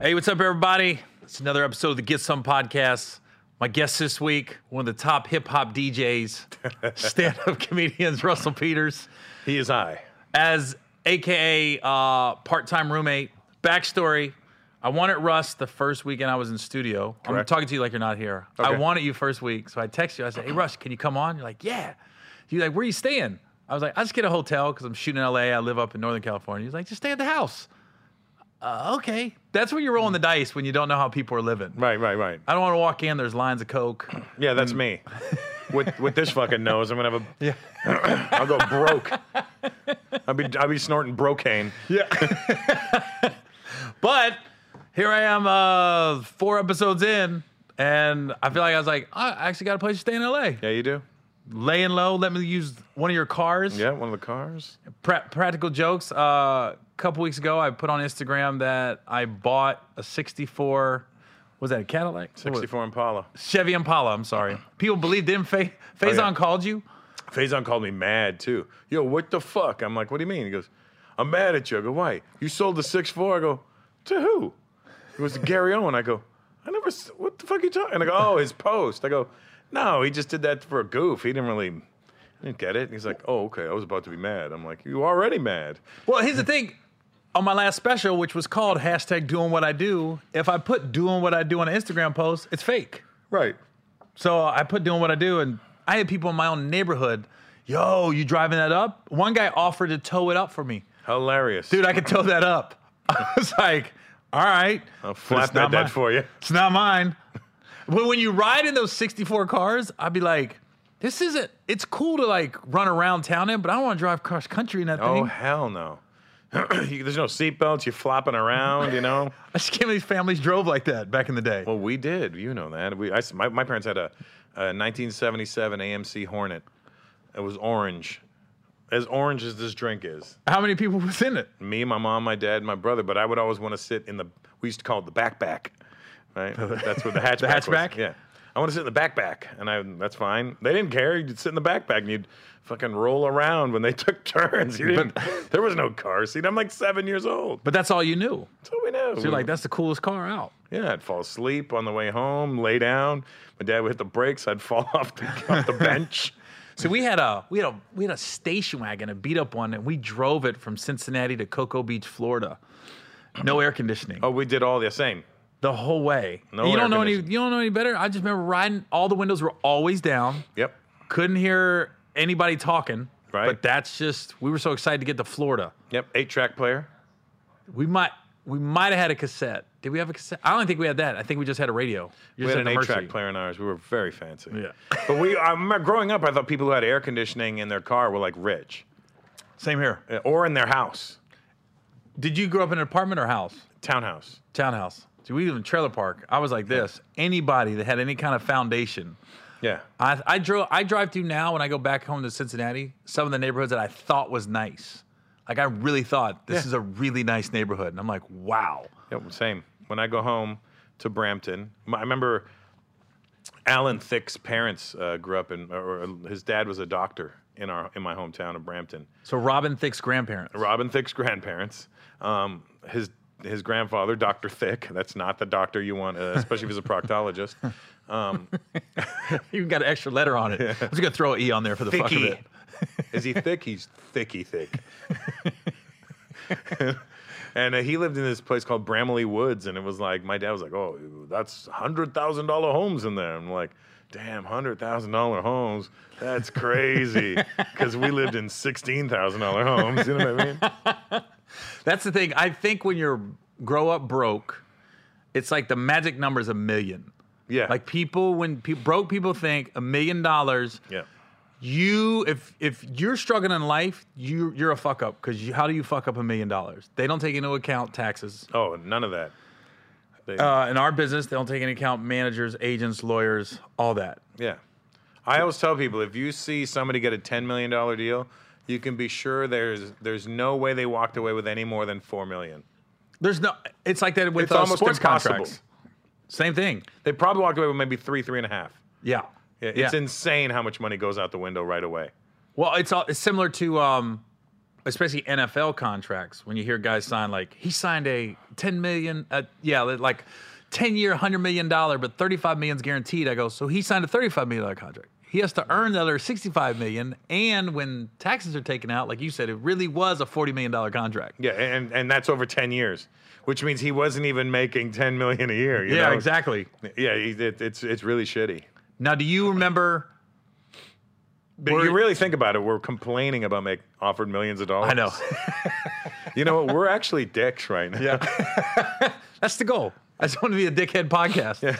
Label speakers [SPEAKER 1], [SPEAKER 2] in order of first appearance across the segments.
[SPEAKER 1] Hey, what's up, everybody? It's another episode of the Get Some Podcast. My guest this week, one of the top hip hop DJs, stand up comedians, Russell Peters,
[SPEAKER 2] He is I.
[SPEAKER 1] as AKA uh, part time roommate. Backstory I wanted Russ the first weekend I was in studio. I'm
[SPEAKER 2] Correct.
[SPEAKER 1] talking to you like you're not here. I
[SPEAKER 2] Okay.
[SPEAKER 1] wanted you first week. So I text you. I said, Hey, Russ, can you come on? You're like, Yeah. You're like, Where are you staying? I was like, I just get a hotel because I'm shooting in LA. I live up in Northern California. He's like, Just stay at the house. Uh, okay. That's when you're rolling the dice when you don't know how people are living.
[SPEAKER 2] Right, right, right. Mm.
[SPEAKER 1] I don't want to walk in. There's lines of coke.
[SPEAKER 2] Yeah, that's me. With with this fucking nose, I'm gonna have a. Yeah. I'll go broke. I'll be I'll be snorting brocaine.
[SPEAKER 1] But here I am, uh, four episodes in, and I feel like I was like, "Oh, I actually got a place to stay in LA.
[SPEAKER 2] Yeah, you do.
[SPEAKER 1] Laying low. Let me use one of your cars.
[SPEAKER 2] Yeah, one of the cars.
[SPEAKER 1] Pra- practical jokes. Uh, a couple weeks ago, I put on Instagram that I bought a '64. Was that a Cadillac? What was-
[SPEAKER 2] 64 Impala.
[SPEAKER 1] Chevy Impala. I'm sorry. People believed didn't. Fa- Faison
[SPEAKER 2] Oh, yeah.
[SPEAKER 1] called you.
[SPEAKER 2] Faison called me mad too. Yo, what the fuck? I'm like, what do you mean? He goes, I'm mad at you. I go, why? You sold the six four. I go, to who? It was Gary Owen. I go, I never. s- What the fuck you talking? And I go, oh, his post. I go, no, he just did that for a goof. He didn't really. I didn't get it. And he's like, oh, okay. I was about to be mad. I'm like, you already mad.
[SPEAKER 1] Well, here's the thing. On my last special, which was called hashtag doing what I do, if I put doing what I do on an Instagram post, it's fake.
[SPEAKER 2] Right.
[SPEAKER 1] So I put doing what I do, and I had people in my own neighborhood. Yo, you driving that up? One guy offered to tow it up for me.
[SPEAKER 2] Hilarious.
[SPEAKER 1] Dude, I could tow that up. I was like, all right.
[SPEAKER 2] I'll
[SPEAKER 1] but
[SPEAKER 2] flap
[SPEAKER 1] it's not
[SPEAKER 2] that dead
[SPEAKER 1] mine.
[SPEAKER 2] for you.
[SPEAKER 1] It's not mine. But when you ride in those 64 cars, I'd be like, this isn't, it's cool to like run around town in, but I don't want to drive cross country in that
[SPEAKER 2] Oh,
[SPEAKER 1] thing.
[SPEAKER 2] hell no. You- There's no seatbelts. You're flopping around, you know?
[SPEAKER 1] I just can't believe families drove like that back in the day.
[SPEAKER 2] Well, we did. You know that. We, I s my, my parents had a, a 1977 AMC Hornet. It was orange, as orange as this drink is.
[SPEAKER 1] How many people was in it?
[SPEAKER 2] Me, my mom, my dad, and my brother. But I would always want to sit in the. We used to call it the backpack, right? That's what the hatchback.
[SPEAKER 1] hatchback?
[SPEAKER 2] Was. Yeah. I want to sit in the backpack, and I, that's fine. They didn't care. You'd sit in the backpack, and you'd fucking roll around when they took turns. You didn't, there was no car seat. I'm like seven years old.
[SPEAKER 1] But that's all you knew.
[SPEAKER 2] That's all we know.
[SPEAKER 1] You're like, that's the coolest car out.
[SPEAKER 2] Yeah, I'd fall asleep on the way home, lay down. My dad would hit the brakes. I'd fall off the, off the bench.
[SPEAKER 1] So we had a we had a we had a station wagon, a beat up one, and we drove it from Cincinnati to Cocoa Beach, Florida. No air conditioning
[SPEAKER 2] Oh, we did all the same.
[SPEAKER 1] the whole way.
[SPEAKER 2] No
[SPEAKER 1] you
[SPEAKER 2] air
[SPEAKER 1] don't know any.
[SPEAKER 2] conditioning.
[SPEAKER 1] You don't know any better. I just remember riding. All the windows were always down.
[SPEAKER 2] Yep.
[SPEAKER 1] Couldn't hear anybody talking.
[SPEAKER 2] Right.
[SPEAKER 1] But that's just we were so excited to get to Florida.
[SPEAKER 2] Yep. Eight track player.
[SPEAKER 1] We might we might have had a cassette. Did we have a cassette? I don't think we had that. I think we just had a radio. You
[SPEAKER 2] We
[SPEAKER 1] just
[SPEAKER 2] had an
[SPEAKER 1] the
[SPEAKER 2] eight
[SPEAKER 1] Mercy.
[SPEAKER 2] track player in ours. We were very fancy.
[SPEAKER 1] Yeah.
[SPEAKER 2] But we, I remember growing up, I thought people who had air conditioning in their car were like rich
[SPEAKER 1] Same here.
[SPEAKER 2] uh, or in their house,
[SPEAKER 1] Did you grow up in an apartment or house?
[SPEAKER 2] townhouse.
[SPEAKER 1] Townhouse. See, we lived in a trailer park. I was like this. Anybody that had any kind of foundation,
[SPEAKER 2] Yeah.
[SPEAKER 1] I, I drove. I drive through now when I go back home to Cincinnati. Some of the neighborhoods that I thought was nice, like I really thought this
[SPEAKER 2] Yeah.
[SPEAKER 1] is a really nice neighborhood, and I'm like, wow.
[SPEAKER 2] Yep, same. When I go home to Brampton, m- I remember Alan Thick's parents uh, grew up in, or or his dad was a doctor in our in my hometown of Brampton.
[SPEAKER 1] So Robin Thicke's grandparents.
[SPEAKER 2] Robin Thicke's grandparents. Um, his his grandfather, Doctor Thick. That's not the doctor you want, uh, especially if he's a proctologist. Um,
[SPEAKER 1] You got an extra letter on it. I'm just gonna throw an e on there for the fuck of
[SPEAKER 2] Thicky.
[SPEAKER 1] it.
[SPEAKER 2] Is he thick? He's thicky thick. and uh, he lived in this place called Bramley Woods, and it was like my dad was like, "Oh, that's hundred thousand dollar homes in there." I'm like, "Damn, hundred thousand dollar homes? That's crazy." Because we lived in sixteen thousand dollar homes. You know what I mean?
[SPEAKER 1] That's the thing. I think when you're grow up broke, it's like the magic number is a million.
[SPEAKER 2] Yeah.
[SPEAKER 1] Like people, when pe- broke people think a million dollars,
[SPEAKER 2] yeah.
[SPEAKER 1] you if if you're struggling in life, you you're a fuck up because how do you fuck up a million dollars? They don't take into account taxes.
[SPEAKER 2] Oh, none of that. They-
[SPEAKER 1] Uh, in our business, they don't take into account managers, agents, lawyers, all that.
[SPEAKER 2] Yeah. I always tell people if you see somebody get a $10 million deal, you can be sure there's there's no way they walked away with any more than 4 million.
[SPEAKER 1] There's no. It's like that with
[SPEAKER 2] It's
[SPEAKER 1] uh,
[SPEAKER 2] almost
[SPEAKER 1] sports
[SPEAKER 2] impossible.
[SPEAKER 1] contracts. Same thing.
[SPEAKER 2] They probably walked away with maybe 3 three and a half.
[SPEAKER 1] Yeah.
[SPEAKER 2] Yeah, it's insane how much money goes out the window right away.
[SPEAKER 1] Well, it's all it's similar to um, especially NFL contracts, when you hear guys sign like he signed a ten million, uh, yeah, li- like ten year, hundred million dollar, but thirty five million's guaranteed. I go, so he signed a thirty five million dollar contract. He has to earn the other sixty five million, and when taxes are taken out, like you said, it really was a forty million dollar contract.
[SPEAKER 2] Yeah, and, and that's over 10 years, which means he wasn't even making 10 million a year. you
[SPEAKER 1] yeah,
[SPEAKER 2] know?
[SPEAKER 1] exactly.
[SPEAKER 2] Yeah, he- it, it's it's really shitty.
[SPEAKER 1] Now, do you remember?
[SPEAKER 2] But
[SPEAKER 1] We're-
[SPEAKER 2] you really think about it, we're complaining about make offered millions of dollars.
[SPEAKER 1] I know.
[SPEAKER 2] You know what? We're actually dicks right now.
[SPEAKER 1] Yeah. That's the goal. I just want to be a dickhead podcast.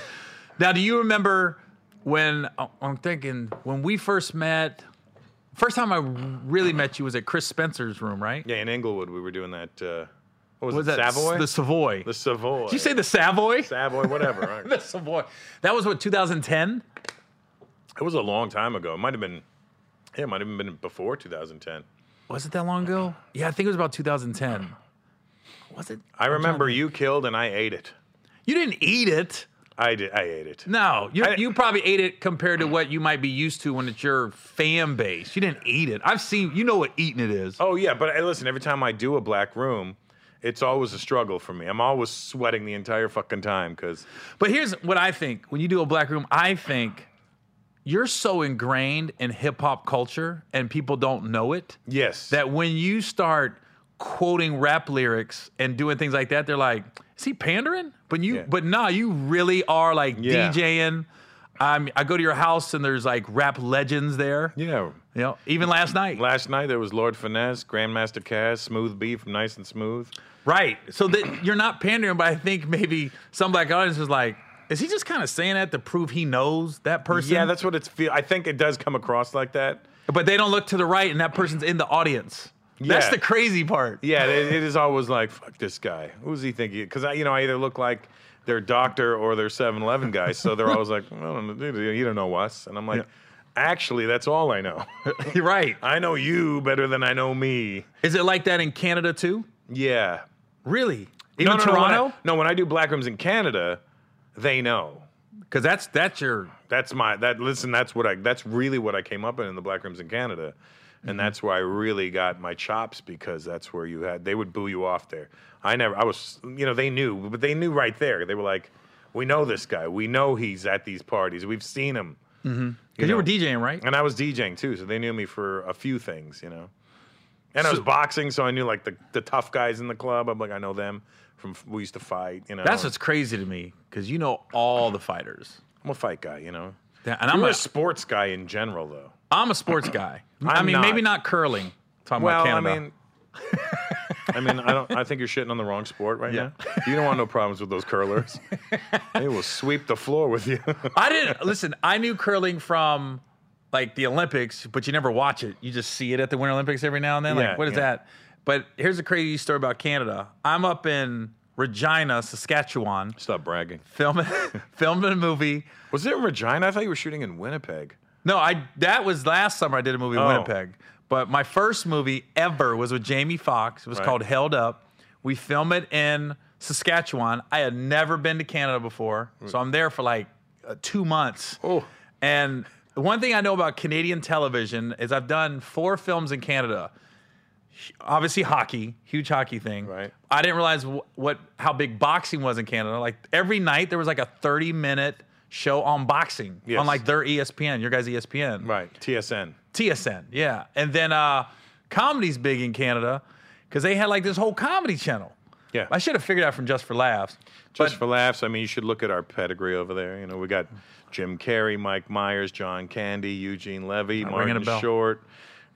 [SPEAKER 1] Now, do you remember when I- I'm thinking when we first met? First time I really met you was at Chris Spencer's room, right?
[SPEAKER 2] Yeah, in Inglewood, we were doing that. Uh, what was,
[SPEAKER 1] Was
[SPEAKER 2] it?
[SPEAKER 1] that
[SPEAKER 2] Savoy?
[SPEAKER 1] the Savoy?
[SPEAKER 2] the Savoy.
[SPEAKER 1] Did you say the Savoy?
[SPEAKER 2] Savoy? Whatever. right?
[SPEAKER 1] the Savoy. That was what 2010.
[SPEAKER 2] It was a long time ago. It might have been. Yeah, it might have been before 2010.
[SPEAKER 1] Was it that long ago? Yeah, I think it was about 2010. Was it?
[SPEAKER 2] I remember you killed and I ate it.
[SPEAKER 1] You didn't eat it.
[SPEAKER 2] I did. I ate it.
[SPEAKER 1] No, you
[SPEAKER 2] I-
[SPEAKER 1] you probably ate it compared to what you might be used to when it's your fan base. You didn't eat it. I've seen. You know what eating it is.
[SPEAKER 2] Oh yeah, but hey, listen, every time I do a black room, it's always a struggle for me. I'm always sweating the entire fucking time because
[SPEAKER 1] But here's what I think when you do a black room, I think you're so ingrained in hip hop culture and people don't know it
[SPEAKER 2] yes,
[SPEAKER 1] that when you start quoting rap lyrics and doing things like that, they're like, is he pandering? But you
[SPEAKER 2] Yeah.
[SPEAKER 1] but nah, you really are like
[SPEAKER 2] Yeah.
[SPEAKER 1] DJing. I'm, I go to your house and there's like rap legends there.
[SPEAKER 2] yeah.
[SPEAKER 1] You know, even last night.
[SPEAKER 2] Last night there was Lord Finesse, Grandmaster Caz, Smooth B from Nice and Smooth.
[SPEAKER 1] Right. So that you're not pandering, but I think maybe some black audience was like, is he just kind of saying that to prove he knows that person?
[SPEAKER 2] Yeah, that's what it's feel. I think it does come across like that.
[SPEAKER 1] but they don't look to the right and that person's in the audience. That's
[SPEAKER 2] Yeah.
[SPEAKER 1] the crazy part.
[SPEAKER 2] Yeah, it, it is always like fuck this guy. Who does he think he? Because I, you know, I either look like their doctor or their 7-Eleven guy. So they're always like, well, you don't know us, and I'm like, actually, that's all I know.
[SPEAKER 1] You're right.
[SPEAKER 2] I know you better than I know me.
[SPEAKER 1] Is it like that in Canada too?
[SPEAKER 2] Yeah.
[SPEAKER 1] Really?
[SPEAKER 2] No,
[SPEAKER 1] Even
[SPEAKER 2] no, no, when I-
[SPEAKER 1] Toronto?
[SPEAKER 2] No when, I, do black rooms in Canada, they know.
[SPEAKER 1] Because that's that's your
[SPEAKER 2] That's my that. Listen, that's what I. That's really what I came up in in the black rooms in Canada, and
[SPEAKER 1] Mm-hmm.
[SPEAKER 2] that's where I really got my chops because that's where you had. They would boo you off there. I never. I was. You know, they knew, but they knew right there. They were like, "We know this guy. We know he's at these parties. We've seen him."
[SPEAKER 1] because Mm-hmm. you, were
[SPEAKER 2] know.
[SPEAKER 1] DJing, right?
[SPEAKER 2] And I was DJing too, so they knew me for a few things, you know. And I was boxing, so I knew like the, the tough guys in the club. I'm like, I know them from we used to fight, you know.
[SPEAKER 1] That's what's crazy to me because you know all the fighters.
[SPEAKER 2] I'm a fight guy, you know.
[SPEAKER 1] That- And I'm
[SPEAKER 2] I'm
[SPEAKER 1] a,
[SPEAKER 2] a sports guy in general, though.
[SPEAKER 1] I'm a sports guy. I
[SPEAKER 2] I'm
[SPEAKER 1] mean,
[SPEAKER 2] not.
[SPEAKER 1] maybe not curling. Talking
[SPEAKER 2] Well,
[SPEAKER 1] about
[SPEAKER 2] I
[SPEAKER 1] Canada.
[SPEAKER 2] mean, I mean, I don't. I think you're shitting on the wrong sport right
[SPEAKER 1] Yeah.
[SPEAKER 2] now. You don't want no problems with those curlers. they will sweep the floor with you.
[SPEAKER 1] I didn't listen. I knew curling from like the Olympics, but you never watch it. You just see it at the Winter Olympics every now and then.
[SPEAKER 2] Yeah,
[SPEAKER 1] like, what is
[SPEAKER 2] yeah.
[SPEAKER 1] that? But here's a crazy story about Canada. I'm up in Regina, Saskatchewan,
[SPEAKER 2] Stop bragging.
[SPEAKER 1] filming filming a movie.
[SPEAKER 2] Was it in Regina? I thought you were shooting in Winnipeg.
[SPEAKER 1] No, I that was last summer. I did a movie in
[SPEAKER 2] Oh.
[SPEAKER 1] Winnipeg, but my first movie ever was with Jamie Foxx. It was
[SPEAKER 2] Right.
[SPEAKER 1] called Held Up. We film it in Saskatchewan. I had never been to Canada before, so I'm there for like uh, two months.
[SPEAKER 2] Oh.
[SPEAKER 1] And one thing I know about Canadian television is I've done four films in Canada. H- Obviously, hockey, huge hockey thing.
[SPEAKER 2] Right.
[SPEAKER 1] I didn't realize wh- what how big boxing was in Canada. Like every night there was like a 30 minute show on boxing
[SPEAKER 2] Yes.
[SPEAKER 1] on like their ESPN, your guys' E ESPN,
[SPEAKER 2] Right. TSN.
[SPEAKER 1] TSN, yeah. And then uh, comedy's big in Canada because they had like this whole comedy channel.
[SPEAKER 2] Yeah.
[SPEAKER 1] I should have figured out from Just for Laughs.
[SPEAKER 2] Just for laughs, I mean, you should look at our pedigree over there. You know, we got Jim Carrey, Mike Myers, John Candy, Eugene Levy,
[SPEAKER 1] ringing a
[SPEAKER 2] Martin
[SPEAKER 1] bell.
[SPEAKER 2] Short,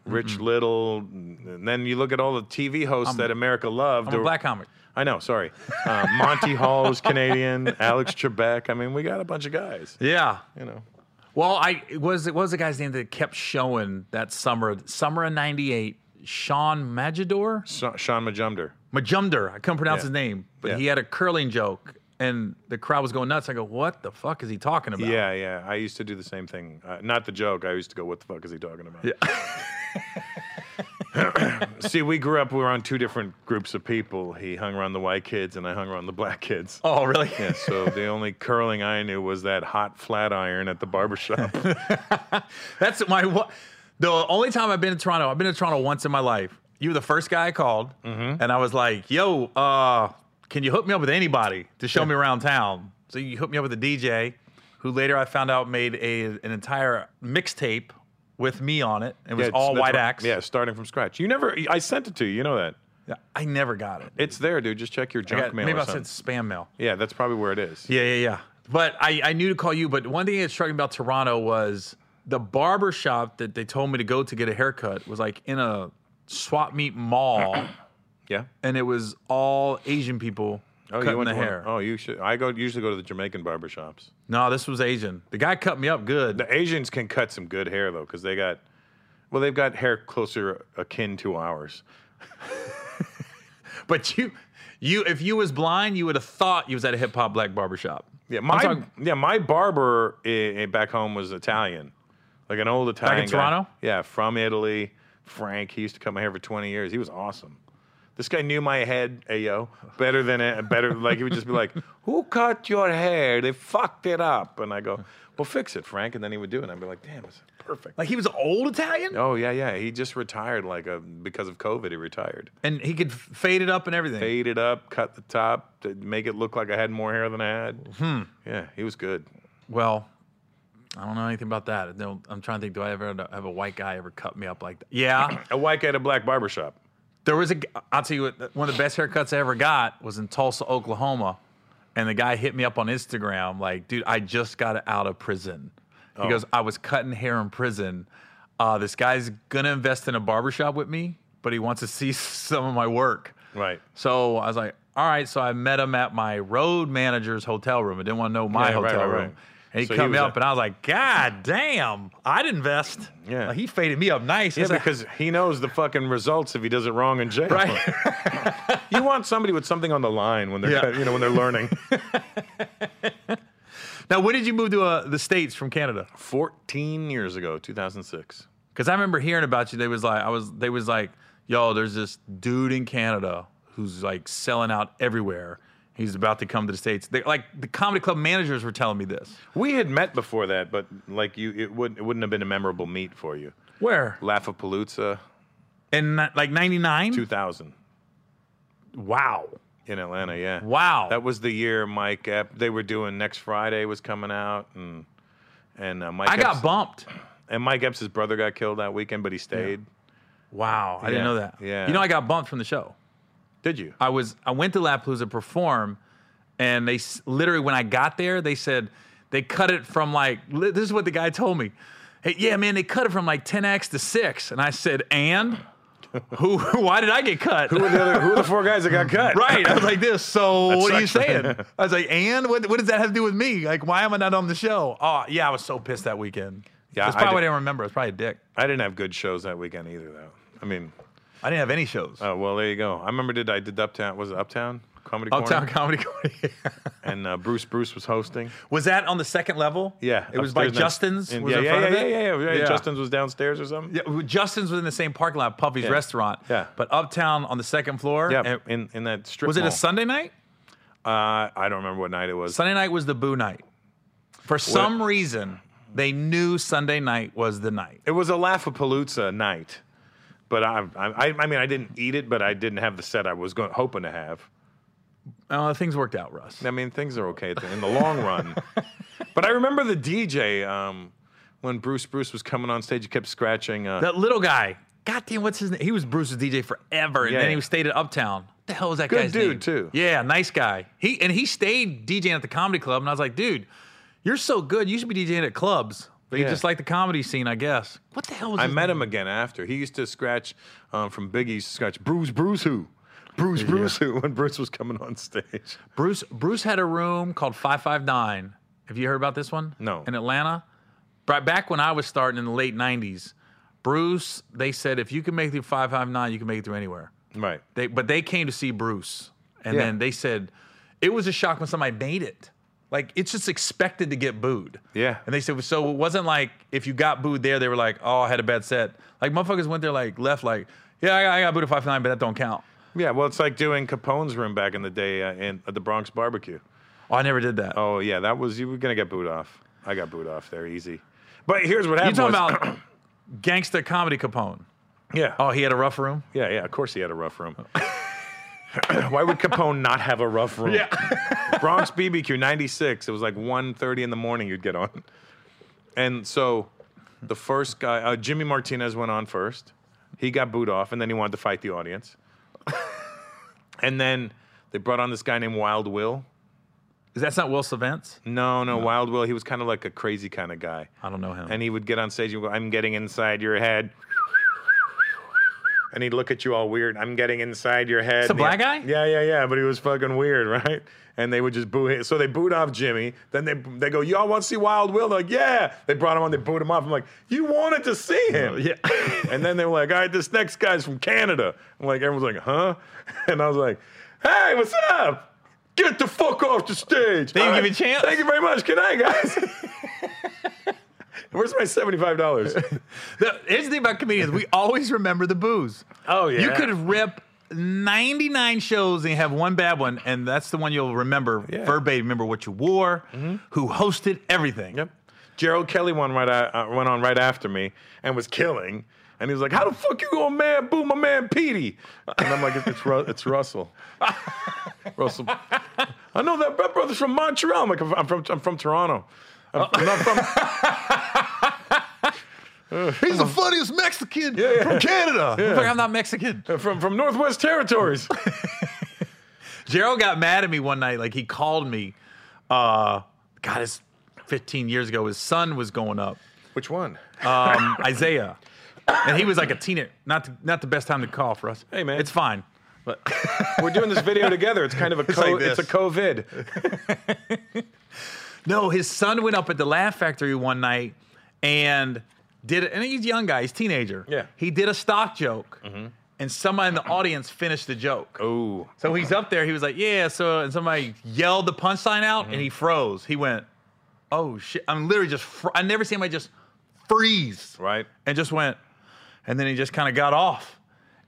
[SPEAKER 2] Rich Little, and then you look at all the TV hosts that America loved.
[SPEAKER 1] I'm a black comic.
[SPEAKER 2] I know, sorry. Uh, Monty Hall is Canadian. Alex Trebek. I mean, we got a bunch of guys.
[SPEAKER 1] Yeah.
[SPEAKER 2] You know,
[SPEAKER 1] Well, I it was it was the guy's name that kept showing that summer summer of '98. Sean Majidor,
[SPEAKER 2] Sa- Sean Majumder.
[SPEAKER 1] Majumder. I couldn't pronounce
[SPEAKER 2] Yeah.
[SPEAKER 1] his name, but
[SPEAKER 2] Yeah.
[SPEAKER 1] he had a curling joke, and the crowd was going nuts. I go, "What the fuck is he talking about?"
[SPEAKER 2] Yeah, yeah. I used to do the same thing. Uh, not the joke. I used to go, "What the fuck is he talking about?" Yeah. See, we grew up. We were on two different groups of people. He hung around the white kids, and I hung around the black kids.
[SPEAKER 1] Oh, really?
[SPEAKER 2] Yeah, so the only curling I knew was that hot flat iron at the barbershop.
[SPEAKER 1] That's my wa- the only time I've been to Toronto. I've been to Toronto once in my life. you were the first guy I called,
[SPEAKER 2] Mm-hmm.
[SPEAKER 1] and I was like, "Yo, uh, can you hook me up with anybody to show me around town?" So you hooked me up with a DJ, who later I found out made a an entire mixtape with me on it. It was
[SPEAKER 2] it's-
[SPEAKER 1] all
[SPEAKER 2] that's
[SPEAKER 1] white
[SPEAKER 2] what-
[SPEAKER 1] axe.
[SPEAKER 2] Yeah, starting from scratch. You never. I sent it to you. You know that.
[SPEAKER 1] Yeah, I never got it.
[SPEAKER 2] It's there, dude. Just check your
[SPEAKER 1] I
[SPEAKER 2] junk
[SPEAKER 1] got-
[SPEAKER 2] mail.
[SPEAKER 1] maybe
[SPEAKER 2] or
[SPEAKER 1] I
[SPEAKER 2] something.
[SPEAKER 1] said spam mail.
[SPEAKER 2] Yeah, that's probably where it is.
[SPEAKER 1] Yeah, yeah, yeah. But I, I knew to call you. But one thing that struck me about Toronto was the barber shop that they told me to go to get a haircut was like in a swap meet mall,
[SPEAKER 2] Yeah.
[SPEAKER 1] and it was all Asian people cutting the
[SPEAKER 2] to one-
[SPEAKER 1] hair.
[SPEAKER 2] Oh, you should. I go usually go to the Jamaican barber shops.
[SPEAKER 1] No, this was Asian. The guy cut me up good.
[SPEAKER 2] The Asians can cut some good hair though, because they got, well, they've got hair closer akin to ours.
[SPEAKER 1] but you, you, if you was blind, you would have thought you was at a hip hop black barber shop.
[SPEAKER 2] Yeah, my
[SPEAKER 1] talking-
[SPEAKER 2] yeah, my barber i i back home was Italian, like an old Italian. guy.
[SPEAKER 1] Toronto?
[SPEAKER 2] Yeah, from Italy. Frank, he used to cut my hair for twenty years. He was awesome. This guy knew my head, ayo, better than it, better. like he would just be like, "Who cut your hair? They fucked it up." And I go, "Well, fix it, Frank." And then he would do it. And I'd be like, "Damn, it's perfect."
[SPEAKER 1] Like he was old Italian,
[SPEAKER 2] Oh yeah, yeah. He just retired like a because of COVID. He retired.
[SPEAKER 1] and he could f- fade it up and everything.
[SPEAKER 2] Fade it up, cut the top, to make it look like I had more hair than I had.
[SPEAKER 1] Hmm.
[SPEAKER 2] Yeah, he was good.
[SPEAKER 1] Well, I don't know anything about that. I don't- I'm trying to think. Do I ever have a white guy ever cut me up like that? Yeah.
[SPEAKER 2] A white guy at a black barber shop.
[SPEAKER 1] There was a. g- I'll tell you what. One of the best haircuts I ever got was in Tulsa, Oklahoma, and the guy hit me up on Instagram like, "Dude, I just got out of prison."
[SPEAKER 2] Oh.
[SPEAKER 1] He goes, "I was cutting hair in prison. Uh, this guy's gonna invest in a barbershop with me, but he wants to see some of my work."
[SPEAKER 2] Right.
[SPEAKER 1] So I was like, "All right." So I met him at my road manager's hotel room. I didn't want to know my
[SPEAKER 2] Yeah, right,
[SPEAKER 1] hotel
[SPEAKER 2] right,
[SPEAKER 1] room.
[SPEAKER 2] right.
[SPEAKER 1] And he
[SPEAKER 2] So he
[SPEAKER 1] cut me
[SPEAKER 2] was a-
[SPEAKER 1] up, and I was like, "God damn, I'd invest."
[SPEAKER 2] Yeah.
[SPEAKER 1] Like, he faded me up nice.
[SPEAKER 2] Yeah,
[SPEAKER 1] It's like-
[SPEAKER 2] because he knows the fucking results if he does it wrong in jail.
[SPEAKER 1] right.
[SPEAKER 2] you want somebody with something on the line when they're
[SPEAKER 1] Yeah.
[SPEAKER 2] cut- you know when they're learning.
[SPEAKER 1] now, when did you move to uh, the states from Canada?
[SPEAKER 2] Fourteen years ago, two thousand six.
[SPEAKER 1] Because I remember hearing about you. They was like, I was. They was like, yo, there's this dude in Canada who's like selling out everywhere. He's about to come to the states. They, like the comedy club managers were telling me this.
[SPEAKER 2] We had met before that, but like you, it wouldn't it wouldn't have been a memorable meet for you.
[SPEAKER 1] Where?
[SPEAKER 2] Palooza,
[SPEAKER 1] In ni- like '99.
[SPEAKER 2] two thousand
[SPEAKER 1] Wow.
[SPEAKER 2] in Atlanta. Yeah.
[SPEAKER 1] Wow.
[SPEAKER 2] That was the year Mike. Epp, they were doing next Friday was coming out, and and uh, Mike.
[SPEAKER 1] I got
[SPEAKER 2] Epps-
[SPEAKER 1] bumped.
[SPEAKER 2] and Mike Epps' brother got killed that weekend, but he stayed.
[SPEAKER 1] Wow. I didn't
[SPEAKER 2] Yeah,
[SPEAKER 1] know that.
[SPEAKER 2] yeah.
[SPEAKER 1] You know, I got bumped from the show.
[SPEAKER 2] Did you?
[SPEAKER 1] I was I went to Lapalooza to perform, and they s- literally when I got there, they said they cut it from like li- this is what the guy told me. Hey, yeah, man, they cut it from like 10x to six, and I said, and who? Why did I get cut?
[SPEAKER 2] Who are the other? Who are the four guys that got cut?
[SPEAKER 1] Right, I was like this. So what are you
[SPEAKER 2] sucks,
[SPEAKER 1] saying? I was like, and what, what does that have to do with me? Like, why am I not on the show? Oh, yeah, I was so pissed that weekend.
[SPEAKER 2] Yeah,
[SPEAKER 1] that's
[SPEAKER 2] I
[SPEAKER 1] probably
[SPEAKER 2] did-
[SPEAKER 1] what I didn't remember. It's probably a dick.
[SPEAKER 2] I didn't have good shows that weekend either, though. I mean,
[SPEAKER 1] I didn't have any shows.
[SPEAKER 2] oh well, there you go. I remember did I did Uptown? Was it Uptown Comedy
[SPEAKER 1] Uptown
[SPEAKER 2] Corner?
[SPEAKER 1] Comedy Corner.
[SPEAKER 2] And uh, Bruce Bruce was hosting.
[SPEAKER 1] was that on the second level?
[SPEAKER 2] Yeah,
[SPEAKER 1] it was by
[SPEAKER 2] upstairs next-
[SPEAKER 1] Justin's.
[SPEAKER 2] and-
[SPEAKER 1] was
[SPEAKER 2] yeah,
[SPEAKER 1] in
[SPEAKER 2] yeah,
[SPEAKER 1] front
[SPEAKER 2] yeah,
[SPEAKER 1] of it?
[SPEAKER 2] yeah, yeah, yeah,
[SPEAKER 1] Yeah.
[SPEAKER 2] Justin's was downstairs or something.
[SPEAKER 1] Yeah, well, Justin's was in the same parking lot, Puffy's restaurant.
[SPEAKER 2] Yeah.
[SPEAKER 1] But uptown on the second floor.
[SPEAKER 2] Yeah,
[SPEAKER 1] and-
[SPEAKER 2] in in that strip.
[SPEAKER 1] was it
[SPEAKER 2] mall.
[SPEAKER 1] a Sunday night?
[SPEAKER 2] Uh, I don't remember what night it was.
[SPEAKER 1] Sunday night was the boo night. For some reason, they knew Sunday night was the night.
[SPEAKER 2] It was a Laugh-a-Palooza night, but I, I I mean I didn't eat it, but I didn't have the set I was going hoping to have.
[SPEAKER 1] Uh, things worked out, Russ.
[SPEAKER 2] I mean, things are okay at the- in the long run. but I remember the DJ um, when Bruce Bruce was coming on stage. He kept scratching. Uh,
[SPEAKER 1] That little guy, goddamn, what's his name? He was Bruce's DJ forever, and
[SPEAKER 2] Yeah.
[SPEAKER 1] then he stayed at Uptown. What the hell was that
[SPEAKER 2] Good
[SPEAKER 1] guy's
[SPEAKER 2] dude,
[SPEAKER 1] name?
[SPEAKER 2] too.
[SPEAKER 1] Yeah, nice guy. He and he stayed DJing at the comedy club, and I was like, dude, you're so good. You should be DJing at clubs. But you
[SPEAKER 2] Yeah.
[SPEAKER 1] just like the comedy scene, I guess. What the hell was
[SPEAKER 2] I
[SPEAKER 1] his
[SPEAKER 2] met him again after. He used to scratch um, from Biggie. He used to scratch Bruce Bruce who. Bruce Bruce who when Bruce was coming on stage.
[SPEAKER 1] Bruce Bruce had a room called 559. Have you heard about this one?
[SPEAKER 2] No.
[SPEAKER 1] In Atlanta? Right back when I was starting in the late 90s, Bruce, they said if you can make it through 559, you can make it through anywhere.
[SPEAKER 2] Right.
[SPEAKER 1] They but they came to see Bruce. And
[SPEAKER 2] Yeah.
[SPEAKER 1] then they said it was a shock when somebody made it. Like it's just expected to get booed.
[SPEAKER 2] Yeah.
[SPEAKER 1] And they said so it wasn't like if you got booed there, they were like, Oh, I had a bad set. Like motherfuckers went there like left like, yeah, I got, I got booed at 559, but that don't count.
[SPEAKER 2] Yeah. Well, it's like doing Capone's room back in the day uh, in at the Bronx Barbecue.
[SPEAKER 1] Oh, I never did that.
[SPEAKER 2] Oh yeah, that was you were gonna get booed off. I got booed off there easy. But here's what
[SPEAKER 1] you
[SPEAKER 2] happened.
[SPEAKER 1] talking
[SPEAKER 2] was-
[SPEAKER 1] about gangster comedy Capone.
[SPEAKER 2] Yeah.
[SPEAKER 1] Oh, he had a rough room.
[SPEAKER 2] Yeah, yeah. Of course he had a rough room. Why would Capone not have a rough room? Bronx BBQ 96. It was like 1.30 in the morning you'd get on. And so the first guy, uh, Jimmy Martinez went on first. He got booed off, and then he wanted to fight the audience. and then they brought on this guy named Wild Will.
[SPEAKER 1] That's not Will Savants.
[SPEAKER 2] No, no, Wild Will. He was kind of like a crazy kind of guy.
[SPEAKER 1] I don't know him.
[SPEAKER 2] And he would get on stage and go, I'm getting inside your head. And he'd look at you all weird. I'm getting inside your head. It's
[SPEAKER 1] a black guy?
[SPEAKER 2] Yeah, yeah, yeah. But he was fucking weird, right? And they would just boo him. So they booed off Jimmy. Then they they go, y'all want to see Wild Will? They're like, yeah. They brought him on. They booed him off. I'm like, you wanted to see him.
[SPEAKER 1] yeah.
[SPEAKER 2] and then they were like, all right, this next guy's from Canada. I'm like, everyone's like, huh? And I was like, hey, what's up? Get the fuck off the stage. They
[SPEAKER 1] didn't give you a chance?
[SPEAKER 2] Thank you very much. Good night, guys. Where's my seventy-five dollars?
[SPEAKER 1] The, here's the thing about comedians: we always remember the booze.
[SPEAKER 2] Oh, yeah.
[SPEAKER 1] You could rip 99 shows and have one bad one, and that's the one you'll remember
[SPEAKER 2] Yeah. Mm-hmm.
[SPEAKER 1] verbatim. Remember what you wore, who hosted, everything.
[SPEAKER 2] yep. Gerald Kelly one right uh, went on right after me and was killing. And he was like, "How the fuck you going, man? Boo, my man, Petey." And I'm like, "It's Ru- it's Russell. Russell. I know that, that brother's from Montreal. I'm like, I'm from I'm from Toronto. I'm,
[SPEAKER 1] Oh.
[SPEAKER 2] I'm not from
[SPEAKER 1] He's
[SPEAKER 2] Uh-huh.
[SPEAKER 1] the funniest Mexican from Canada. Fuck, I'm not Mexican.
[SPEAKER 2] from from Northwest Territories.
[SPEAKER 1] Gerald got mad at me one night. Like he called me. Uh, God, it's 15 years ago. His son was going up.
[SPEAKER 2] Which one?
[SPEAKER 1] um, Isaiah, and he was like a teenager. Not the, not the best time to call for us.
[SPEAKER 2] Hey, man.
[SPEAKER 1] it's fine.
[SPEAKER 2] We're doing this video together. It's kind of a co-
[SPEAKER 1] like this.
[SPEAKER 2] it's a COVID.
[SPEAKER 1] No, his son went up at the Laugh Factory one night and did. And he's a young guy. He's a teenager.
[SPEAKER 2] Yeah. Mm-hmm.
[SPEAKER 1] He did a stock joke, and somebody in the audience finished the joke.
[SPEAKER 2] Ooh.
[SPEAKER 1] So he's up there. He was like, "Yeah." So and somebody yelled the punchline out, and he
[SPEAKER 2] Mm-hmm.
[SPEAKER 1] froze. He went, "Oh shit!" I'm literally just. Fr- I never seen anybody just freeze.
[SPEAKER 2] Right.
[SPEAKER 1] and just went, and then he just kind of got off.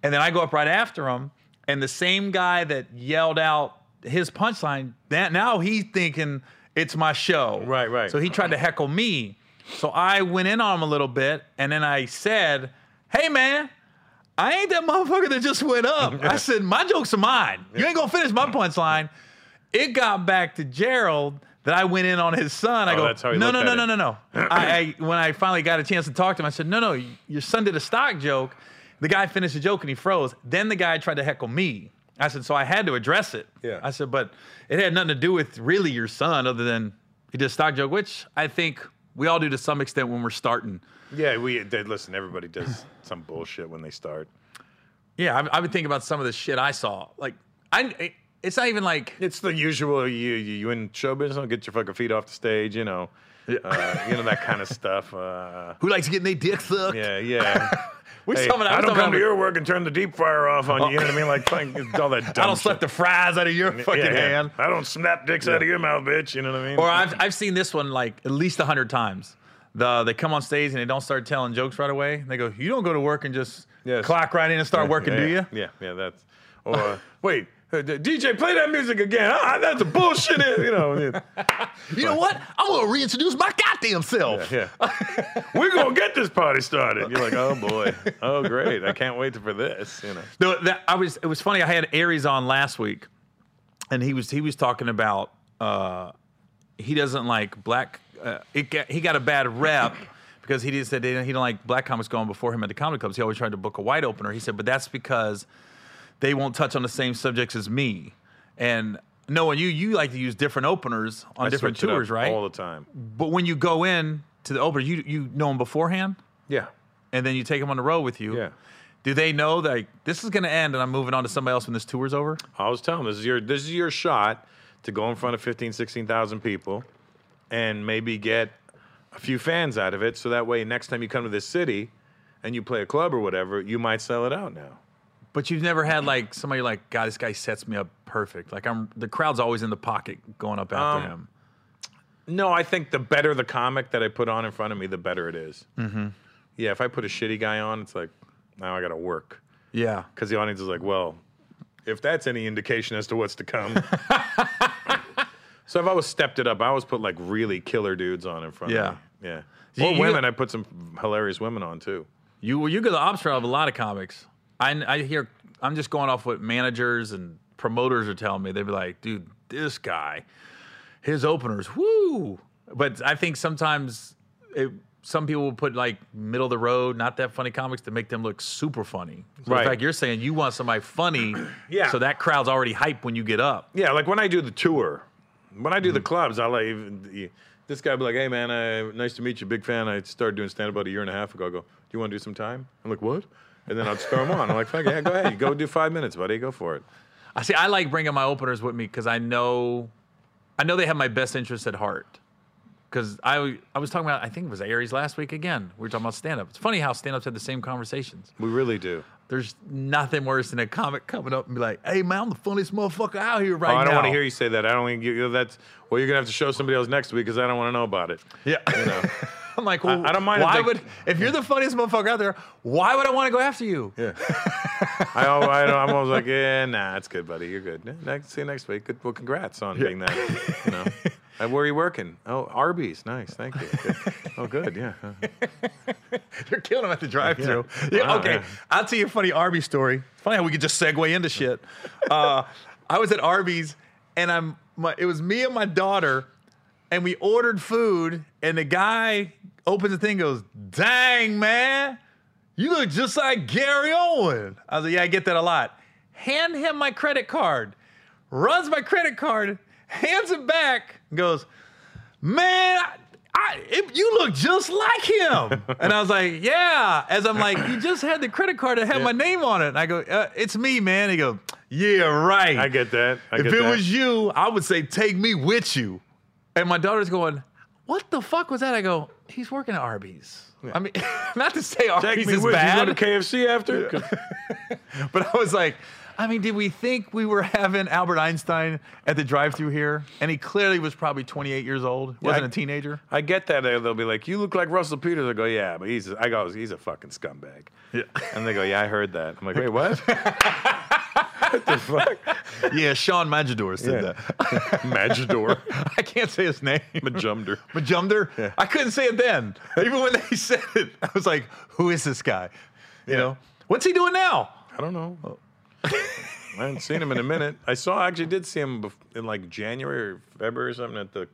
[SPEAKER 1] And then I go up right after him, and the same guy that yelled out his punchline, that now he's thinking it's my show.
[SPEAKER 2] Right, right.
[SPEAKER 1] So he tried to heckle me. So I went in on him a little bit, and then I said, Hey man, I ain't that motherfucker that just went up. I said, My jokes are mine. You ain't gonna finish my punchline. It got back to Gerald that I went in on his son. I
[SPEAKER 2] Oh,
[SPEAKER 1] go,
[SPEAKER 2] that's how he
[SPEAKER 1] no,
[SPEAKER 2] looked
[SPEAKER 1] no,
[SPEAKER 2] at
[SPEAKER 1] no,
[SPEAKER 2] it."
[SPEAKER 1] no, no, no. I, I when I finally got a chance to talk to him, I said, no, no, your son did a stock joke. The guy finished the joke and he froze. Then the guy tried to heckle me. I said, so I had to address it.
[SPEAKER 2] Yeah.
[SPEAKER 1] I said, but it had nothing to do with really your son, other than he did a stock joke, which I think we all do to some extent when we're starting.
[SPEAKER 2] Yeah, we they, listen. Everybody does some bullshit when they start.
[SPEAKER 1] Yeah, I've, I've been thinking about some of the shit I saw. Like, I it- it's not even like
[SPEAKER 2] It's the usual. You you, you in show business? Don't get your fucking feet off the stage. You know, uh, you know that kind of stuff. Uh,
[SPEAKER 1] who likes getting their dick sucked.
[SPEAKER 2] yeah, yeah.
[SPEAKER 1] We
[SPEAKER 2] Hey,
[SPEAKER 1] summon-
[SPEAKER 2] I
[SPEAKER 1] we
[SPEAKER 2] don't
[SPEAKER 1] summon-
[SPEAKER 2] come to your work and turn the deep fryer off on you. You know what I mean? Like fucking it's all that dumb.
[SPEAKER 1] I don't slap the fries out of your fucking hand.
[SPEAKER 2] I don't snap dicks out of your mouth, bitch. You know what I mean?
[SPEAKER 1] Or I've, I've seen this one like at least a hundred times. The they come on stage and they don't start telling jokes right away. They go, "You don't go to work and just
[SPEAKER 2] Yes.
[SPEAKER 1] clock right in and start working,
[SPEAKER 2] yeah,
[SPEAKER 1] do you?"
[SPEAKER 2] Yeah, yeah. That's or wait. uh, d- DJ, play that music again. Uh, that's a bullshit. You know, yeah,
[SPEAKER 1] You know what? I'm gonna reintroduce my goddamn self.
[SPEAKER 2] yeah. we're gonna get this party started. You're like, oh boy, oh great, I can't wait for this. You know,
[SPEAKER 1] No, that, I was. It was funny. I had Aries on last week, and he was he was talking about uh, he doesn't like black. Uh, it got, he got a bad rep because he just said they didn't- he didn't like black comics going before him at the comedy clubs. He always tried to book a white opener. He said, but that's because they won't touch on the same subjects as me. And knowing you, you like to use different openers on
[SPEAKER 2] I
[SPEAKER 1] different
[SPEAKER 2] switch it up
[SPEAKER 1] tours, right?
[SPEAKER 2] All the time.
[SPEAKER 1] but when you go in to the opener, you you know them beforehand,
[SPEAKER 2] Yeah,
[SPEAKER 1] and then you take them on the road with you.
[SPEAKER 2] yeah.
[SPEAKER 1] Do they know that like, this is going to end and I'm moving on to somebody else when this tour's over?
[SPEAKER 2] I was telling him, this is your this is your shot to go in front of 15, 16,000 people, and maybe get a few fans out of it. So that way, next time you come to this city, and you play a club or whatever, you might sell it out now.
[SPEAKER 1] But you've never had like somebody like, God, this guy sets me up perfect. Like I'm the crowd's always in the pocket going up after
[SPEAKER 2] Um,
[SPEAKER 1] him.
[SPEAKER 2] No, I think the better the comic that I put on in front of me, the better it is. Yeah, if I put a shitty guy on, it's like now I got to work.
[SPEAKER 1] Yeah.
[SPEAKER 2] because the audience is like, well, if that's any indication as to what's to come. so I've always stepped it up. I always put like really killer dudes on in front
[SPEAKER 1] Yeah.
[SPEAKER 2] of me. Yeah.
[SPEAKER 1] You-
[SPEAKER 2] Or
[SPEAKER 1] you-
[SPEAKER 2] women. I put some hilarious women on too.
[SPEAKER 1] You well, you go the opposite route of a lot of comics. I I hear I'm just going off what managers and promoters are telling me. They'd be like, dude, this guy, his openers, woo. But I think sometimes it, some people will put like middle of the road, not that funny comics to make them look super funny. So
[SPEAKER 2] Right.
[SPEAKER 1] In fact, you're saying you want somebody funny,
[SPEAKER 2] Yeah.
[SPEAKER 1] So that crowd's already hyped when you get up.
[SPEAKER 2] Yeah, like when I do the tour, when I do
[SPEAKER 1] Mm-hmm.
[SPEAKER 2] the clubs, I like this guy be like, "Hey man, uh, nice to meet you, big fan." I started doing stand up about a year and a half ago. I go, "Do you want to do some time?" I'm like, "What?" And then I'd storm on. I'm like, "Fuck yeah, go ahead, go do five minutes, buddy, go for it."
[SPEAKER 1] I see. I like bringing my openers with me because I know, I know they have my best interest at heart. Because I, I was talking about, I think it was Aries last week again. We were talking about stand up. It's funny how stand ups had the same conversations.
[SPEAKER 2] We really do.
[SPEAKER 1] There's nothing worse than a comic coming up and be like, hey, man, I'm the funniest motherfucker out here right
[SPEAKER 2] Oh,
[SPEAKER 1] now.
[SPEAKER 2] I don't want to hear you say that. I don't want you. That's well, you're gonna have to show somebody else next week because I don't want to know about it.
[SPEAKER 1] Yeah.
[SPEAKER 2] You know?
[SPEAKER 1] I'm like, well,
[SPEAKER 2] I don't mind if
[SPEAKER 1] why
[SPEAKER 2] they-
[SPEAKER 1] would, if you're the funniest motherfucker out there, why would I want to go after you?
[SPEAKER 2] yeah. I, al- I, don't- I'm always like, yeah, nah, it's good, buddy. You're good. Yeah, next, see you next week. Good. Well, congrats on being that. You know. Uh, Where are you working? Oh, Arby's. Nice. Thank you. Good. Oh, good. Yeah.
[SPEAKER 1] You're killing him at the drive-through. Yeah.
[SPEAKER 2] Wow,
[SPEAKER 1] okay,
[SPEAKER 2] yeah.
[SPEAKER 1] I'll tell you a funny Arby's story. Funny how we could just segue into shit. Uh, I was at Arby's, and I'm my, it was me and my daughter, and we ordered food, and the guy opens the thing, goes, "Dang man, you look just like Gary Owen." I was like, "Yeah, I get that a lot." Hand him my credit card. Runs my credit card, hands it back, and goes man, I, I, it, you look just like him. and I was like, yeah. As I'm like, you just had the credit card that had my name on it. And I go, uh, it's me, man. He go, yeah, right.
[SPEAKER 2] I get that. I
[SPEAKER 1] if
[SPEAKER 2] get
[SPEAKER 1] it
[SPEAKER 2] that.
[SPEAKER 1] was you, I would say, take me with you. And my daughter's going, what the fuck was that? I go, he's working at Arby's. I mean, not to say
[SPEAKER 2] Take
[SPEAKER 1] Arby's
[SPEAKER 2] me
[SPEAKER 1] is
[SPEAKER 2] with
[SPEAKER 1] bad,
[SPEAKER 2] you. Go to KFC after.
[SPEAKER 1] but I was like, I mean, did we think we were having Albert Einstein at the drive-through here? And he clearly was probably 28 years old, wasn't
[SPEAKER 2] I-
[SPEAKER 1] a teenager.
[SPEAKER 2] I get that. They'll be like, "You look like Russell Peters." I go, "Yeah, but he's." I go, "He's a fucking scumbag." Yeah. And they go, "Yeah, I heard that." I'm like, "Wait, what?"
[SPEAKER 1] Yeah, Sean Majidor said
[SPEAKER 2] Yeah.
[SPEAKER 1] that.
[SPEAKER 2] Magidor,
[SPEAKER 1] I can't say his name.
[SPEAKER 2] Majumder.
[SPEAKER 1] Majumder. I couldn't say it then. Even when they said it, I was like, who is this guy? You know, what's he doing now?
[SPEAKER 2] I don't
[SPEAKER 1] Oh.
[SPEAKER 2] know. I haven't seen him in a minute. I saw, I actually did see him bef- in like January or February or something at the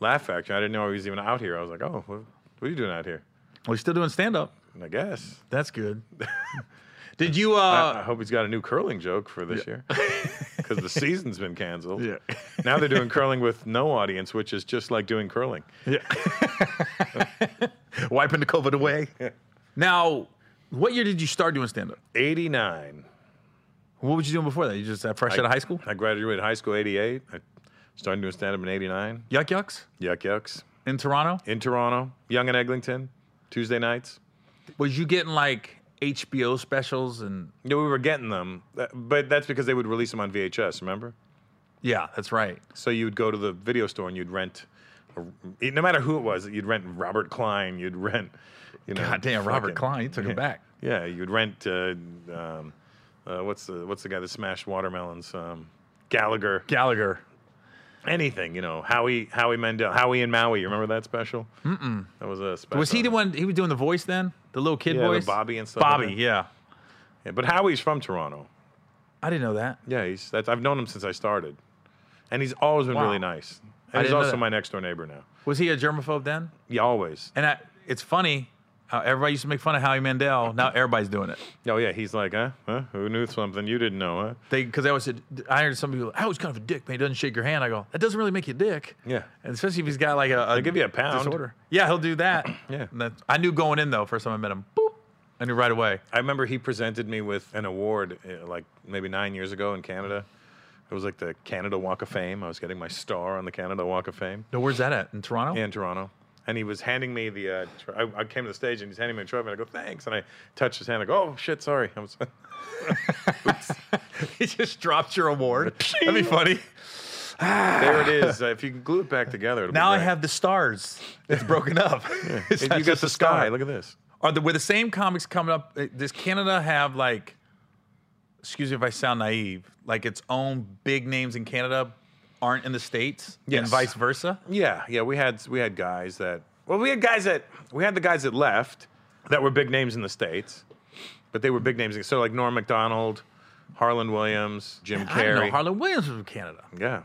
[SPEAKER 2] Laugh Factory. I didn't know he was even out here. I was like, oh, what, what are you doing out here?
[SPEAKER 1] Well, Oh, he's still doing stand up.
[SPEAKER 2] And I guess.
[SPEAKER 1] That's good. Did you,
[SPEAKER 2] I,
[SPEAKER 1] uh,
[SPEAKER 2] I hope he's got a new curling joke for this year because the season's been canceled.
[SPEAKER 1] Yeah.
[SPEAKER 2] now they're doing curling with no audience, which is just like doing curling.
[SPEAKER 1] wiping the COVID away? Now, what year did you start doing stand up?
[SPEAKER 2] 89.
[SPEAKER 1] What were you doing before that? You just uh, fresh out of high school?
[SPEAKER 2] I graduated high school 88. I started doing stand up in 89.
[SPEAKER 1] Yuck Yucks
[SPEAKER 2] Yuck Yucks.
[SPEAKER 1] in Toronto?
[SPEAKER 2] In Toronto, Young and Eglinton, Tuesday nights.
[SPEAKER 1] Was you getting like HBO specials and,
[SPEAKER 2] Yeah, we were getting them, uh, but that's because they would release them on VHS. Remember?
[SPEAKER 1] yeah, that's right.
[SPEAKER 2] So you would go to the video store and you'd rent, a- e, no matter who it was, you'd rent Robert Klein, you'd rent, you know,
[SPEAKER 1] God damn, Robert
[SPEAKER 2] fucking-
[SPEAKER 1] Klein, you took it back.
[SPEAKER 2] Yeah, you'd rent. Uh, um, uh, what's the what's the guy that smashed watermelons? Um, Gallagher.
[SPEAKER 1] Gallagher.
[SPEAKER 2] Anything, you know, Howie Howie Mandel, Howie and Maui. You remember that special? Mm-mm. That was a special.
[SPEAKER 1] Was he the one? He was doing the voice then, the little kid
[SPEAKER 2] Yeah, the
[SPEAKER 1] voice.
[SPEAKER 2] Bobby and stuff like
[SPEAKER 1] Bobby,
[SPEAKER 2] that.
[SPEAKER 1] yeah.
[SPEAKER 2] Yeah, but Howie's from Toronto.
[SPEAKER 1] I didn't know that.
[SPEAKER 2] Yeah, he's that's, I've known him since I started, and he's always been
[SPEAKER 1] Wow.
[SPEAKER 2] really nice.
[SPEAKER 1] I
[SPEAKER 2] And he's
[SPEAKER 1] didn't know
[SPEAKER 2] also
[SPEAKER 1] that.
[SPEAKER 2] my next door neighbor now.
[SPEAKER 1] Was he a germaphobe then?
[SPEAKER 2] Yeah, always.
[SPEAKER 1] And I, it's funny how everybody used to make fun of Howie Mandel. Now everybody's doing it.
[SPEAKER 2] Oh yeah, he's like, huh? huh? Who knew something you didn't know, huh?
[SPEAKER 1] They because I always said I heard some people. I was kind of a dick, man. He doesn't shake your hand. I go, that doesn't really make you a dick.
[SPEAKER 2] Yeah.
[SPEAKER 1] And especially if he's got like a, a
[SPEAKER 2] They give you a pound.
[SPEAKER 1] disorder. Yeah, he'll do that.
[SPEAKER 2] Yeah.
[SPEAKER 1] And that, I knew going in though. First time I met him, boop, I knew right away.
[SPEAKER 2] I remember he presented me with an award uh, like maybe nine years ago in Canada. It was like the Canada Walk of Fame. I was getting my star on the Canada Walk of Fame
[SPEAKER 1] No, where's that at? In Toronto?
[SPEAKER 2] in Toronto. And he was handing me the. Uh, tr- I, I came to the stage and he's handing me a trophy. And I go, thanks. And I touched his hand. I go, oh shit, sorry. I was,
[SPEAKER 1] he just dropped your award. That'd be funny.
[SPEAKER 2] there it is. Uh, if you can glue it back together, it'll
[SPEAKER 1] Now
[SPEAKER 2] be
[SPEAKER 1] I
[SPEAKER 2] great.
[SPEAKER 1] have the stars. It's broken up. It's
[SPEAKER 2] Hey,
[SPEAKER 1] not
[SPEAKER 2] you got
[SPEAKER 1] just
[SPEAKER 2] the
[SPEAKER 1] a star.
[SPEAKER 2] sky. Look at this.
[SPEAKER 1] Are the were the same comics coming up? uh, Does Canada have like, excuse me if I sound naive, like its own big names in Canada aren't in the states, and
[SPEAKER 2] Yes.
[SPEAKER 1] vice versa?
[SPEAKER 2] Yeah, yeah, we had we had guys that well, we had guys that we had the guys that left, that were big names in the states, but they were big names. So like Norm Macdonald, Harlan Williams, Jim
[SPEAKER 1] I didn't know
[SPEAKER 2] Carrey.
[SPEAKER 1] Harlan Williams was from Canada.
[SPEAKER 2] Yeah.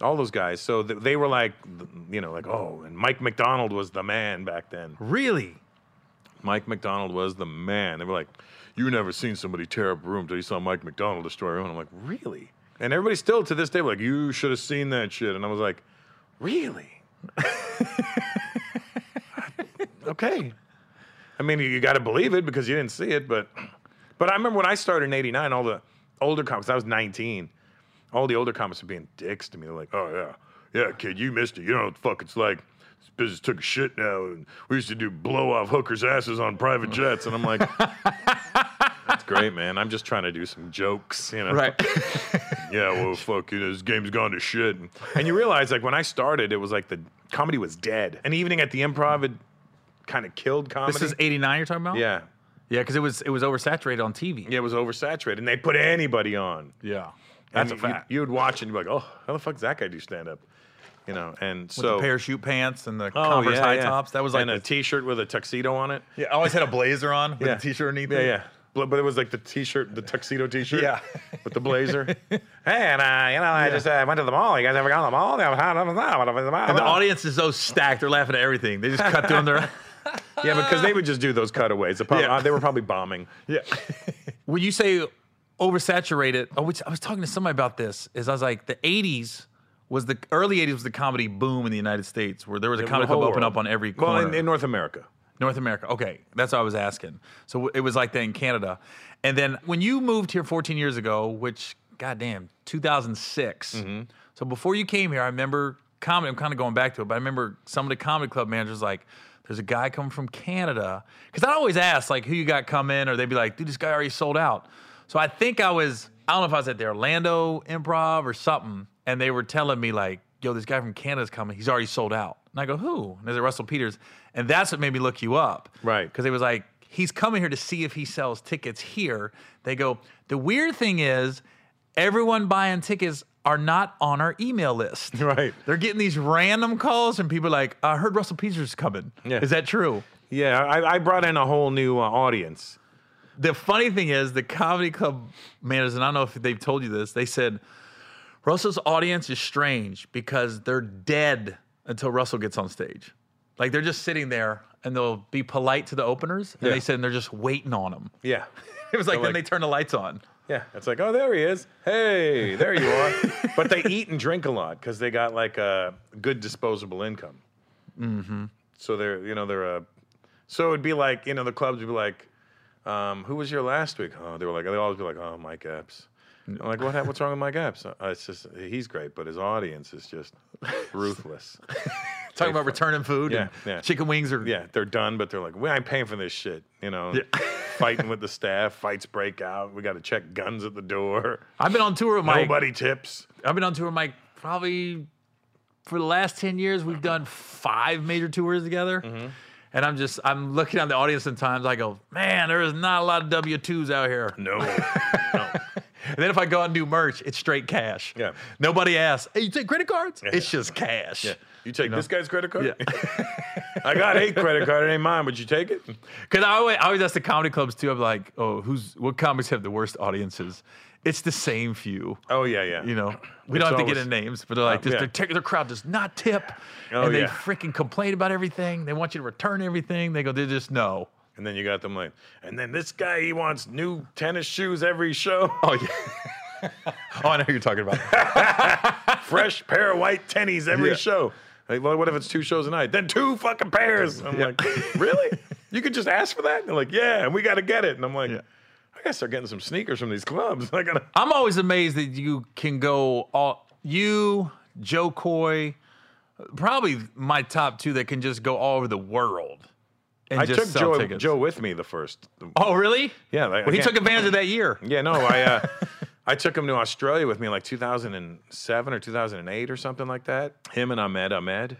[SPEAKER 2] All those guys. So th- they were like, th- you know, like, oh, and Mike McDonald was the man back then.
[SPEAKER 1] Really?
[SPEAKER 2] Mike McDonald was the man. They were like, you never seen somebody tear up a room till you saw Mike McDonald destroy a room. And I'm like, really? And everybody still to this day were like, you should have seen that shit. And I was like, really? okay. I mean, you got to believe it because you didn't see it, but but I remember when I started in '89, all the older comics. I was 19. All the older comics were being dicks to me. They're like, "Oh yeah, yeah, kid, you missed it. You don't know what the fuck it's like. This business took a shit now, and we used to do blow off hookers' asses on private jets." And I'm like, "That's great, man. I'm just trying to do some jokes, you know." yeah, well, fuck, you know, this game's gone to shit. And you realize, like, when I started, it was like the comedy was dead. An evening at the improv had kind of killed comedy.
[SPEAKER 1] this is '89. You're talking about?
[SPEAKER 2] yeah.
[SPEAKER 1] Yeah, because it was it was oversaturated on TV.
[SPEAKER 2] Yeah, it was oversaturated, and they put anybody on.
[SPEAKER 1] Yeah. That's
[SPEAKER 2] And
[SPEAKER 1] a
[SPEAKER 2] you-
[SPEAKER 1] fact.
[SPEAKER 2] You would watch and you'd be like, oh, how the fuck does that guy do stand up? You know, and
[SPEAKER 1] With
[SPEAKER 2] so.
[SPEAKER 1] the parachute pants and the
[SPEAKER 2] Oh,
[SPEAKER 1] Converse
[SPEAKER 2] yeah,
[SPEAKER 1] high
[SPEAKER 2] yeah.
[SPEAKER 1] tops. That was like
[SPEAKER 2] and a
[SPEAKER 1] the-
[SPEAKER 2] T-shirt with a tuxedo on it.
[SPEAKER 1] Yeah, I always had a blazer on with
[SPEAKER 2] Yeah.
[SPEAKER 1] a t-shirt underneath.
[SPEAKER 2] Yeah,
[SPEAKER 1] it.
[SPEAKER 2] yeah. But, but it was like the T-shirt, the tuxedo T-shirt.
[SPEAKER 1] Yeah.
[SPEAKER 2] With the blazer. hey, and uh, you know, I just uh, went to the mall. You guys ever gone to the mall?
[SPEAKER 1] And the audience is so stacked; they're laughing at everything. They just cut through on their.
[SPEAKER 2] Yeah, because they would just do those cutaways. The prob-
[SPEAKER 1] Yeah.
[SPEAKER 2] uh, they were probably bombing.
[SPEAKER 1] Yeah. when you say oversaturated, oh, which I was talking to somebody about this, is I was like, the '80s was the early '80s was the comedy boom in the United States, where there was a comedy
[SPEAKER 2] The whole
[SPEAKER 1] club open
[SPEAKER 2] world.
[SPEAKER 1] up on every corner.
[SPEAKER 2] Well, in, in North America.
[SPEAKER 1] North America. Okay, that's what I was asking. So w- it was like that in Canada, and then when you moved here 14 years ago, which goddamn 2006. So before you came here, I remember comedy. I'm kind of going back to it, but I remember some of the comedy club managers like. There's a guy coming from Canada because I always ask like who you got coming, or they'd be like, "Dude, this guy already sold out." So I think I was I don't know if I was at the Orlando Improv or something, and they were telling me like, "Yo, this guy from Canada's coming. He's already sold out." And I go, "Who?" And is it Russell Peters? And that's what made me look you up,
[SPEAKER 2] Right.
[SPEAKER 1] Because it was like he's coming here to see if he sells tickets here. They go, "The weird thing is, everyone buying tickets." Are not on our email list.
[SPEAKER 2] Right.
[SPEAKER 1] They're getting these random calls from people like, I heard Russell Peters is coming.
[SPEAKER 2] Yeah.
[SPEAKER 1] Is that true?
[SPEAKER 2] Yeah, I, I brought in a whole new uh, audience.
[SPEAKER 1] the funny thing is the comedy club managers, and I don't know if they've told you this, they said Russell's audience is strange because they're dead until Russell gets on stage. Like they're just sitting there and they'll be polite to the openers, and
[SPEAKER 2] Yeah.
[SPEAKER 1] they said and they're just waiting on him.
[SPEAKER 2] Yeah.
[SPEAKER 1] It was like, then
[SPEAKER 2] like-
[SPEAKER 1] they turn the lights on.
[SPEAKER 2] Yeah, it's like, oh, there he is. Hey, there you are. but they eat and drink a lot because they got like a good disposable income. Mm-hmm. So they're, you know, they're, uh, so it'd be like, you know, the clubs would be like, um, who was here last week? Oh, they were like, they always be like, oh, Mike Epps. I'm like, what? hap- What's wrong with Mike Epps? Uh, it's just he's great, but his audience is just ruthless.
[SPEAKER 1] Talking about returning food and
[SPEAKER 2] Yeah, yeah.
[SPEAKER 1] chicken wings or
[SPEAKER 2] yeah, they're done, but they're like, we ain't paying for this shit. You know, fighting with the staff, fights break out. We got to check guns at the door.
[SPEAKER 1] I've been on tour with Mike.
[SPEAKER 2] Nobody tips.
[SPEAKER 1] I've been on tour with Mike probably for the last 10 years. We've done five major tours together.
[SPEAKER 2] Mm-hmm.
[SPEAKER 1] And I'm just, I'm looking at the audience sometimes. I go, man, there is not a lot of W 2s out here.
[SPEAKER 2] No. no.
[SPEAKER 1] And then if I go out and do merch, it's straight cash.
[SPEAKER 2] Yeah.
[SPEAKER 1] Nobody asks, hey, you take credit cards? It's just cash.
[SPEAKER 2] You take this guy's credit card?
[SPEAKER 1] Yeah.
[SPEAKER 2] I got a credit card. It ain't mine. Would you take it?
[SPEAKER 1] Because I always, I always ask the comedy clubs too. I'm like, oh, who's, what comics have the worst audiences? It's the same few.
[SPEAKER 2] Oh, yeah, yeah.
[SPEAKER 1] You know, we
[SPEAKER 2] It's
[SPEAKER 1] don't have to get
[SPEAKER 2] always- Oh,
[SPEAKER 1] into names, but they're like, this,
[SPEAKER 2] yeah.
[SPEAKER 1] their, tech- their crowd does not tip,
[SPEAKER 2] Oh,
[SPEAKER 1] and they
[SPEAKER 2] yeah.
[SPEAKER 1] freaking complain about everything. They want you to return everything. They go, they just no.
[SPEAKER 2] And then you got them like, and then this guy, he wants new tennis shoes every show,
[SPEAKER 1] Oh yeah. oh, I know who you're talking about.
[SPEAKER 2] fresh pair of white tennies every
[SPEAKER 1] Yeah.
[SPEAKER 2] show. Like, well, what if it's two shows a night? Then two fucking pairs. I'm
[SPEAKER 1] Yeah.
[SPEAKER 2] like, really? You could just ask for that? And they're like, yeah, and we got to get it. And I'm like,
[SPEAKER 1] Yeah.
[SPEAKER 2] I got to start getting some sneakers from these clubs. I got to.
[SPEAKER 1] I'm always amazed that you can go all you, Joe Coy, probably my top two that can just go all over the world and
[SPEAKER 2] I
[SPEAKER 1] just
[SPEAKER 2] took
[SPEAKER 1] sell
[SPEAKER 2] Joe,
[SPEAKER 1] tickets.
[SPEAKER 2] Joe with me the first.
[SPEAKER 1] Oh really?
[SPEAKER 2] Yeah.
[SPEAKER 1] Well, he took advantage of that year.
[SPEAKER 2] Yeah, no, I uh, I took him to Australia with me in like 2007 or 2008 or something like that. Him and Ahmed Ahmed.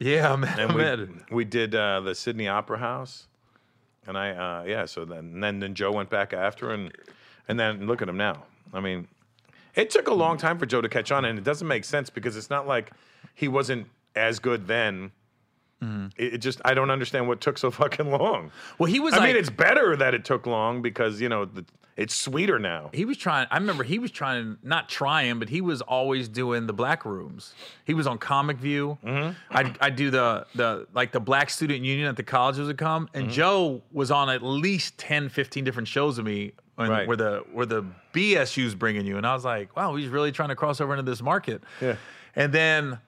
[SPEAKER 1] Yeah, man.
[SPEAKER 2] And we,
[SPEAKER 1] Ahmed.
[SPEAKER 2] we did uh, the Sydney Opera House. And I, uh, yeah, so then, and then then Joe went back after and and then look at him now. I mean, it took a long time for Joe to catch on, and it doesn't make sense because it's not like he wasn't as good then It, it just I don't understand what took so fucking long.
[SPEAKER 1] Mm-hmm. Well, he was
[SPEAKER 2] I
[SPEAKER 1] like,
[SPEAKER 2] mean, it's better that it took long because you know the, it's sweeter now.
[SPEAKER 1] he was trying. I remember he was trying, not trying, but he was always doing the black rooms. He was on Comic View.
[SPEAKER 2] Mm-hmm.
[SPEAKER 1] I I do the the like the Black Student Union at the colleges would come, and
[SPEAKER 2] Mm-hmm.
[SPEAKER 1] Joe was on at least 10, 15 different shows with me, and
[SPEAKER 2] Right.
[SPEAKER 1] where the where the BSU's bringing you, and I was like, wow, he's really trying to cross over into this market.
[SPEAKER 2] Yeah.
[SPEAKER 1] And then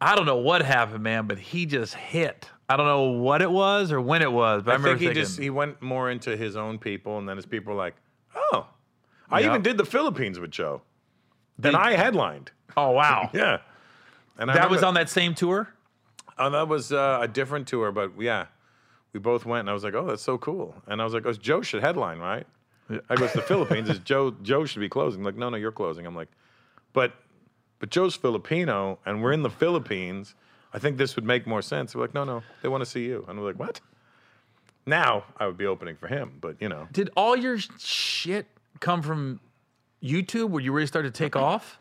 [SPEAKER 1] I don't know what happened, man, but he just hit. I don't know what it was or when it was, but I,
[SPEAKER 2] I,
[SPEAKER 1] remember
[SPEAKER 2] think he
[SPEAKER 1] thinking,
[SPEAKER 2] just he went more into his own people, and then his people were like, oh, I
[SPEAKER 1] Yeah.
[SPEAKER 2] even did the Philippines with Joe,
[SPEAKER 1] Did-
[SPEAKER 2] and I headlined.
[SPEAKER 1] oh wow,
[SPEAKER 2] Yeah, and I
[SPEAKER 1] that was
[SPEAKER 2] remember-
[SPEAKER 1] on that same tour.
[SPEAKER 2] Oh, that was uh, a different tour, but yeah, we both went, and I was like, "Oh, that's so cool." And I was like, "Oh, Joe should headline, right?" I go, "It's the Philippines. Is Joe Joe should be closing?" like, "No, no, you're closing." I'm like, "But, but Joe's Filipino, and we're in the Philippines. I think this would make more sense." We're like, "No, no, they want to see you." And we're like, "What?" Now I would be opening for him, but you know,
[SPEAKER 1] Did all your shit come from YouTube where you really started to take off?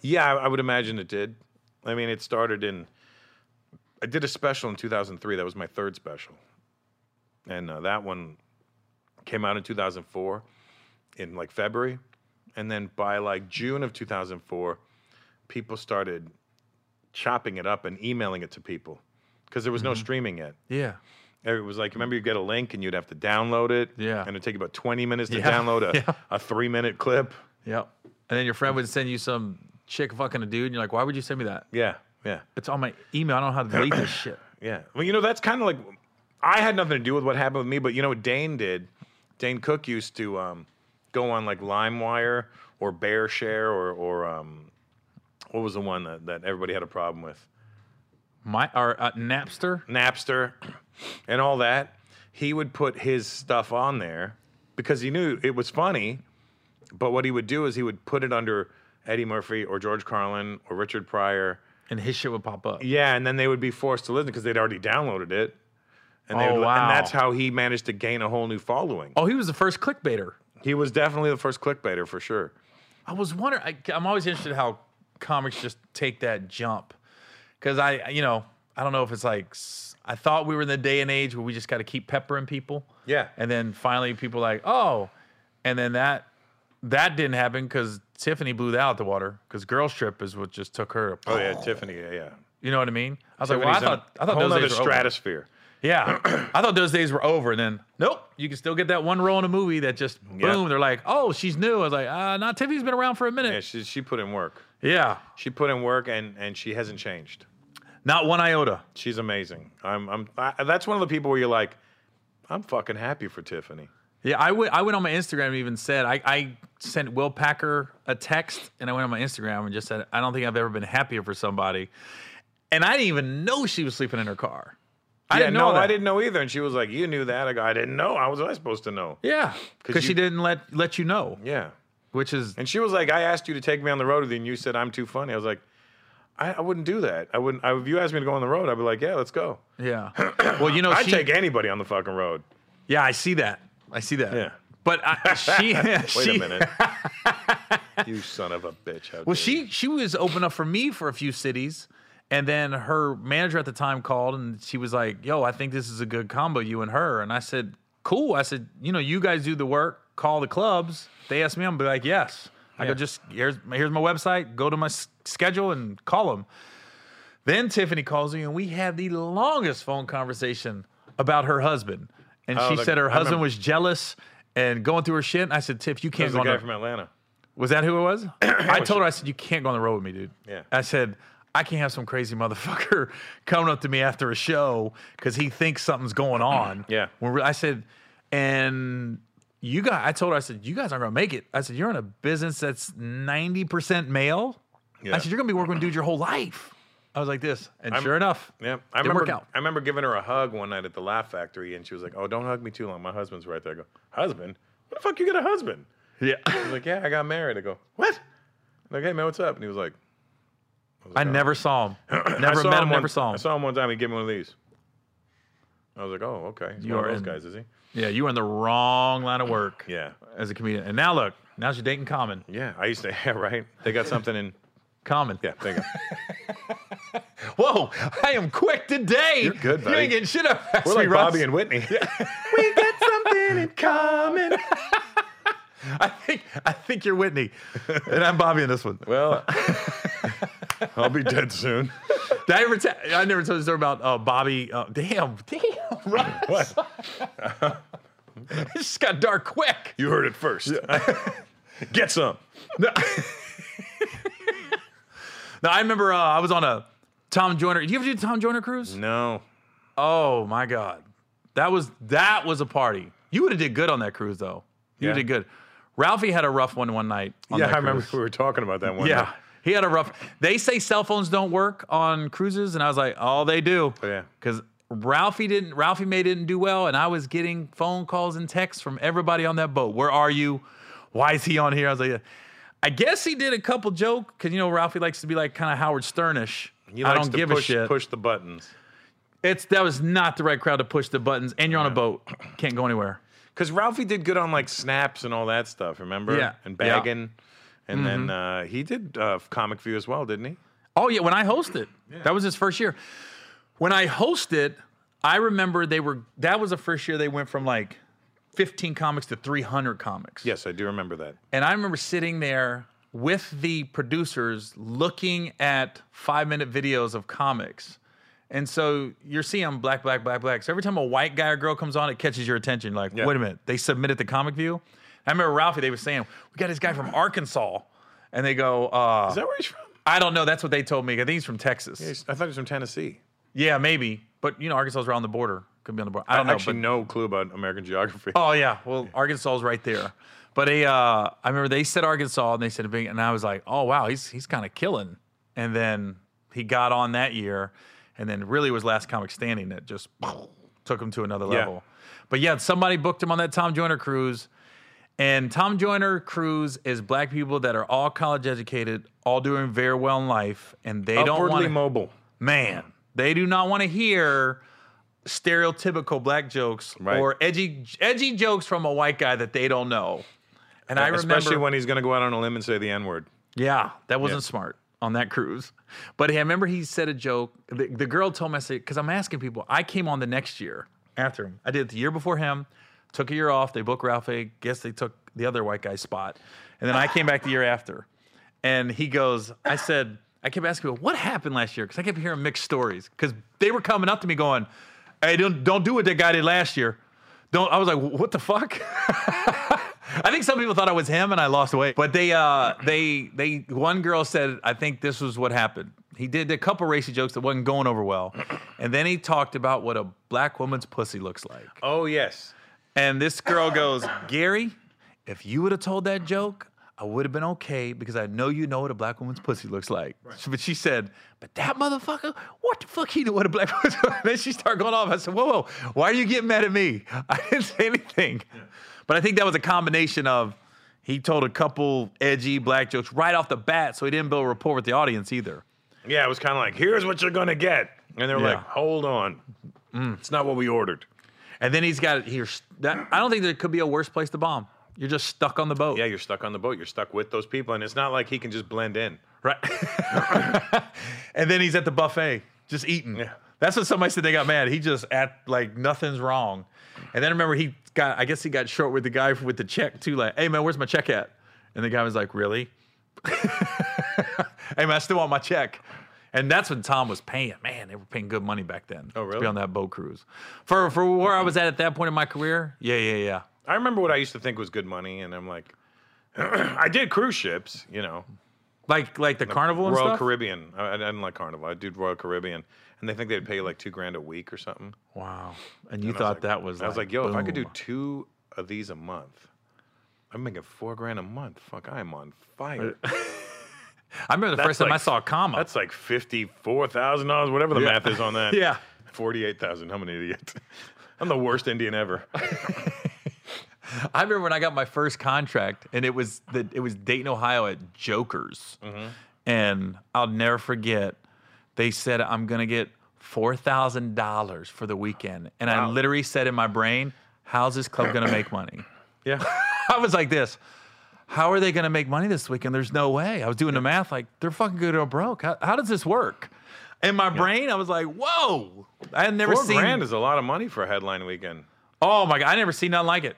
[SPEAKER 2] yeah, I, I would imagine it did. I mean, it started in. I did a special in 2003. That was my third special, and uh, that one came out in 2004, in like February, and then by like June of 2004, people started chopping it up and emailing it to people because there was
[SPEAKER 1] Mm-hmm.
[SPEAKER 2] no streaming yet.
[SPEAKER 1] Yeah.
[SPEAKER 2] It was like, remember, you'd get a link and you'd have to download it.
[SPEAKER 1] Yeah.
[SPEAKER 2] And it'd take you about 20 minutes to
[SPEAKER 1] Yeah.
[SPEAKER 2] download a,
[SPEAKER 1] Yeah.
[SPEAKER 2] a three minute clip.
[SPEAKER 1] Yep. And then your friend would send you some chick fucking a dude, and you're like, why would you send me that?
[SPEAKER 2] Yeah. Yeah.
[SPEAKER 1] It's on my email. I don't know how to delete this shit.
[SPEAKER 2] Yeah. Well, you know, that's kind of like I had nothing to do with what happened with me, but you know what Dane did? Dane Cook used to um, go on like LimeWire or BearShare or or um, what was the one that, that everybody had a problem with?
[SPEAKER 1] My or uh, Napster.
[SPEAKER 2] Napster and all that. He would put his stuff on there because he knew it was funny. But what he would do is he would put it under Eddie Murphy or George Carlin or Richard Pryor.
[SPEAKER 1] And his shit would pop up.
[SPEAKER 2] Yeah, and then they would be forced to listen because they'd already downloaded it. And, they
[SPEAKER 1] Oh,
[SPEAKER 2] would,
[SPEAKER 1] wow.
[SPEAKER 2] and that's how he managed to gain a whole new following.
[SPEAKER 1] Oh, he was the first clickbaiter.
[SPEAKER 2] He was definitely the first clickbaiter for sure.
[SPEAKER 1] I was wondering. I, I'm always interested how comics just take that jump, because I, you know, I don't know if it's like s- I thought we were in the day and age where we just got to keep peppering people.
[SPEAKER 2] Yeah.
[SPEAKER 1] And then finally, people like, oh, and then that that didn't happen because Tiffany blew that out the water because Girl Strip is what just took her.
[SPEAKER 2] Oh yeah, Tiffany. Yeah, yeah.
[SPEAKER 1] You know what I mean? I was like,
[SPEAKER 2] Tiffany's
[SPEAKER 1] well, I
[SPEAKER 2] on
[SPEAKER 1] thought I thought
[SPEAKER 2] a whole
[SPEAKER 1] those
[SPEAKER 2] nother
[SPEAKER 1] days were over.
[SPEAKER 2] stratosphere.
[SPEAKER 1] Yeah, I thought those days were over, and then nope, you can still get that one role in a movie that just boom.
[SPEAKER 2] Yeah.
[SPEAKER 1] They're like, oh, she's new. I was like, uh, not Tiffany's been around for a
[SPEAKER 2] Yeah,
[SPEAKER 1] minute.
[SPEAKER 2] she she put in work.
[SPEAKER 1] yeah.
[SPEAKER 2] She put in work, and and she hasn't changed.
[SPEAKER 1] Not one iota.
[SPEAKER 2] She's amazing. I'm I'm. I, that's one of the people where you're like, I'm fucking happy for Tiffany.
[SPEAKER 1] Yeah, I went. I went on my Instagram and even said I, I sent Will Packer a text, and I went on my Instagram and just said I don't think I've ever been happier for somebody, and I didn't even know she was sleeping in her car. I
[SPEAKER 2] yeah,
[SPEAKER 1] didn't know
[SPEAKER 2] no,
[SPEAKER 1] that.
[SPEAKER 2] I didn't know either. And she was like, you knew that. I go, I didn't know. How was I supposed to know?
[SPEAKER 1] Yeah, because she
[SPEAKER 2] you-
[SPEAKER 1] didn't let let you know,
[SPEAKER 2] Yeah.
[SPEAKER 1] which is
[SPEAKER 2] And she was like, I asked you to take me on the road with you, and you said I'm too funny. I was like, I, I wouldn't do that. I wouldn't. I, if you asked me to go on the road, I'd be like, yeah, let's go.
[SPEAKER 1] yeah. Well, you know,
[SPEAKER 2] I'd
[SPEAKER 1] she,
[SPEAKER 2] take anybody on the fucking road.
[SPEAKER 1] yeah, I see that. I see that.
[SPEAKER 2] Yeah.
[SPEAKER 1] But I, she,
[SPEAKER 2] Wait
[SPEAKER 1] she-
[SPEAKER 2] a minute. you son of a bitch. How
[SPEAKER 1] Well, she she was open up for me for a few cities, and then her manager at the time called and she was like, "Yo, I think this is a good combo, you and her." And I said, "Cool." I said, "You know, you guys do the work. Call the clubs. They asked me, I'm be like, yes." I go,
[SPEAKER 2] Yeah.
[SPEAKER 1] "Just here's here's my website. Go to my s- schedule and call them." Then Tiffany calls me and we had the longest phone conversation about her husband, and she
[SPEAKER 2] Oh, the-
[SPEAKER 1] said her
[SPEAKER 2] I
[SPEAKER 1] husband
[SPEAKER 2] remember.
[SPEAKER 1] was jealous. And going through her shit, and I said, "Tiff, you can't
[SPEAKER 2] was
[SPEAKER 1] go
[SPEAKER 2] the
[SPEAKER 1] on
[SPEAKER 2] guy
[SPEAKER 1] the-
[SPEAKER 2] from Atlanta.
[SPEAKER 1] was that who it was? I told her, I said, you can't go on the road with me, dude.
[SPEAKER 2] Yeah.
[SPEAKER 1] I said, I can't have some crazy motherfucker coming up to me after a show because he thinks something's going on.
[SPEAKER 2] Yeah.
[SPEAKER 1] When re- I said, and you guys, I told her, I said, you guys aren't going to make it. I said, you're in a business that's 90% male.
[SPEAKER 2] Yeah.
[SPEAKER 1] I said, you're going to be working with dudes your whole life. I was like this. And sure enough,
[SPEAKER 2] Yeah, I
[SPEAKER 1] Didn't
[SPEAKER 2] remember.
[SPEAKER 1] work out.
[SPEAKER 2] I remember giving her a hug one night at the Laugh Factory, and she was like, "Oh, don't hug me too long. My husband's right there." I go, "Husband? What the fuck? You got a husband?"
[SPEAKER 1] yeah.
[SPEAKER 2] I was like, "Yeah, I got married." I go, "What?" I'm like, "Hey man, what's up?" And he was like,
[SPEAKER 1] I
[SPEAKER 2] "Oh,
[SPEAKER 1] never saw him.
[SPEAKER 2] I
[SPEAKER 1] Never
[SPEAKER 2] saw
[SPEAKER 1] met him,
[SPEAKER 2] one-
[SPEAKER 1] never saw
[SPEAKER 2] I
[SPEAKER 1] him.
[SPEAKER 2] saw him one time. He gave me one of these. I was like, oh, okay. He's
[SPEAKER 1] You
[SPEAKER 2] one
[SPEAKER 1] are
[SPEAKER 2] of those
[SPEAKER 1] in-
[SPEAKER 2] guys, is he?
[SPEAKER 1] Yeah, you were in the wrong line of work
[SPEAKER 2] Yeah.
[SPEAKER 1] as a comedian. And now look, now she's dating Common.
[SPEAKER 2] Yeah. I used to, yeah, right? They got something in
[SPEAKER 1] Common.
[SPEAKER 2] Yeah, there you go.
[SPEAKER 1] Whoa, I am quick today. You're
[SPEAKER 2] good,
[SPEAKER 1] You
[SPEAKER 2] buddy.
[SPEAKER 1] ain't getting shit up. past
[SPEAKER 2] We're
[SPEAKER 1] me,
[SPEAKER 2] like
[SPEAKER 1] Russ.
[SPEAKER 2] Bobby and Whitney. we got something in common.
[SPEAKER 1] I think I think you're Whitney, and I'm Bobby in this one.
[SPEAKER 2] Well, I'll be dead soon.
[SPEAKER 1] Did I ever? T- I never told you the story about uh, Bobby. Uh, damn, damn, Russ.
[SPEAKER 2] What?
[SPEAKER 1] it just got dark quick.
[SPEAKER 2] You heard it first. Get some.
[SPEAKER 1] No, No, I remember uh, I was on a Tom Joyner. Did you ever do the Tom Joyner
[SPEAKER 2] Mm.
[SPEAKER 1] cruise?
[SPEAKER 2] No.
[SPEAKER 1] Oh my God, that was that was a party. You would have did good on that cruise though. You
[SPEAKER 2] Yeah.
[SPEAKER 1] did good. Ralphie had a rough one one night. On
[SPEAKER 2] Yeah,
[SPEAKER 1] that
[SPEAKER 2] I remember
[SPEAKER 1] cruise.
[SPEAKER 2] we were talking about that one.
[SPEAKER 1] Yeah. He had a rough. They say cell phones don't work on cruises, and I was like, "Oh, they do."
[SPEAKER 2] Oh, yeah.
[SPEAKER 1] Because Ralphie didn't. Ralphie May didn't do well, and I was getting phone calls and texts from everybody on that boat. Where are you? Why is he on here? I was like, I guess he did a couple joke because you know Ralphie likes to be like kind of Howard Sternish.
[SPEAKER 2] He
[SPEAKER 1] I
[SPEAKER 2] likes
[SPEAKER 1] don't
[SPEAKER 2] to
[SPEAKER 1] give
[SPEAKER 2] push,
[SPEAKER 1] a shit.
[SPEAKER 2] Push the buttons.
[SPEAKER 1] It's that was not the right crowd to push the buttons, and you're on a boat, can't go anywhere.
[SPEAKER 2] Because Ralphie did good on like snaps and all that stuff, remember?
[SPEAKER 1] Yeah.
[SPEAKER 2] And
[SPEAKER 1] Yeah. Mm-hmm.
[SPEAKER 2] bagging. And then uh, he did uh, Comic View as well, didn't he?
[SPEAKER 1] Oh yeah, when I hosted, that was his first year. When I hosted, I remember they were. That was the first year they went from like 15 comics to 300 comics.
[SPEAKER 2] Yes, I do remember that.
[SPEAKER 1] And I remember sitting there with the producers looking at five minute videos of comics. And so you're seeing black, black, black, black. So every time a white guy or girl comes on, it catches your attention. Like,
[SPEAKER 2] Yeah.
[SPEAKER 1] wait a minute, they submitted the comic view. I remember Ralphie, they were saying, We got this guy from Arkansas. And they go, uh,
[SPEAKER 2] Is that where he's from?
[SPEAKER 1] I don't know. That's what they told me. I think he's from Texas.
[SPEAKER 2] He's- I thought he's from Tennessee.
[SPEAKER 1] Yeah, maybe. But you know, Arkansas's around the border. Could be on the border. I don't know.
[SPEAKER 2] actually no clue about American geography.
[SPEAKER 1] but, oh yeah. Well, Arkansas's right there. But a, uh, I remember they said Arkansas, and they said, big- and I was like, oh wow, he's he's kind of killing. And then he got on that year, and then really was last comic standing that just took him to another
[SPEAKER 2] Yeah.
[SPEAKER 1] level. But yeah, somebody booked him on that Tom Joyner cruise. And Tom Joyner Cruise is black people that are all college educated, all doing very well in life, and they don't
[SPEAKER 2] Upwardly
[SPEAKER 1] want
[SPEAKER 2] mobile.
[SPEAKER 1] man, they do not want to hear stereotypical black jokes
[SPEAKER 2] Right.
[SPEAKER 1] or edgy edgy jokes from a white guy that they don't know. And I remember,
[SPEAKER 2] E-, Especially when he's going to go out on a limb and say the N word.
[SPEAKER 1] yeah, that wasn't smart on that cruise. But I remember he said a joke. The, the girl told me, I said, because I'm asking people, I came on the next year after him. I did it the year before him, took a year off. They booked Ralphie. Guess they took the other white guy's spot. And then I came back the year after. And he goes, I said, I kept asking people, what happened last year? Because I kept hearing mixed stories. Because they were coming up to me going, hey, don't, don't do what that guy did last year. Don't, I was like, what the fuck? I think some people thought I was him and I lost weight. But they uh they they one girl said, I think this was what happened. He did a couple racy jokes that wasn't going over well. And then he talked about what a black woman's pussy looks like.
[SPEAKER 2] Oh, yes.
[SPEAKER 1] And this girl goes, Gary, if you would have told that joke, I would have been okay because I know you know what a black woman's pussy looks like. But she said, but that motherfucker, what the fuck he know what a black woman's pussy Then she started going off. I said, whoa, whoa, why are you getting mad at me? I didn't say anything. But I think that was a combination of he told a couple edgy black jokes right off the bat, so he didn't build rapport with the audience either.
[SPEAKER 2] Yeah, it was kind of like, here's what you're going to get. And they were
[SPEAKER 1] Yeah. Mm.
[SPEAKER 2] like, hold on. It's not what we ordered.
[SPEAKER 1] And then he's got here. That, I don't think there could be a worse place to bomb. You're just stuck on the boat.
[SPEAKER 2] Yeah, you're stuck on the boat. You're stuck with those people. And it's not like he can just blend in.
[SPEAKER 1] Right. and then he's at the buffet just eating.
[SPEAKER 2] Yeah.
[SPEAKER 1] That's what somebody said they got mad. He just act like nothing's wrong. And then I remember he got I guess he got short with the guy with the check too, like, hey man, where's my check at? And the guy was like, Really? hey man, I still want my check. And that's when Tom was paying. Man, they were paying good money back then. Oh, To
[SPEAKER 2] really?
[SPEAKER 1] be on that boat cruise. For for where I was at at that point in my career, yeah, yeah, yeah.
[SPEAKER 2] I remember what I used to think was good money. And I'm like, I did cruise ships, you know,
[SPEAKER 1] Like like the carnival and
[SPEAKER 2] Royal
[SPEAKER 1] stuff.
[SPEAKER 2] Caribbean. I, I didn't like Carnival. I did Royal Caribbean. And they think they'd pay you like two grand a week or something.
[SPEAKER 1] Wow. And you thought that was
[SPEAKER 2] I was like, yo, if I could do
[SPEAKER 1] boom.
[SPEAKER 2] two of these a month, I'm making four grand a month. Fuck, I am on fire.
[SPEAKER 1] I remember the first time I
[SPEAKER 2] like-
[SPEAKER 1] saw a comma.
[SPEAKER 2] That's like fifty-four thousand dollars, whatever the
[SPEAKER 1] Yeah.
[SPEAKER 2] math is on that.
[SPEAKER 1] Yeah.
[SPEAKER 2] forty-eight thousand. I'm an idiot. I'm the worst Indian ever.
[SPEAKER 1] I remember when I got my first contract, and it was the, it was Dayton, Ohio, at Joker's, and I'll never forget. They said I'm gonna get four thousand dollars for the weekend, and I
[SPEAKER 2] Wow.
[SPEAKER 1] literally said in my brain, "How's this club gonna make money?"
[SPEAKER 2] Yeah,
[SPEAKER 1] I was like this. how are they going to make money this weekend? There's no way. I was doing the math, like they're fucking good or broke. How, how does this work? In my brain, I was like, whoa, I had never
[SPEAKER 2] Four
[SPEAKER 1] seen.
[SPEAKER 2] grand is a lot of money for a headline weekend.
[SPEAKER 1] Oh my god, I never seen nothing like it.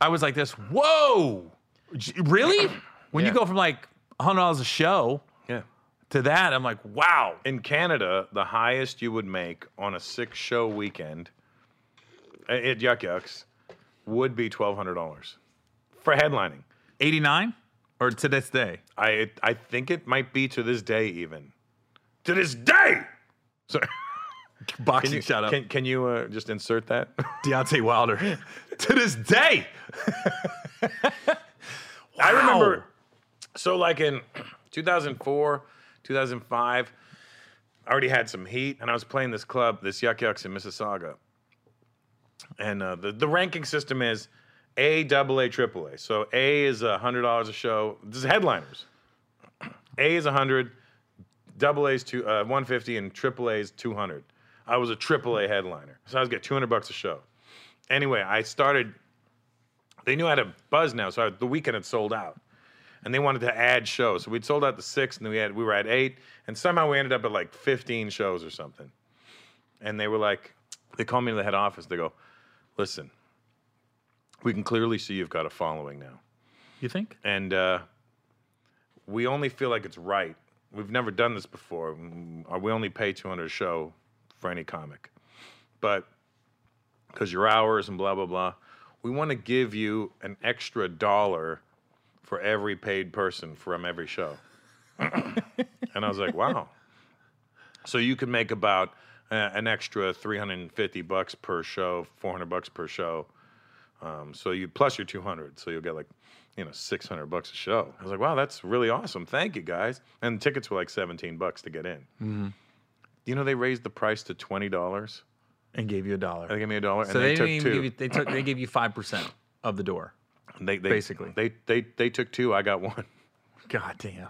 [SPEAKER 1] I was like this, whoa, J- really? When you
[SPEAKER 2] Yeah.
[SPEAKER 1] go from like hundred dollars a show
[SPEAKER 2] Yeah.
[SPEAKER 1] to that, I'm like, wow.
[SPEAKER 2] In Canada, the highest you would make on a six show weekend uh, at Yuck Yucks would be $1,200 for headlining.
[SPEAKER 1] 89 or to this day?
[SPEAKER 2] I, it, I think it might be to this day, even. To this day! Sorry.
[SPEAKER 1] Boxing
[SPEAKER 2] Can you,
[SPEAKER 1] shout out.
[SPEAKER 2] Can, can you uh, just insert that?
[SPEAKER 1] Deontay Wilder. to this day.
[SPEAKER 2] I
[SPEAKER 1] Wow.
[SPEAKER 2] remember. So like in 2004, 2005, I already had some heat, and I was playing this club, this Yuck Yucks in Mississauga. And uh, the the ranking system is A, double A, triple A. So A is a hundred dollars a show. This is headliners. A is a hundred, double A's two uh, one fifty, and triple A's two hundred. I was a triple A headliner, so I was getting two hundred bucks a show. Anyway, I started they knew I had a buzz now, so I, the weekend had sold out, and they wanted to add shows. So we'd sold out the six, and then we had we were at eight, and somehow we ended up at like fifteen shows or something. And they were like, they called me to the head office. They go, listen, we can clearly see you've got a following now,
[SPEAKER 1] You think?
[SPEAKER 2] and uh, we only feel like it's right. We've never done this before. Mm, or We only pay two hundred a show for any comic, but because your hours and blah blah blah. We want to give you an extra dollar for every paid person from every show. and I was like, wow. So you could make about uh, an extra 350 bucks per show, 400 bucks per show. Um, so you plus your 200, so you'll get like, you know, 600 bucks a show. I was like, wow, that's really awesome. Thank you guys. And tickets were like 17 bucks to get in.
[SPEAKER 1] Mm-hmm.
[SPEAKER 2] You know, they raised the price to $20.
[SPEAKER 1] And gave you a dollar.
[SPEAKER 2] They gave me a dollar,
[SPEAKER 1] so
[SPEAKER 2] and they,
[SPEAKER 1] they, didn't
[SPEAKER 2] took
[SPEAKER 1] even
[SPEAKER 2] two.
[SPEAKER 1] give you they took they gave you five percent of the door.
[SPEAKER 2] They, they
[SPEAKER 1] Basically.
[SPEAKER 2] they they they took two. I got one,
[SPEAKER 1] God damn.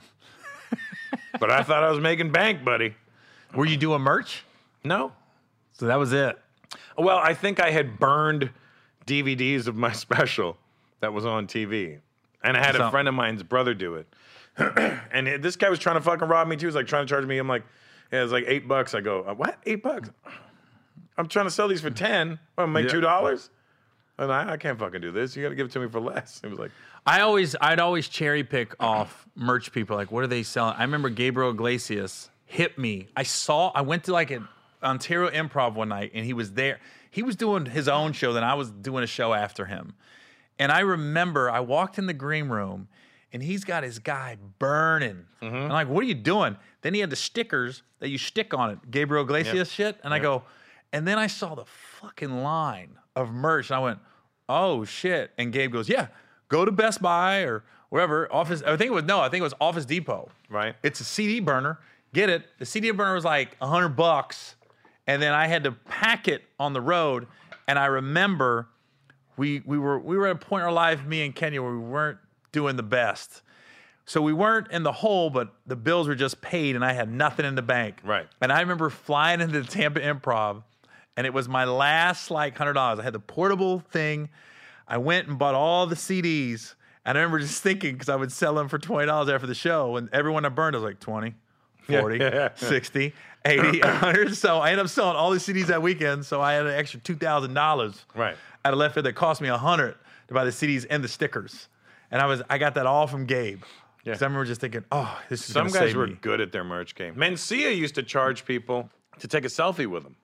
[SPEAKER 2] but I thought I was making bank, buddy.
[SPEAKER 1] Were you doing merch?
[SPEAKER 2] No,
[SPEAKER 1] So that was it.
[SPEAKER 2] well, I think I had burned DVDs of my special that was on TV, and I had
[SPEAKER 1] So-
[SPEAKER 2] a friend of mine's brother do it, and it- this guy was trying to fucking rob me too. He was like trying to charge me. I'm like, yeah, it's like eight bucks. I go, "Uh, what? Eight bucks? I'm trying to sell these for ten. Well, make
[SPEAKER 1] Yeah.
[SPEAKER 2] two dollars. And I, I can't fucking do this. You got to give it to me for less. He was like,
[SPEAKER 1] I always I'd always cherry pick off merch people. Like, what are they selling? I remember Gabriel Iglesias hit me. I saw I went to like an Ontario improv one night and he was there. He was doing his own show, then I was doing a show after him. And I remember I walked in the green room and he's got his guy burning. I'm like, what are you doing? Then he had the stickers that you stick on it, Gabriel Iglesias shit. And I go, and then I saw the fucking line of merch. And I went, oh shit. And Gabe goes, yeah, go to Best Buy or wherever. Office, I think it was, no, I think it was Office Depot.
[SPEAKER 2] Right.
[SPEAKER 1] It's a CD burner. Get it. The CD burner was like 100 bucks. And then I had to pack it on the road. And I remember we we were we were at a point in our life, me and Kenya, where we weren't doing the best. So we weren't in the hole, but the bills were just paid, and I had nothing in the bank.
[SPEAKER 2] Right.
[SPEAKER 1] And I remember flying into the Tampa Improv, and it was my last like hundred dollars. I had the portable thing. I went and bought all the CDs, and I remember just thinking because I would sell them for twenty dollars after the show, and everyone I burned I was like 20, 40,
[SPEAKER 2] yeah.
[SPEAKER 1] 60, 80, 100. So I ended up selling all the CDs that weekend. So I had an extra two thousand dollars
[SPEAKER 2] Right.
[SPEAKER 1] out of left field that cost me a hundred to buy the CDs and the stickers. And I was I got that all from Gabe. Because I remember just thinking, oh, this is
[SPEAKER 2] Some
[SPEAKER 1] gonna
[SPEAKER 2] guys
[SPEAKER 1] save
[SPEAKER 2] were
[SPEAKER 1] me.
[SPEAKER 2] good at their merch game. Mencia used to charge people to take a selfie with him.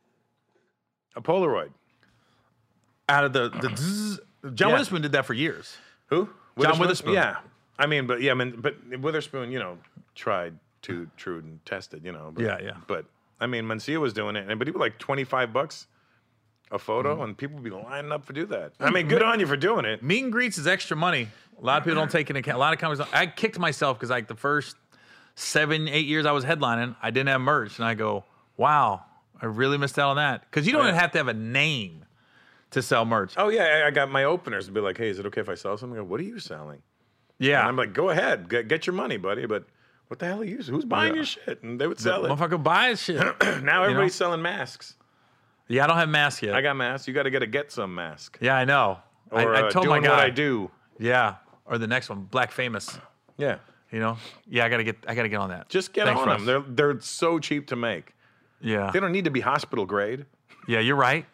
[SPEAKER 2] A Polaroid.
[SPEAKER 1] out of the the zzz. John
[SPEAKER 2] Yeah.
[SPEAKER 1] Witherspoon did that for years.
[SPEAKER 2] Who?
[SPEAKER 1] John Witherspoon.
[SPEAKER 2] Yeah. I mean, but yeah, I mean, but Witherspoon, you know, tried to true and tested, you know. But,
[SPEAKER 1] Yeah, yeah.
[SPEAKER 2] But I mean, Mencia was doing it, and but he was like twenty five bucks a photo,
[SPEAKER 1] Mm.
[SPEAKER 2] and people would be lining up to do that. I mean, good on you for doing it.
[SPEAKER 1] Meet and greets is extra money. A lot of people don't take into account. A lot of companies. don't- I kicked myself because like the first seven, eight years I was headlining, I didn't have merch, and I go, wow, I really missed out on that because you don't
[SPEAKER 2] Oh, yeah.
[SPEAKER 1] have to have a name to sell merch.
[SPEAKER 2] Oh yeah, I, I got my openers to be like, hey, is it okay if I sell something? I go, what are you selling?
[SPEAKER 1] yeah,
[SPEAKER 2] And I'm like, go ahead, get, get your money, buddy. But what the hell are you? Who's buying
[SPEAKER 1] Yeah.
[SPEAKER 2] your shit? And they would sell it.
[SPEAKER 1] motherfucker, buy his shit.
[SPEAKER 2] Now everybody's selling masks.
[SPEAKER 1] yeah, I don't have masks yet.
[SPEAKER 2] I got masks. You got to get a get some mask.
[SPEAKER 1] yeah, I know.
[SPEAKER 2] Or
[SPEAKER 1] I, I
[SPEAKER 2] uh,
[SPEAKER 1] told
[SPEAKER 2] doing
[SPEAKER 1] my guy.
[SPEAKER 2] what I do.
[SPEAKER 1] Yeah. or the next one, Black Famous.
[SPEAKER 2] Yeah.
[SPEAKER 1] You know, yeah, I gotta get, I gotta get on that.
[SPEAKER 2] Just get
[SPEAKER 1] Thanks,
[SPEAKER 2] on
[SPEAKER 1] Russ.
[SPEAKER 2] them. They're they're so cheap to make.
[SPEAKER 1] yeah,
[SPEAKER 2] They don't need to be hospital grade.
[SPEAKER 1] yeah, you're right.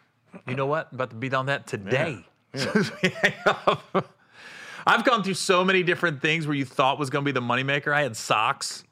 [SPEAKER 1] You know what? I'm about to beat on that today. I've gone through so many different things where you thought was gonna be the moneymaker. I had socks.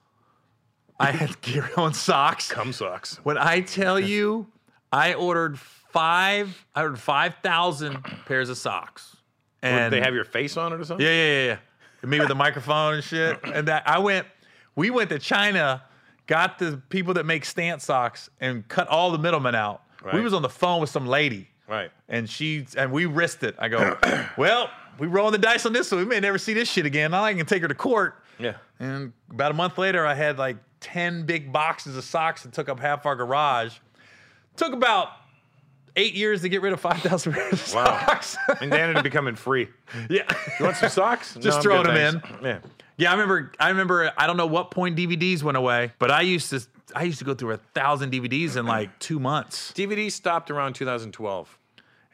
[SPEAKER 1] I had gear on socks.
[SPEAKER 2] Cum socks.
[SPEAKER 1] When I tell you, I ordered five, I ordered five thousand pairs of socks. And
[SPEAKER 2] they have your face on it or something?
[SPEAKER 1] yeah, yeah, yeah, yeah. And Me with the microphone and shit. And that I went, we went to China, got the people that make stance socks and cut all the middlemen out. We
[SPEAKER 2] Right.
[SPEAKER 1] was on the phone with some lady.
[SPEAKER 2] Right.
[SPEAKER 1] And she and we risked it. I go, well, we rolling the dice on this one. We may never see this shit again. I can take her to court.
[SPEAKER 2] Yeah.
[SPEAKER 1] And about a month later, I had like 10 big boxes of socks that took up half our garage. Took about eight years to get rid of 5,000 pairs of
[SPEAKER 2] Wow.
[SPEAKER 1] socks.
[SPEAKER 2] And they ended up becoming free.
[SPEAKER 1] yeah.
[SPEAKER 2] You want some socks?
[SPEAKER 1] Just
[SPEAKER 2] I'm
[SPEAKER 1] throw
[SPEAKER 2] good,
[SPEAKER 1] them
[SPEAKER 2] thanks. Yeah.
[SPEAKER 1] Yeah, I remember, I remember, I don't know what point DVDs went away, but I used to, I used to go through a thousand DVDs in like two months.
[SPEAKER 2] DVD stopped around 2012.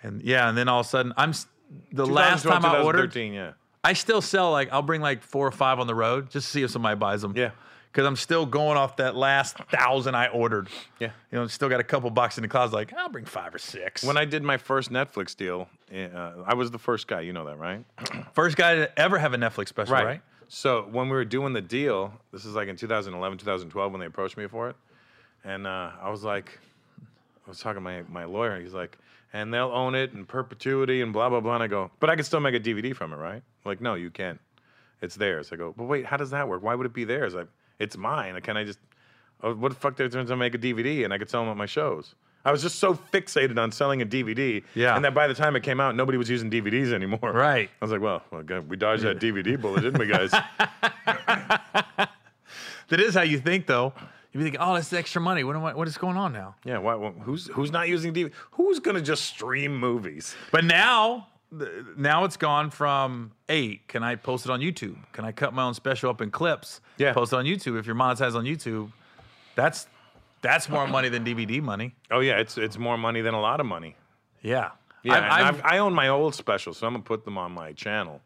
[SPEAKER 1] And yeah, and then all of a sudden, I'm, s- the last time I ordered,
[SPEAKER 2] 2013, yeah.
[SPEAKER 1] I still sell like I'll bring like four or five on the road just to see if somebody buys them.
[SPEAKER 2] Yeah.
[SPEAKER 1] Because I'm still going off that last thousand I ordered.
[SPEAKER 2] Yeah.
[SPEAKER 1] You know, still got a couple bucks in the closet. Like I'll bring five or six.
[SPEAKER 2] When I did my first Netflix deal, uh, I was the first guy. You know that, right?
[SPEAKER 1] first guy to ever have a Netflix special, right?
[SPEAKER 2] So when we were doing the deal, this is like in 2011, 2012 when they approached me for it, and uh, I was like, I was talking to my my lawyer, and he's like, and they'll own it in perpetuity and blah blah blah. And I go, but I can still make a DVD from it, right? Like, no, you can't. It's theirs. I go, but wait, how does that work? Why would it be theirs? I, it's mine. Can I just? Oh, what the fuck? They're going to make a DVD, and I could sell them at my shows. I was just so fixated on selling a DVD,
[SPEAKER 1] Yeah.
[SPEAKER 2] and that by the time it came out, nobody was using DVDs anymore.
[SPEAKER 1] Right.
[SPEAKER 2] I was like, well, well God, we dodged that DVD bullet, didn't we, guys?
[SPEAKER 1] That is how you think though. You be thinking, oh, that's extra money. What am I, what is going on now?
[SPEAKER 2] yeah. Why, why- who's who's not using DVD? Who's gonna just stream movies?
[SPEAKER 1] But now, th- now it's gone from eight. Can I post it on YouTube? Can I cut my own special up in clips?
[SPEAKER 2] Yeah.
[SPEAKER 1] Post it on YouTube if you're monetized on YouTube. That's that's more money than DVD money.
[SPEAKER 2] Oh yeah, it's it's more money than a lot of money.
[SPEAKER 1] Yeah.
[SPEAKER 2] Yeah,
[SPEAKER 1] I've-
[SPEAKER 2] and
[SPEAKER 1] I've-
[SPEAKER 2] I've- i own my old specials, so I'm gonna put them on my channel.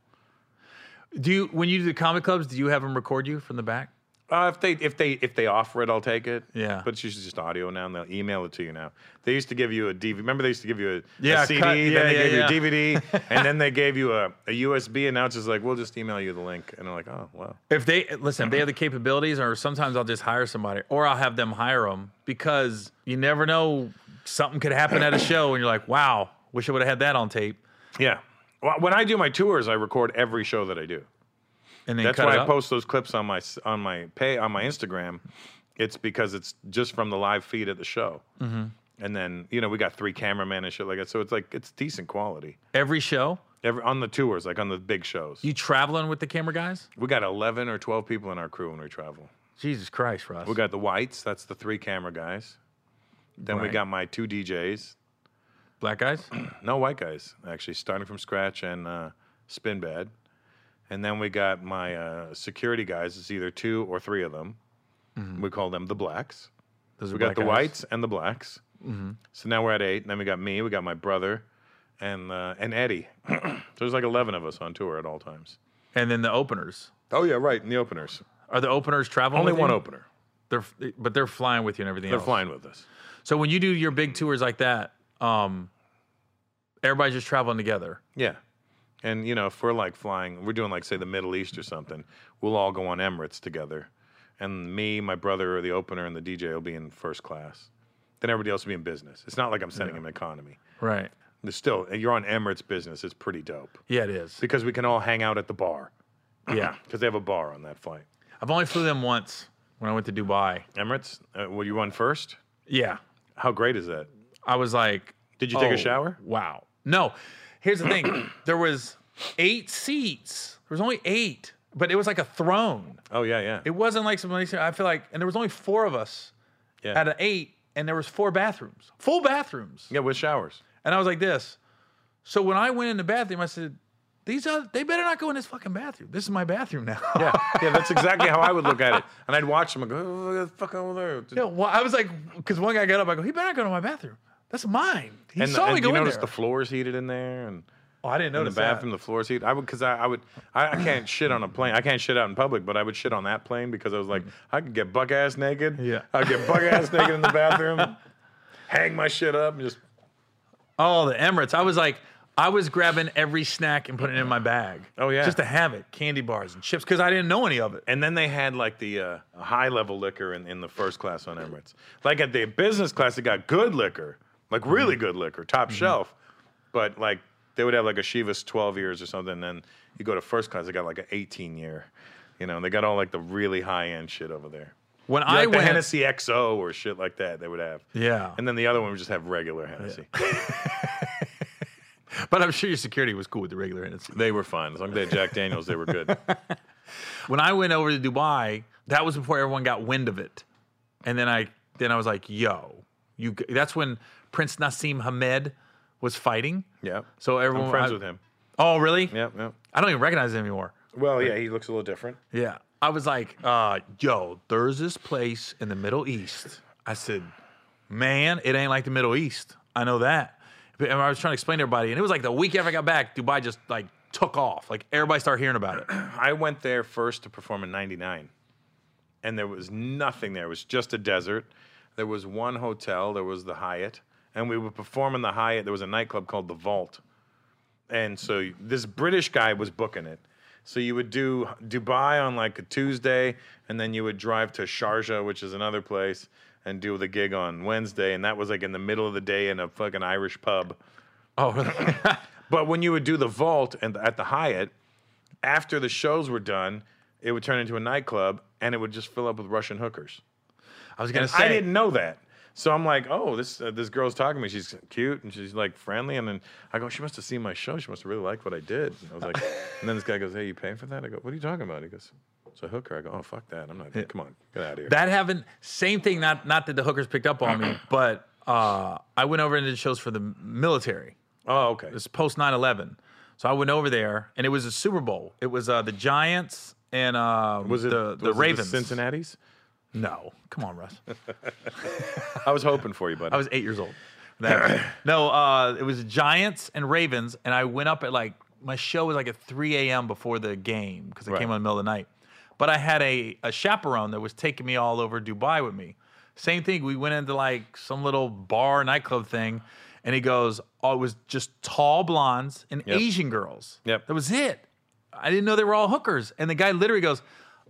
[SPEAKER 1] Do you when you do the comic clubs? Do you have them record you from the back?
[SPEAKER 2] Uh, if they if they if they offer it, I'll take it.
[SPEAKER 1] Yeah.
[SPEAKER 2] but it's usually just audio now, and they'll email it to you now. They used to give you a DVD. Remember, they used to give you a, a
[SPEAKER 1] Yeah,
[SPEAKER 2] CD,
[SPEAKER 1] cut- yeah,
[SPEAKER 2] then they
[SPEAKER 1] yeah,
[SPEAKER 2] gave
[SPEAKER 1] yeah.
[SPEAKER 2] you a DVD, and then they gave you a, a USB, and now it's just like we'll just email you the link, and they're like, oh wow,
[SPEAKER 1] If they listen, if they have the capabilities, or sometimes I'll just hire somebody, or I'll have them hire them because you never know something could happen at a show, and you're like, wow, wish I would have had that on tape.
[SPEAKER 2] yeah. Well, when I do my tours, I record every show that I do.
[SPEAKER 1] And then
[SPEAKER 2] That's
[SPEAKER 1] cut it
[SPEAKER 2] why I
[SPEAKER 1] up.
[SPEAKER 2] post those clips on my s- on my pay on my Instagram. It's because it's just from the live feed at the show. Mm-hmm. And then you know we got three cameramen and shit like that, so it's like it's decent quality.
[SPEAKER 1] every show.
[SPEAKER 2] Every, on the tours, like on the big shows,
[SPEAKER 1] You traveling with the camera guys?
[SPEAKER 2] we got eleven or twelve people in our crew when we travel.
[SPEAKER 1] Jesus Christ, Russ.
[SPEAKER 2] We got the whites, that's the three camera guys. Then we
[SPEAKER 1] Right.
[SPEAKER 2] got my two DJs,
[SPEAKER 1] Black guys.
[SPEAKER 2] no white guys actually, starting from scratch and uh, spin bad. And then we got my uh, security guys. It's either two or three of them.
[SPEAKER 1] Mm-hmm.
[SPEAKER 2] We call them the blacks.
[SPEAKER 1] Those are
[SPEAKER 2] We got
[SPEAKER 1] black
[SPEAKER 2] the
[SPEAKER 1] guys.
[SPEAKER 2] whites and Mm-hmm. the blacks. So now we're at eight. And then we got me, we got my brother, and uh, and Eddie. so there's like eleven of us on tour at all times.
[SPEAKER 1] and then the openers.
[SPEAKER 2] Oh yeah, right. And the openers.
[SPEAKER 1] Are the openers traveling?
[SPEAKER 2] Only
[SPEAKER 1] with
[SPEAKER 2] one
[SPEAKER 1] you?
[SPEAKER 2] opener.
[SPEAKER 1] They're f- but they're flying with you and everything.
[SPEAKER 2] They're
[SPEAKER 1] else.
[SPEAKER 2] flying with us.
[SPEAKER 1] So when you do your big tours like that, um, everybody's just traveling together.
[SPEAKER 2] Yeah. And you know, if we're like flying, we're doing like say the Middle East or something, we'll all go on Emirates together. And me, my brother, or the opener and the DJ will be in first class. Then everybody else will be in business. It's not like I'm sending him economy.
[SPEAKER 1] Right.
[SPEAKER 2] There's still you're on Emirates business, it's pretty dope.
[SPEAKER 1] Yeah, it is.
[SPEAKER 2] Because we can all hang out at the bar.
[SPEAKER 1] Yeah.
[SPEAKER 2] Because they have a bar on that flight.
[SPEAKER 1] I've only flew them once when I went to Dubai.
[SPEAKER 2] Emirates, uh, were you on first?
[SPEAKER 1] Yeah.
[SPEAKER 2] How great is that?
[SPEAKER 1] I was like,
[SPEAKER 2] Did you take
[SPEAKER 1] "Oh,
[SPEAKER 2] a shower?
[SPEAKER 1] Wow. No. Here's the thing. there was eight seats. There was only eight, but it was like a throne.
[SPEAKER 2] Oh yeah, yeah.
[SPEAKER 1] It wasn't like somebody said, I feel like, and there was only four of us
[SPEAKER 2] yeah.
[SPEAKER 1] out of eight, and there was four bathrooms, full bathrooms.
[SPEAKER 2] yeah, with showers.
[SPEAKER 1] And I was like this. So when I went in the bathroom, I said, these are, they better not go in this fucking bathroom. This is my bathroom now.
[SPEAKER 2] Yeah, yeah, that's exactly how I would look at it. And I'd watch them and go, oh, look at the fuck over there.
[SPEAKER 1] No, well, I was like, because one guy got up, I go, he better not go to my bathroom. That's mine. He
[SPEAKER 2] and,
[SPEAKER 1] saw
[SPEAKER 2] and
[SPEAKER 1] me go
[SPEAKER 2] you
[SPEAKER 1] in
[SPEAKER 2] notice
[SPEAKER 1] there.
[SPEAKER 2] the floor's heated in there and
[SPEAKER 1] Oh, I didn't
[SPEAKER 2] in the
[SPEAKER 1] notice that.
[SPEAKER 2] bathroom, the floor seat. I would because I, I would I, I can't shit on a plane. I can't shit out in public, but I would shit on that plane because I was like, I could get buck ass naked.
[SPEAKER 1] Mm-hmm. Yeah.
[SPEAKER 2] I'd get buck ass naked in the bathroom, hang my shit up, and just
[SPEAKER 1] Oh, the Emirates. I was like, I was grabbing every snack and putting it in my bag.
[SPEAKER 2] Oh, yeah.
[SPEAKER 1] just to have it, candy bars and chips, because I didn't know any of it.
[SPEAKER 2] And then they had like the uh, high level liquor in, in the first class on Emirates. Like at the business class, they got good liquor, like really
[SPEAKER 1] Mm-hmm.
[SPEAKER 2] good liquor, top shelf. But like they would have like a Shivas 12 years or something. And then you go to first class, they got like an 18 year. You know, and they got all like the really high end shit over there.
[SPEAKER 1] When
[SPEAKER 2] Like
[SPEAKER 1] I
[SPEAKER 2] the
[SPEAKER 1] went,
[SPEAKER 2] Hennessy XO or shit like that, they would have.
[SPEAKER 1] Yeah.
[SPEAKER 2] And then the other one would just have regular Hennessy.
[SPEAKER 1] but I'm sure your security was cool with the regular Hennessy.
[SPEAKER 2] they were fine. As long as they had Jack Daniels, they were good.
[SPEAKER 1] When I went over to Dubai, that was before everyone got wind of it, and then I then I was like, yo, you. g- That's when Prince Nassim Hamed was fighting.
[SPEAKER 2] Yeah.
[SPEAKER 1] So everyone
[SPEAKER 2] I'm friends
[SPEAKER 1] I-
[SPEAKER 2] with him.
[SPEAKER 1] Oh, really?
[SPEAKER 2] Yeah, yeah.
[SPEAKER 1] I don't even recognize him anymore.
[SPEAKER 2] Well, yeah, he looks a little different.
[SPEAKER 1] Yeah. I was like, uh, yo, there's this place in the Middle East. I said, man, it ain't like the Middle East. I know that. But- And I was trying to explain to everybody. And it was like the week after I got back, Dubai just like took off. Like everybody started hearing about it.
[SPEAKER 2] I went there first to perform in 99. And there was nothing there. It was just a desert. There was one hotel, there was the Hyatt. And we would perform in the Hyatt. There was a nightclub called The Vault. And so y- this British guy was booking it. So you would do Dubai on like a Tuesday, and then you would drive to Sharjah, which is another place, and do the gig on Wednesday. And that was like in the middle of the day in a fucking Irish pub.
[SPEAKER 1] Oh, really?
[SPEAKER 2] But when you would do the vault and at the Hyatt, after the shows were done, it would turn into a nightclub and it would just fill up with Russian hookers.
[SPEAKER 1] I was going to say.
[SPEAKER 2] I didn't know that. So I'm like, oh, this uh, this girl's talking to me. She's cute and she's like friendly. And then I go, she must have seen my show. She must have really liked what I did. And I was like, and then this guy goes, hey, you paying for that? I go, what are you talking about? He goes, it's a hooker. I go, oh, fuck that. I'm not. Come on, get out of here.
[SPEAKER 1] That happened. Same thing. Not not that the hookers picked up on me, but uh, I went over and did shows for the military.
[SPEAKER 2] oh, okay.
[SPEAKER 1] It's post 9 11. So I went over there and it was a Super Bowl. It was uh, the Giants and uh,
[SPEAKER 2] Was it
[SPEAKER 1] the, the
[SPEAKER 2] was it
[SPEAKER 1] Ravens.
[SPEAKER 2] Cincinnati's?
[SPEAKER 1] No. Come on, Russ.
[SPEAKER 2] I was hoping for you, buddy.
[SPEAKER 1] I was eight years old. That- no, uh, it was Giants and Ravens, and I went up at like my show was like at 3 a.m. before the game because it
[SPEAKER 2] Right.
[SPEAKER 1] came on in the middle of the night. But I had a, a chaperone that was taking me all over Dubai with me. Same thing. We went into like some little bar nightclub thing, and he goes, "Oh, it was just tall blondes and
[SPEAKER 2] Yep.
[SPEAKER 1] Asian girls.
[SPEAKER 2] Yep.
[SPEAKER 1] that was it. I didn't know they were all hookers." And the guy literally goes,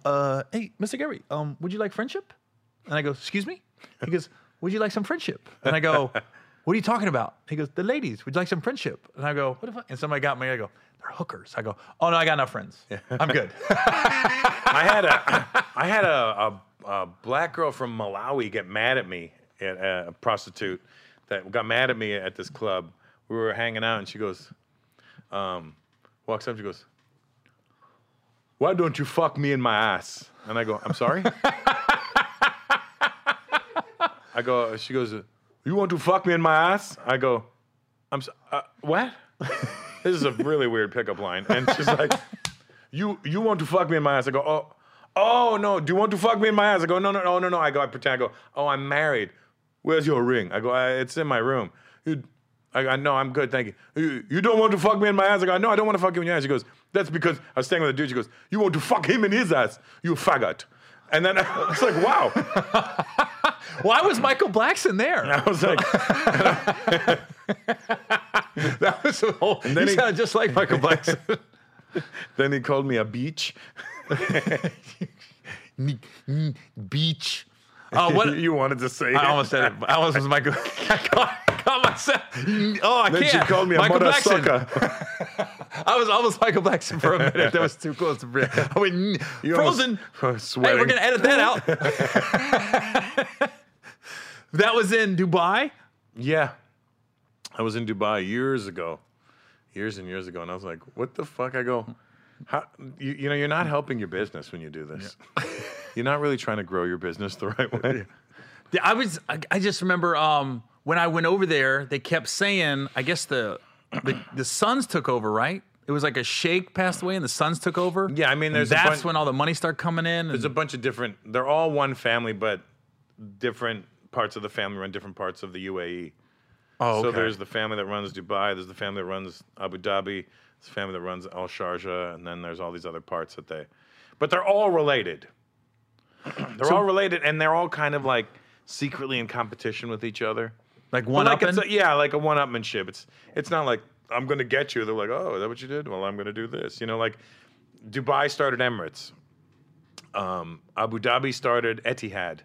[SPEAKER 1] "Uh, hey, Mr. Gary, um, would you like friendship?" And I go, Excuse me? He goes, Would you like some friendship? And I go, What are you talking about? He goes, The ladies, would you like some friendship? And I go, What the fuck? And somebody got me. I go, They're hookers. I go, Oh no, I got enough friends. I'm good.
[SPEAKER 2] I had a I had a, a, a black girl from Malawi get mad at me at a prostitute that got mad at me at this club. We were hanging out and she goes, um, walks up, she goes, Why don't you fuck me in my ass? And I go, I'm sorry? I go, she goes, You want to fuck me in my ass? I go, I'm so, uh, what? this is a really weird pickup line. And she's like, you you want to fuck me in my ass? I go, oh, oh no. Do you want to fuck me in my ass? I go, no, no, no, no, no. I go, I pretend. I go, oh, I'm married. Where's your ring? I go, I, it's in my room. You, I go, no, I'm good, thank you. you. You don't want to fuck me in my ass? I go, no, I don't want to fuck him in your ass. She goes, that's because I was staying with a dude. She goes, you want to fuck him in his ass? You faggot. And then I was like, wow.
[SPEAKER 1] Why was Michael Blackson there?
[SPEAKER 2] I was like,
[SPEAKER 1] that was the whole You
[SPEAKER 2] then he-
[SPEAKER 1] sound just like Michael Blackson.
[SPEAKER 2] then he called me a beach.
[SPEAKER 1] N- n- Beach. Oh, what
[SPEAKER 2] you wanted to say?
[SPEAKER 1] I
[SPEAKER 2] it.
[SPEAKER 1] almost said it. I almost was Michael. I caught, caught myself. Oh, I
[SPEAKER 2] Then
[SPEAKER 1] can't.
[SPEAKER 2] she called me a
[SPEAKER 1] Michael
[SPEAKER 2] mother
[SPEAKER 1] Blackson.
[SPEAKER 2] sucker.
[SPEAKER 1] I was almost Michael Blackson for a minute. That was too close to breathe. I went "N-
[SPEAKER 2] You almost-
[SPEAKER 1] frozen. Hey,
[SPEAKER 2] sweating.
[SPEAKER 1] we're gonna edit that out. that was in Dubai.
[SPEAKER 2] Yeah. I was in Dubai years ago, years and years ago, and I was like, what the fuck? I go, How, you, you know, you're not helping your business when you do this. you're not really trying to grow your business the right way.
[SPEAKER 1] Yeah, I was. I, I just remember um, when I went over there, they kept saying, I guess the the, the sons took over, right? It was like a sheikh passed away and the sons took over.
[SPEAKER 2] Yeah, I mean,
[SPEAKER 1] And
[SPEAKER 2] there's a
[SPEAKER 1] that's
[SPEAKER 2] bunch-
[SPEAKER 1] when all the money started coming in. and-
[SPEAKER 2] There's a bunch of different, they're all E. one family, but different parts of the family run different parts of the UAE.
[SPEAKER 1] Oh,
[SPEAKER 2] So
[SPEAKER 1] okay.
[SPEAKER 2] there's the family that runs Dubai, there's the family that runs Abu Dhabi, there's the family that runs Al Sharjah, and then there's all these other parts that they, but they're all related. they're all related, and they're all kind of like secretly in competition with each other.
[SPEAKER 1] like
[SPEAKER 2] But
[SPEAKER 1] one
[SPEAKER 2] like
[SPEAKER 1] up.
[SPEAKER 2] it's a, yeah, like a one-upmanship. It's it's not like I'm gonna get you. They're like, oh, is that what you did? Well, I'm gonna do this. You know, like Dubai started Emirates, um, Abu Dhabi started Etihad,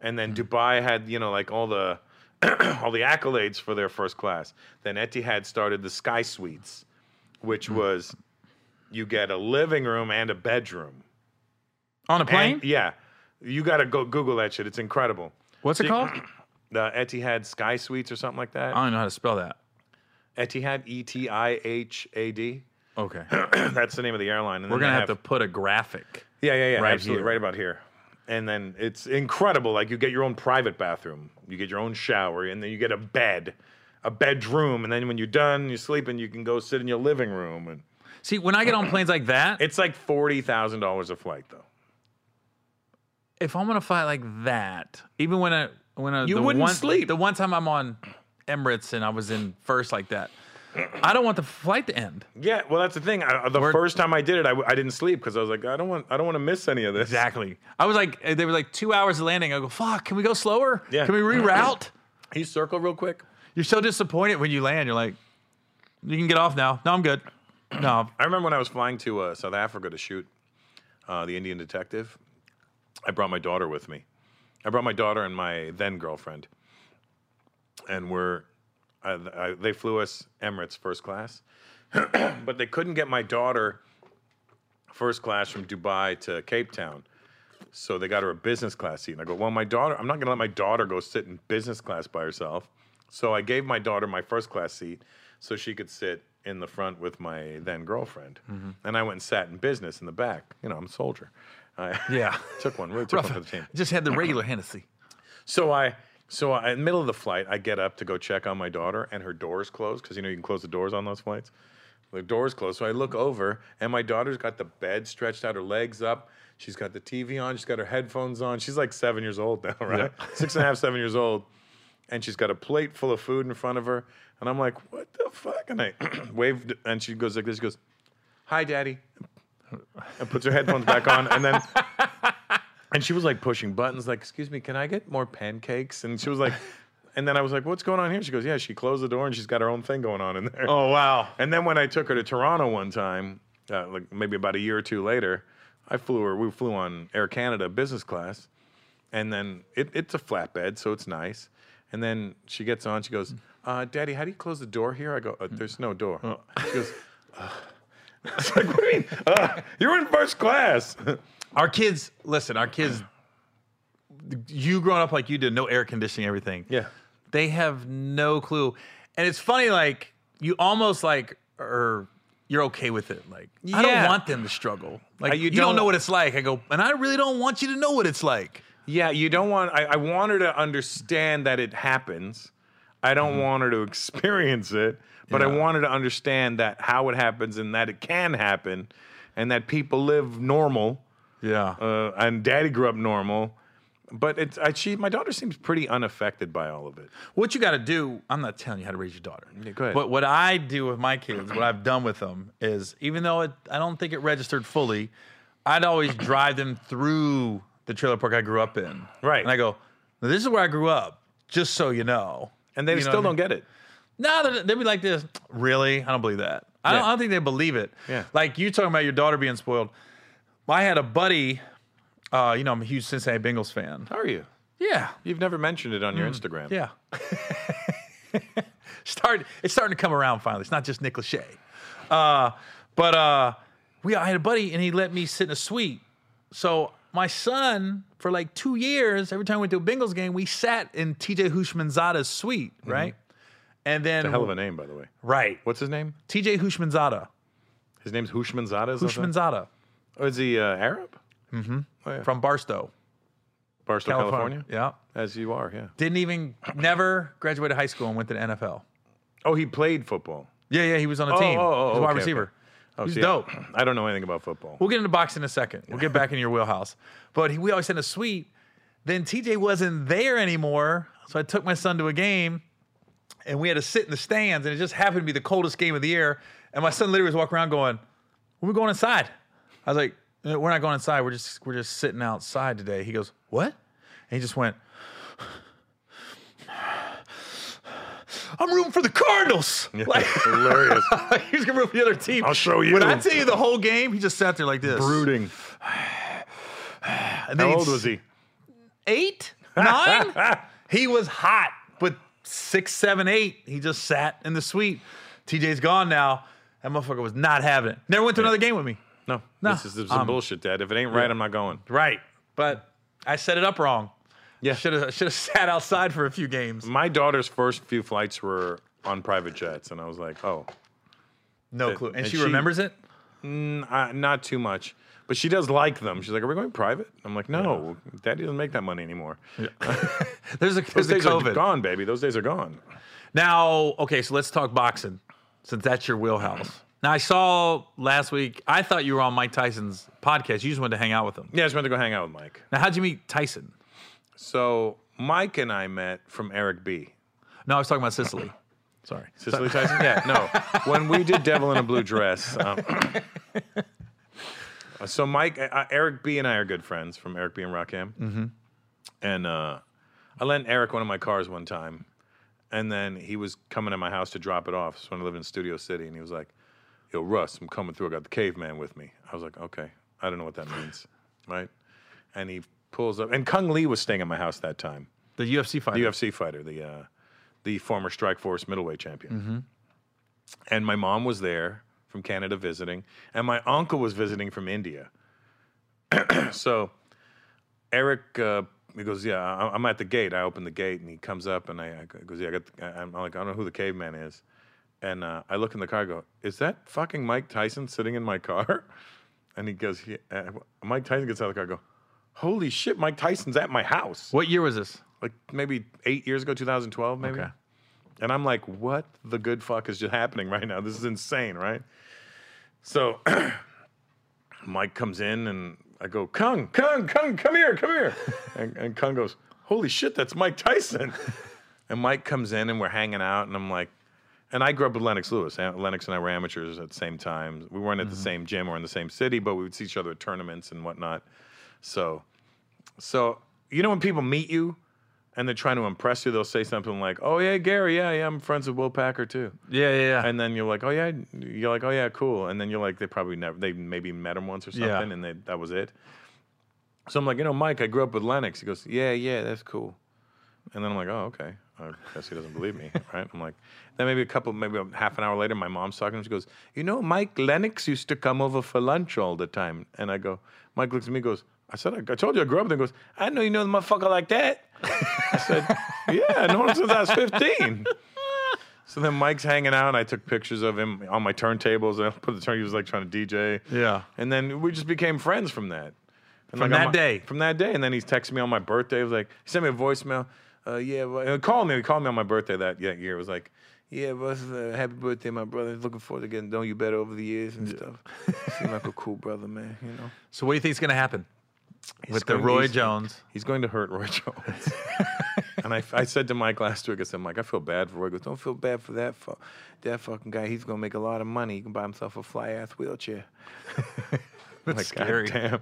[SPEAKER 2] and then
[SPEAKER 1] Mm-hmm.
[SPEAKER 2] Dubai had you know like all the all the accolades for their first class. Then Etihad started the Sky Suites,
[SPEAKER 1] Mm.
[SPEAKER 2] which was you get a living room and a bedroom.
[SPEAKER 1] on a plane?
[SPEAKER 2] And, yeah, you gotta go Google that shit. It's incredible.
[SPEAKER 1] What's it
[SPEAKER 2] See-
[SPEAKER 1] called?
[SPEAKER 2] The Etihad Sky Suites or something like that.
[SPEAKER 1] I don't know how to spell that.
[SPEAKER 2] Etihad, E T I H A D.
[SPEAKER 1] Okay.
[SPEAKER 2] That's the name of the airline. And
[SPEAKER 1] We're going to have to put a graphic.
[SPEAKER 2] Yeah, yeah, yeah.
[SPEAKER 1] right
[SPEAKER 2] absolutely,
[SPEAKER 1] here.
[SPEAKER 2] right about here. And then it's incredible. Like you get your own private bathroom, you get your own shower, and then you get a bed, a bedroom. And then when you're done, you're sleeping, you can go sit in your living room. And
[SPEAKER 1] See, when I get on planes like that,
[SPEAKER 2] it's like forty thousand dollars a flight, though.
[SPEAKER 1] if I'm gonna fly like that, even when I when I
[SPEAKER 2] You
[SPEAKER 1] the
[SPEAKER 2] wouldn't
[SPEAKER 1] one,
[SPEAKER 2] sleep.
[SPEAKER 1] The one time I'm on Emirates and I was in first like that, I don't want the flight to end.
[SPEAKER 2] Yeah. Well, that's the thing. I, the first time I did it, I, w- I didn't sleep because I was like, I don't want, I don't want to miss any of this.
[SPEAKER 1] Exactly. I was like, they were like two hours of landing. I go, fuck, can we go slower?
[SPEAKER 2] Yeah.
[SPEAKER 1] Can we reroute?
[SPEAKER 2] Can you circle real quick?
[SPEAKER 1] You're so disappointed when you land. You're like, you can get off now. No, I'm good. No,
[SPEAKER 2] I remember when I was flying to uh, South Africa to shoot uh, the Indian Detective. I brought my daughter with me. I brought my daughter and my then girlfriend, and we're I, I, they flew us Emirates first class, but they couldn't get my daughter first class from Dubai to Cape Town. So they got her a business class seat. And I go, Well, my daughter, I'm not going to let my daughter go sit in business class by herself. So I gave my daughter my first class seat so she could sit in the front with my then girlfriend. And I went and sat in business in the back. You know, I'm a soldier. I
[SPEAKER 1] Yeah.
[SPEAKER 2] took one, really took one for the team.
[SPEAKER 1] just had the regular Hennessy.
[SPEAKER 2] So I, so I, in the middle of the flight, I get up to go check on my daughter, and her door's closed because you know you can close the doors on those flights. The door's closed, so I look over, and my daughter's got the bed stretched out, her legs up. She's got the TV on. She's got her headphones on. She's like seven years old now, right? Six and a half, seven years old, and she's got a plate full of food in front of her. And I'm like, "What the fuck?" And I waved, and she goes like this. She goes, "Hi, Daddy," and puts her headphones back on, and then. And she was like pushing buttons, like, excuse me, can I get more pancakes? And she was like, and then I was like, what's going on here? She goes, yeah, she closed the door and she's got her own thing going on in there.
[SPEAKER 1] Oh wow.
[SPEAKER 2] And then when I took her to Toronto one time, uh, like maybe about a year or two later, I flew her, we flew on Air Canada business class. And then it, it's a flatbed, so it's nice. And then she gets on, she goes, uh, Daddy, how do you close the door here? I go, uh, there's no door. She goes, "Ugh." It's like, what do you mean? "Ugh? you're in first class.
[SPEAKER 1] Our kids, listen, our kids. You growing up like you did, no air conditioning, everything.
[SPEAKER 2] yeah.
[SPEAKER 1] They have no clue. And it's funny, like, you almost like are you're okay with it. Like, I don't
[SPEAKER 2] Yeah.
[SPEAKER 1] want them to struggle. Like
[SPEAKER 2] Uh,
[SPEAKER 1] you,
[SPEAKER 2] you
[SPEAKER 1] don't,
[SPEAKER 2] don't-
[SPEAKER 1] know what it's like. I go, and I really don't want you to know what it's like.
[SPEAKER 2] Yeah, you don't want. I, I want her to understand that it happens. I don't want her to experience it, but I
[SPEAKER 1] Mm-hmm. Yeah.
[SPEAKER 2] want her to understand that how it happens and that it can happen, and that people live normal.
[SPEAKER 1] Yeah.
[SPEAKER 2] Uh, and Daddy grew up normal, but it's I, she. My daughter seems pretty unaffected by all of it.
[SPEAKER 1] what you got to do, I'm not telling you how to raise your daughter.
[SPEAKER 2] go ahead.
[SPEAKER 1] But what I do with my kids, what I've done with them is, even though it, I don't think it registered fully, I'd always drive them through the trailer park I grew up in.
[SPEAKER 2] Right.
[SPEAKER 1] And I go, this is where I grew up, just so you know.
[SPEAKER 2] And they
[SPEAKER 1] You know
[SPEAKER 2] still
[SPEAKER 1] what I mean?
[SPEAKER 2] don't get it.
[SPEAKER 1] No, they're- they'd be like this. Really? I don't believe that. I, don't,
[SPEAKER 2] Yeah.
[SPEAKER 1] I don't think they believe it.
[SPEAKER 2] Yeah.
[SPEAKER 1] Like you talking about your daughter being spoiled. I had a buddy. Uh, you know, I'm a huge Cincinnati Bengals fan.
[SPEAKER 2] How are you?
[SPEAKER 1] Yeah,
[SPEAKER 2] You've never mentioned it on your Instagram.
[SPEAKER 1] Mm. yeah. Start. It's starting to come around finally. It's not just Nick Lachey. Uh, but uh, we. I had a buddy, and he let me sit in a suite. So my son, for like two years, every time we went to a Bengals game, we sat in T.J. Hushmanzada's suite, right? And then
[SPEAKER 2] Hell of a name, by Mm-hmm. the way.
[SPEAKER 1] right.
[SPEAKER 2] What's his name?
[SPEAKER 1] TJ Hushmanzada.
[SPEAKER 2] His name's Hushmanzada. Is that something?
[SPEAKER 1] Hushmanzada
[SPEAKER 2] Oh, is he uh, Arab?
[SPEAKER 1] from Barstow,
[SPEAKER 2] Barstow, California.
[SPEAKER 1] Yeah.
[SPEAKER 2] As you are, yeah.
[SPEAKER 1] Didn't even, never graduated high school and went to the NFL.
[SPEAKER 2] Oh, he played football.
[SPEAKER 1] Yeah, yeah, he was on a team.
[SPEAKER 2] oh, oh,
[SPEAKER 1] he was a wide
[SPEAKER 2] okay,
[SPEAKER 1] receiver.
[SPEAKER 2] Oh,
[SPEAKER 1] He's
[SPEAKER 2] see,
[SPEAKER 1] dope.
[SPEAKER 2] I don't know anything about football.
[SPEAKER 1] We'll get into boxing in a second. We'll get back in your wheelhouse. But he, we always sent a suite. Then TJ wasn't there anymore. So I took my son to a game and we had to sit in the stands, and it just happened to be the coldest game of the year. And my son literally was walking around going, "We're going inside." I was like, "Eh, "We're not going inside. We're just we're just sitting outside today." He goes, "What?" And he just went, "I'm rooting for the Cardinals." Like,
[SPEAKER 2] hilarious.
[SPEAKER 1] he was gonna root for the other team.
[SPEAKER 2] I'll show you.
[SPEAKER 1] When I tell you the whole game, he just sat there like this.
[SPEAKER 2] brooding.
[SPEAKER 1] And then
[SPEAKER 2] How
[SPEAKER 1] he'd
[SPEAKER 2] old was he?
[SPEAKER 1] eight, nine. he was hot, but six, seven, eight. He just sat in the suite. TJ's gone now. That motherfucker was not having it. Never went to another game with me.
[SPEAKER 2] No,
[SPEAKER 1] Nah,
[SPEAKER 2] this is this is some
[SPEAKER 1] um,
[SPEAKER 2] bullshit, Dad. If it ain't right, I'm not going.
[SPEAKER 1] Right, but I set it up wrong.
[SPEAKER 2] Yeah.
[SPEAKER 1] should have should have sat outside for a few games.
[SPEAKER 2] My daughter's first few flights were on private jets, and I was like, oh,
[SPEAKER 1] No clue, and,
[SPEAKER 2] and
[SPEAKER 1] she,
[SPEAKER 2] she-
[SPEAKER 1] remembers it.
[SPEAKER 2] mm, I, not too much. But she does like them. She's like, are we going private? I'm like, no, Daddy doesn't make that money anymore.
[SPEAKER 1] There's a there's
[SPEAKER 2] Those
[SPEAKER 1] a
[SPEAKER 2] days are
[SPEAKER 1] COVID.
[SPEAKER 2] gone, baby. Those days are gone.
[SPEAKER 1] Now, okay, so let's talk boxing since that's your wheelhouse. Now, I saw last week, I thought you were on Mike Tyson's podcast. You just wanted to hang out with him.
[SPEAKER 2] Yeah, I just went to go hang out with Mike.
[SPEAKER 1] Now, how'd you meet Tyson?
[SPEAKER 2] So Mike and I met from Eric B.
[SPEAKER 1] No, I was talking about Sicily. Sorry.
[SPEAKER 2] Cicely Tyson? Yeah, no. When we did Devil in a Blue Dress. Um, so Mike, uh, Eric B and I are good friends from Eric B and Rockham. Mm-hmm. And uh, I lent Eric one of my cars one time. And then he was coming to my house to drop it off. It's when I lived in Studio City. And he was like, yo, Russ, I'm coming through. I got the caveman with me. I was like, okay. I don't know what that means. Right? And he pulls up. And Kung Lee was staying at my house that time.
[SPEAKER 1] The UFC fighter.
[SPEAKER 2] The UFC fighter, the uh, the former Strike Force middleweight champion. And my mom was there from Canada visiting, and my uncle was visiting from India. so Eric, uh, he goes, "Yeah, I- I'm at the gate." I open the gate, and he comes up, and I, I go- goes, "Yeah, I got." The, I- I'm like, "I don't know who the caveman is," and uh, I look in the car, I go, "Is that fucking Mike Tyson sitting in my car?" And he goes, yeah. uh, "Mike Tyson gets out of the car." I go, "Holy shit, Mike Tyson's at my house!"
[SPEAKER 1] what year was this?
[SPEAKER 2] like maybe eight years ago, 2012, maybe.
[SPEAKER 1] Okay.
[SPEAKER 2] And I'm like, what the good fuck is just happening right now? This is insane, right? So Mike comes in and I go, Kung, Kung, Kung, come here, come here. and, and Kung goes, holy shit, that's Mike Tyson. and Mike comes in and we're hanging out and I'm like, and I grew up with Lennox Lewis. An- Lennox and I were amateurs at the same time. We weren't at the same gym or in the same city, but we would see each other at tournaments and whatnot. So, so you know when people meet you and they're trying to impress you, they'll say something like, "Oh yeah, Gary, yeah, yeah, I'm friends with Will Packer too."
[SPEAKER 1] Yeah, yeah, yeah.
[SPEAKER 2] And then you're like, "Oh yeah," you're like, "Oh yeah, cool." And then you're like, "They probably never, they maybe met him once or something,
[SPEAKER 1] Yeah.
[SPEAKER 2] and they, that was it." So I'm like, "You know, Mike, I grew up with Lennox." He goes, "Yeah, yeah, that's cool." And then I'm like, "Oh okay." I guess he doesn't believe me, right? I'm like, then maybe a couple, maybe a half an hour later, my mom's talking. to him. She goes, "You know, Mike Lennox used to come over for lunch all the time." And I go, Mike looks at me, and goes, "I said, I, I told you I grew up." with him." He goes, "I know you know the motherfucker like that." I said, Yeah, I've known him since I was 15. So then Mike's hanging out, and I took pictures of him on my turntables. And I put the turn, he was like trying to DJ.
[SPEAKER 1] Yeah.
[SPEAKER 2] And then we just became friends from that.
[SPEAKER 1] From
[SPEAKER 2] And like, on
[SPEAKER 1] that
[SPEAKER 2] my-
[SPEAKER 1] day?
[SPEAKER 2] From that day. And then he's texting me on my birthday. He was like, he sent me a voicemail. Uh, yeah, well, he called me. He called me on my birthday that, that year. It was like, yeah, Russ, uh, happy birthday, my brother. Looking forward to getting to know you better over the years and stuff. Seem like a cool brother, man, you know?
[SPEAKER 1] so what do you think's going to happen with the
[SPEAKER 2] going
[SPEAKER 1] Roy
[SPEAKER 2] east.
[SPEAKER 1] Jones?
[SPEAKER 2] He's going to hurt Roy Jones. and I, I said to Mike last week, I said, Mike, I feel bad for Roy. He goes, don't feel bad for that fu- that fucking guy. He's gonna make a lot of money. He can buy himself a fly ass wheelchair. I'm
[SPEAKER 1] That's
[SPEAKER 2] "God
[SPEAKER 1] scary.
[SPEAKER 2] damn."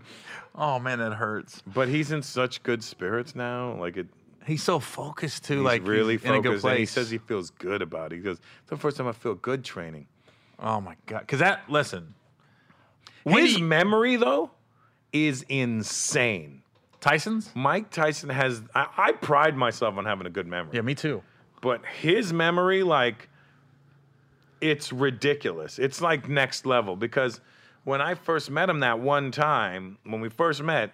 [SPEAKER 1] Oh man, that hurts.
[SPEAKER 2] But he's in such good spirits now. Like it,
[SPEAKER 1] He's so focused too.
[SPEAKER 2] he's
[SPEAKER 1] like he's
[SPEAKER 2] really
[SPEAKER 1] in a good
[SPEAKER 2] focused.
[SPEAKER 1] place.
[SPEAKER 2] And he says he feels good about it. He goes, it's the first time I feel good training.
[SPEAKER 1] oh my god, because that listen,
[SPEAKER 2] His
[SPEAKER 1] do you-
[SPEAKER 2] memory though is insane.
[SPEAKER 1] Tyson's.
[SPEAKER 2] Mike Tyson has. I, I pride myself on having a good memory.
[SPEAKER 1] Yeah, me too.
[SPEAKER 2] but his memory like it's ridiculous it's like next level because when i first met him that one time when we first met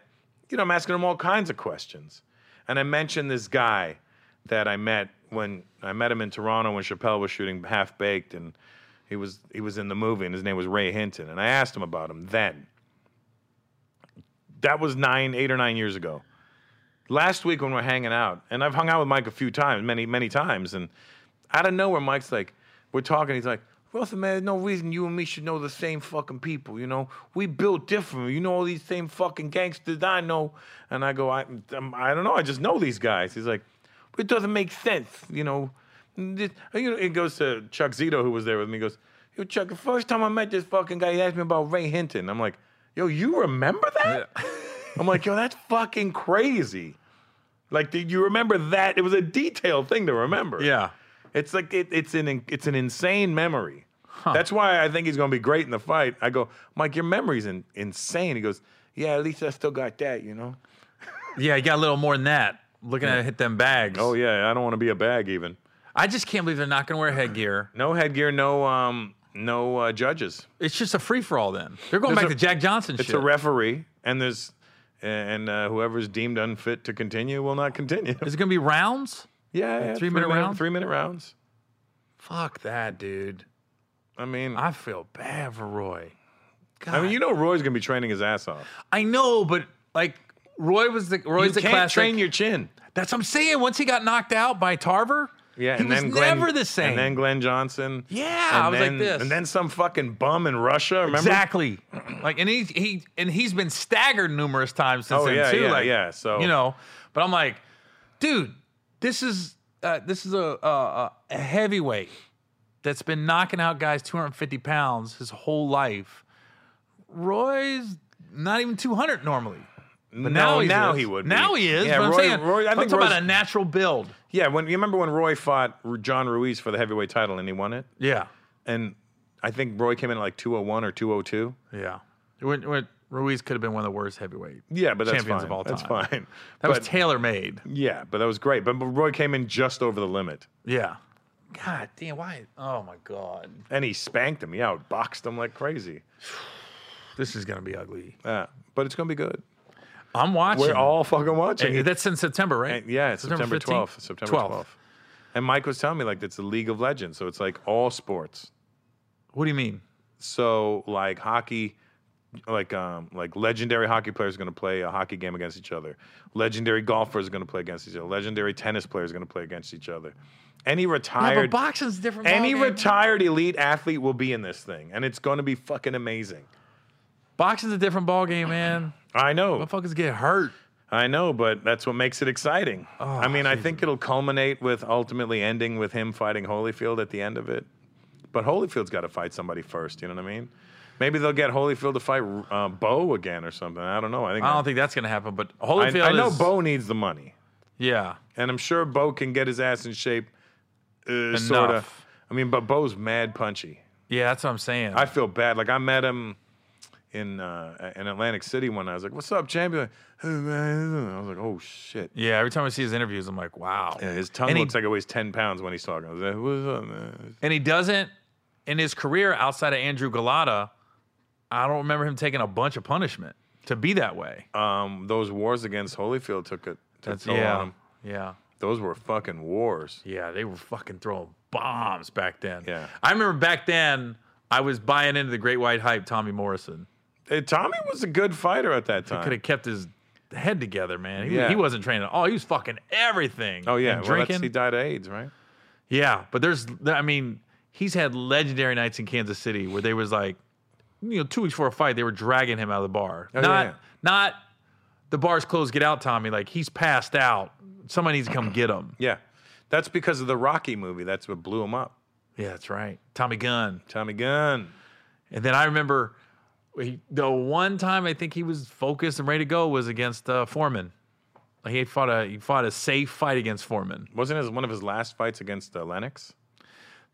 [SPEAKER 2] you know i'm asking him all kinds of questions and i mentioned this guy that i met when i met him in toronto when chappelle was shooting half baked and he was he was in the movie and his name was ray hinton and i asked him about him then that was nine eight or nine years ago last week when we're hanging out, and I've hung out with Mike a few times, many, many times, and out of nowhere, Mike's like, we're talking, he's like, Russell, man, there's no reason you and me should know the same fucking people, you know? We built different. You know all these same fucking gangsters I know. And I go, I, um, I don't know, I just know these guys. He's like, it doesn't make sense, you know? This- you know, it goes to Chuck Zito, who was there with me. He goes, yo, Chuck, the first time I met this fucking guy, he asked me about Ray Hinton. I'm like, yo, you remember that? I'm like, yo, that's fucking crazy. Like, did you remember that? It was a detailed thing to remember.
[SPEAKER 1] Yeah.
[SPEAKER 2] It's like it, it's an in- it's an insane memory. That's why I think he's gonna be great in the fight. I go, Mike, your memory's in- insane. He goes, Yeah, at least I still got that, you know.
[SPEAKER 1] Yeah, you got a little more than that. Looking at it hit them bags.
[SPEAKER 2] Oh yeah, I don't want to be a bag even.
[SPEAKER 1] I just can't believe they're not going to wear headgear.
[SPEAKER 2] No headgear, no um, no uh, judges.
[SPEAKER 1] It's just a free for all. Then they're going
[SPEAKER 2] There's
[SPEAKER 1] back to
[SPEAKER 2] a-
[SPEAKER 1] Jack Johnson
[SPEAKER 2] It's
[SPEAKER 1] shit.
[SPEAKER 2] a referee, and there's and uh, whoever's deemed unfit to continue will not continue.
[SPEAKER 1] Is it going to be rounds?
[SPEAKER 2] yeah, yeah,
[SPEAKER 1] three-minute round?
[SPEAKER 2] three minute rounds.
[SPEAKER 1] Fuck that, dude.
[SPEAKER 2] I mean, I,
[SPEAKER 1] I feel bad for Roy. God.
[SPEAKER 2] mean, you know, Roy's gonna be training his ass off.
[SPEAKER 1] I know, but like Roy was the
[SPEAKER 2] You
[SPEAKER 1] Roy's the
[SPEAKER 2] can't
[SPEAKER 1] classic.
[SPEAKER 2] train your chin.
[SPEAKER 1] That's what I'm saying. Once he got knocked out by Tarver,
[SPEAKER 2] Yeah,
[SPEAKER 1] he
[SPEAKER 2] and
[SPEAKER 1] was
[SPEAKER 2] then Glenn,
[SPEAKER 1] never the same.
[SPEAKER 2] And then Glenn Johnson.
[SPEAKER 1] Yeah,
[SPEAKER 2] and
[SPEAKER 1] I was like
[SPEAKER 2] then-
[SPEAKER 1] this.
[SPEAKER 2] And then some fucking bum in Russia. Remember?
[SPEAKER 1] exactly. like, and he he and he's been staggered numerous times since
[SPEAKER 2] Oh,
[SPEAKER 1] then
[SPEAKER 2] yeah,
[SPEAKER 1] too.
[SPEAKER 2] yeah,
[SPEAKER 1] like,
[SPEAKER 2] yeah, so-
[SPEAKER 1] you know, but I'm like, dude, this is uh, this is a, a a heavyweight that's been knocking out guys 250 pounds his whole life. Roy's not even 200 normally.
[SPEAKER 2] No,
[SPEAKER 1] Now he
[SPEAKER 2] now
[SPEAKER 1] is.
[SPEAKER 2] he would. be.
[SPEAKER 1] Now he is.
[SPEAKER 2] Yeah,
[SPEAKER 1] but I'm
[SPEAKER 2] Roy,
[SPEAKER 1] saying,
[SPEAKER 2] Roy, I
[SPEAKER 1] I'm
[SPEAKER 2] think
[SPEAKER 1] talking
[SPEAKER 2] Roy's-
[SPEAKER 1] about a natural build.
[SPEAKER 2] Yeah, when you remember when Roy fought Ru- John Ruiz for the heavyweight title and he won it,
[SPEAKER 1] Yeah,
[SPEAKER 2] and I think Roy came in at like 201 or 202.
[SPEAKER 1] yeah. When, when Ruiz could have been one of the worst heavyweight.
[SPEAKER 2] Yeah, but that's
[SPEAKER 1] Champions
[SPEAKER 2] fine.
[SPEAKER 1] of all
[SPEAKER 2] That's
[SPEAKER 1] time.
[SPEAKER 2] fine.
[SPEAKER 1] That
[SPEAKER 2] but,
[SPEAKER 1] was tailor made.
[SPEAKER 2] yeah, but that was great. But, but Roy came in just over the limit,
[SPEAKER 1] Yeah. God damn, why? Oh my God.
[SPEAKER 2] and he spanked him. He outboxed him like crazy.
[SPEAKER 1] This is going to be ugly.
[SPEAKER 2] Yeah, but it's gonna be good.
[SPEAKER 1] I'm watching.
[SPEAKER 2] We're all fucking watching.
[SPEAKER 1] Hey,
[SPEAKER 2] it.
[SPEAKER 1] that's in September, right?
[SPEAKER 2] Yeah, it's September
[SPEAKER 1] 15th?
[SPEAKER 2] twelfth. September twelfth. And Mike was telling me like it's the League of Legends, so it's like all sports.
[SPEAKER 1] What do you mean?
[SPEAKER 2] So like hockey, like um like legendary hockey players are going to play a hockey game against each other. Legendary golfers are going to play against each other. Legendary tennis players are going to play against each other. Any
[SPEAKER 1] Yeah, but
[SPEAKER 2] retired
[SPEAKER 1] boxing's a different.
[SPEAKER 2] any
[SPEAKER 1] ballgame.
[SPEAKER 2] retired elite athlete will be in this thing, and it's going to be fucking amazing.
[SPEAKER 1] boxing's a different ball game, man.
[SPEAKER 2] I know,
[SPEAKER 1] Motherfuckers get hurt.
[SPEAKER 2] I know, but that's what makes it exciting.
[SPEAKER 1] Oh,
[SPEAKER 2] I mean, I think it'll culminate with ultimately ending with him fighting Holyfield at the end of it. But Holyfield's got to fight somebody first. You know what I mean? Maybe they'll get Holyfield to fight uh, Bo again or something. I don't know. I think
[SPEAKER 1] I don't think that's going to happen. But
[SPEAKER 2] I-
[SPEAKER 1] Oh, Holyfield.
[SPEAKER 2] I, know
[SPEAKER 1] is-
[SPEAKER 2] Bo needs the money,
[SPEAKER 1] Yeah.
[SPEAKER 2] and I'm sure Bo can get his ass in shape. Uh, sort of.
[SPEAKER 1] Enough.
[SPEAKER 2] I mean, but Bo's mad punchy.
[SPEAKER 1] Yeah, that's what I'm saying.
[SPEAKER 2] I feel bad. Like I met him in uh, in Atlantic City one. night. I was like, "What's up, champion?" I was like, "Oh shit."
[SPEAKER 1] yeah. Every time I see his interviews, I'm like, wow.
[SPEAKER 2] Yeah, his tongue
[SPEAKER 1] And he-
[SPEAKER 2] looks like it weighs ten pounds when he's talking. I was like, "What's up, man?"
[SPEAKER 1] And he doesn't, in his career outside of Andrew Galata, I don't remember him taking a bunch of punishment to be that way.
[SPEAKER 2] Um, those wars against Holyfield took it. Took
[SPEAKER 1] That's
[SPEAKER 2] toll on
[SPEAKER 1] Uh, yeah,
[SPEAKER 2] him.
[SPEAKER 1] um, yeah,
[SPEAKER 2] Those were fucking wars.
[SPEAKER 1] yeah. They were fucking throwing bombs back then.
[SPEAKER 2] Yeah.
[SPEAKER 1] I remember back then I was buying into the Great White Hype. Tommy Morrison
[SPEAKER 2] Hey, Tommy was a good fighter at that
[SPEAKER 1] could
[SPEAKER 2] time.
[SPEAKER 1] have kept his head together, man. He,
[SPEAKER 2] Yeah.
[SPEAKER 1] he wasn't training at all. He was fucking everything.
[SPEAKER 2] Oh yeah,
[SPEAKER 1] and
[SPEAKER 2] well, that's-
[SPEAKER 1] drinking.
[SPEAKER 2] he died of AIDS, right?
[SPEAKER 1] yeah, but there's, I mean, he's had legendary nights in Kansas City where they was like, you know, two weeks before a fight, they were dragging him out of the bar.
[SPEAKER 2] Oh, yeah,
[SPEAKER 1] not,
[SPEAKER 2] yeah.
[SPEAKER 1] not the bar's closed. Get out, Tommy. Like he's passed out. Somebody needs to come get him.
[SPEAKER 2] Yeah, that's because of the Rocky movie. That's what blew him up.
[SPEAKER 1] Yeah, that's right. Tommy Gunn.
[SPEAKER 2] Tommy Gunn.
[SPEAKER 1] And then I remember he, the one time I think he was focused and ready to go was against uh, Foreman. Like he had fought a he fought a safe fight against Foreman.
[SPEAKER 2] Wasn't his one of his last fights against uh, Lennox?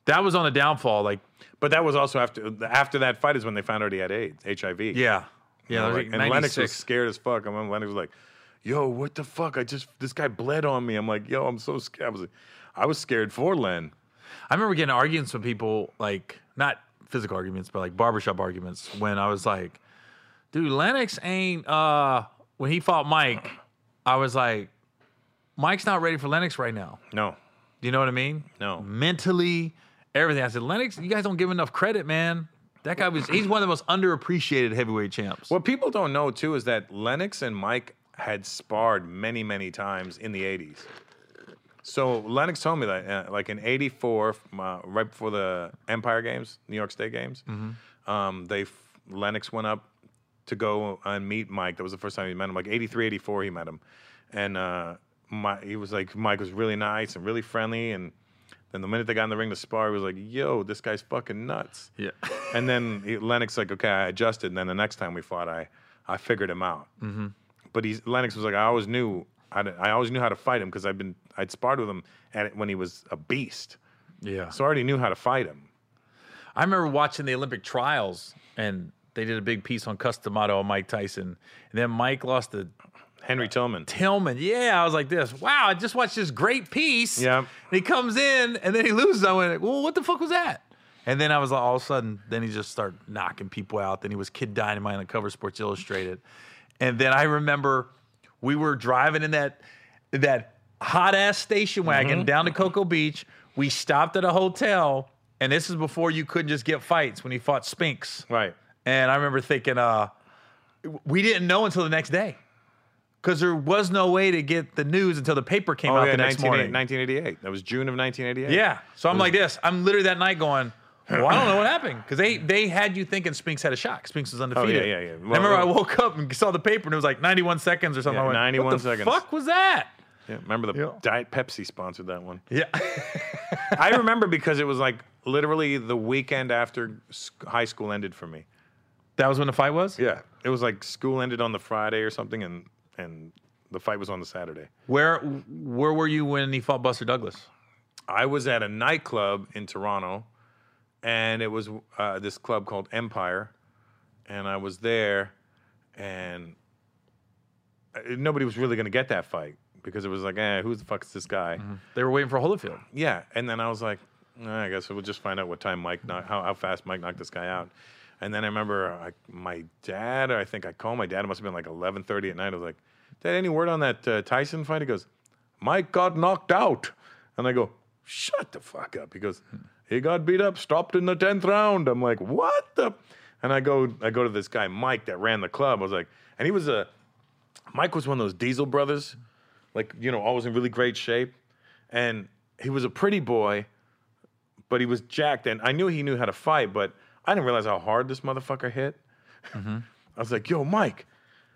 [SPEAKER 1] That was on a downfall. Like
[SPEAKER 2] But that was also after after that fight is when they found out he had AIDS, HIV.
[SPEAKER 1] yeah, yeah. that was
[SPEAKER 2] Like,
[SPEAKER 1] like
[SPEAKER 2] and Lennox was
[SPEAKER 1] 96.
[SPEAKER 2] scared as fuck. I remember Lennox was like, "Yo, what the fuck? I just this guy bled on me." I'm like, "Yo, I'm so scared." I was, like, I was scared for Len.
[SPEAKER 1] I remember getting in arguments with people like not physical arguments, but like barbershop arguments when I was like, dude, Lennox ain't uh when he fought Mike, I was like, Mike's not ready for Lennox right now.
[SPEAKER 2] No,
[SPEAKER 1] Do you know what I mean?
[SPEAKER 2] No.
[SPEAKER 1] Mentally, everything. I said, Lennox, you guys don't give him enough credit, man. That guy was, he's one of the most underappreciated heavyweight champs.
[SPEAKER 2] what people don't know too is that Lennox and Mike had sparred many, many times in the '80s. So Lennox told me that, uh, like in '84, uh, right before the Empire Games, New York State Games, um, they f- Lennox went up to go and meet Mike. That was the first time he met him. Like 83, 84, he met him, and uh, my, he was like, Mike was really nice and really friendly, and Then the minute they got in the ring to spar, he was like, "Yo, this guy's fucking nuts."
[SPEAKER 1] Yeah.
[SPEAKER 2] And then he, Lennox like, okay, I adjusted. And then the next time we fought, I I figured him out. Mm-hmm. But he's Lennox was like, I always knew I, I always knew how to fight him because I've been I'd sparred with him at when he was a beast,
[SPEAKER 1] Yeah.
[SPEAKER 2] so I already knew how to fight him.
[SPEAKER 1] I remember watching the Olympic trials and they did a big piece on Customato and Mike Tyson. And then Mike lost to
[SPEAKER 2] Henry Tillman.
[SPEAKER 1] Tillman. Yeah, I was like this. Wow, I just watched this great piece.
[SPEAKER 2] Yeah.
[SPEAKER 1] And he comes in and then he loses. I went, well, what the fuck was that? And then I was like, all of a sudden, then he just started knocking people out. Then he was Kid Dynamite on the cover of Sports Illustrated. And then I remember we were driving in that that hot ass station wagon down to Cocoa Beach. We stopped at a hotel, and this is before you couldn't just get fights when he fought Spinks.
[SPEAKER 2] Right.
[SPEAKER 1] And I remember thinking, uh, we didn't know until the next day because there was no way to get the news until the paper came
[SPEAKER 2] Oh
[SPEAKER 1] out
[SPEAKER 2] yeah,
[SPEAKER 1] the next
[SPEAKER 2] 1988
[SPEAKER 1] morning.
[SPEAKER 2] 1988. That was June of 1988.
[SPEAKER 1] Yeah. So I'm like this. I'm literally that night going, well, I don't know what happened because they they had you thinking Spinks had a shock. Spinks was undefeated.
[SPEAKER 2] Oh, yeah, yeah.
[SPEAKER 1] And
[SPEAKER 2] Well,
[SPEAKER 1] I remember I
[SPEAKER 2] well-
[SPEAKER 1] woke up and saw the paper and it was like 91 seconds or something.
[SPEAKER 2] Yeah,
[SPEAKER 1] I went,
[SPEAKER 2] 91
[SPEAKER 1] what the
[SPEAKER 2] seconds.
[SPEAKER 1] fuck was that?
[SPEAKER 2] Yeah, remember the
[SPEAKER 1] Yeah.
[SPEAKER 2] Diet Pepsi sponsored that one.
[SPEAKER 1] Yeah.
[SPEAKER 2] I remember because it was like literally the weekend after sc- high school ended for me.
[SPEAKER 1] that was when the fight was?
[SPEAKER 2] Yeah, it was like school ended on the Friday or something, and and the fight was on the Saturday.
[SPEAKER 1] Where where were you when he fought Buster Douglas?
[SPEAKER 2] I was at a nightclub in Toronto, and it was uh, this club called Empire, and I was there, and uh, nobody was really going to get that fight because it was like, eh, who the fuck is this guy?
[SPEAKER 1] They were waiting for Holyfield.
[SPEAKER 2] Yeah, and then I was like, "Nah, I guess we'll just find out what time Mike knocked, how, how fast Mike knocked this guy out. And then I remember I, my dad, or I think I called my dad. It must have been like eleven thirty at night. I was like, "Dad, any word on that uh, Tyson fight?" He goes, "Mike got knocked out," and I go, "Shut the fuck up." He goes, "He got beat up, stopped in the tenth round." I'm like, "What the?" And I go, I go to this guy Mike that ran the club. I was like, and he was a Mike was one of those Diesel brothers, like you know, always in really great shape, and he was a pretty boy, but he was jacked, and I knew he knew how to fight, but I didn't realize how hard this motherfucker hit.
[SPEAKER 1] Mm-hmm.
[SPEAKER 2] I was like, "Yo, Mike,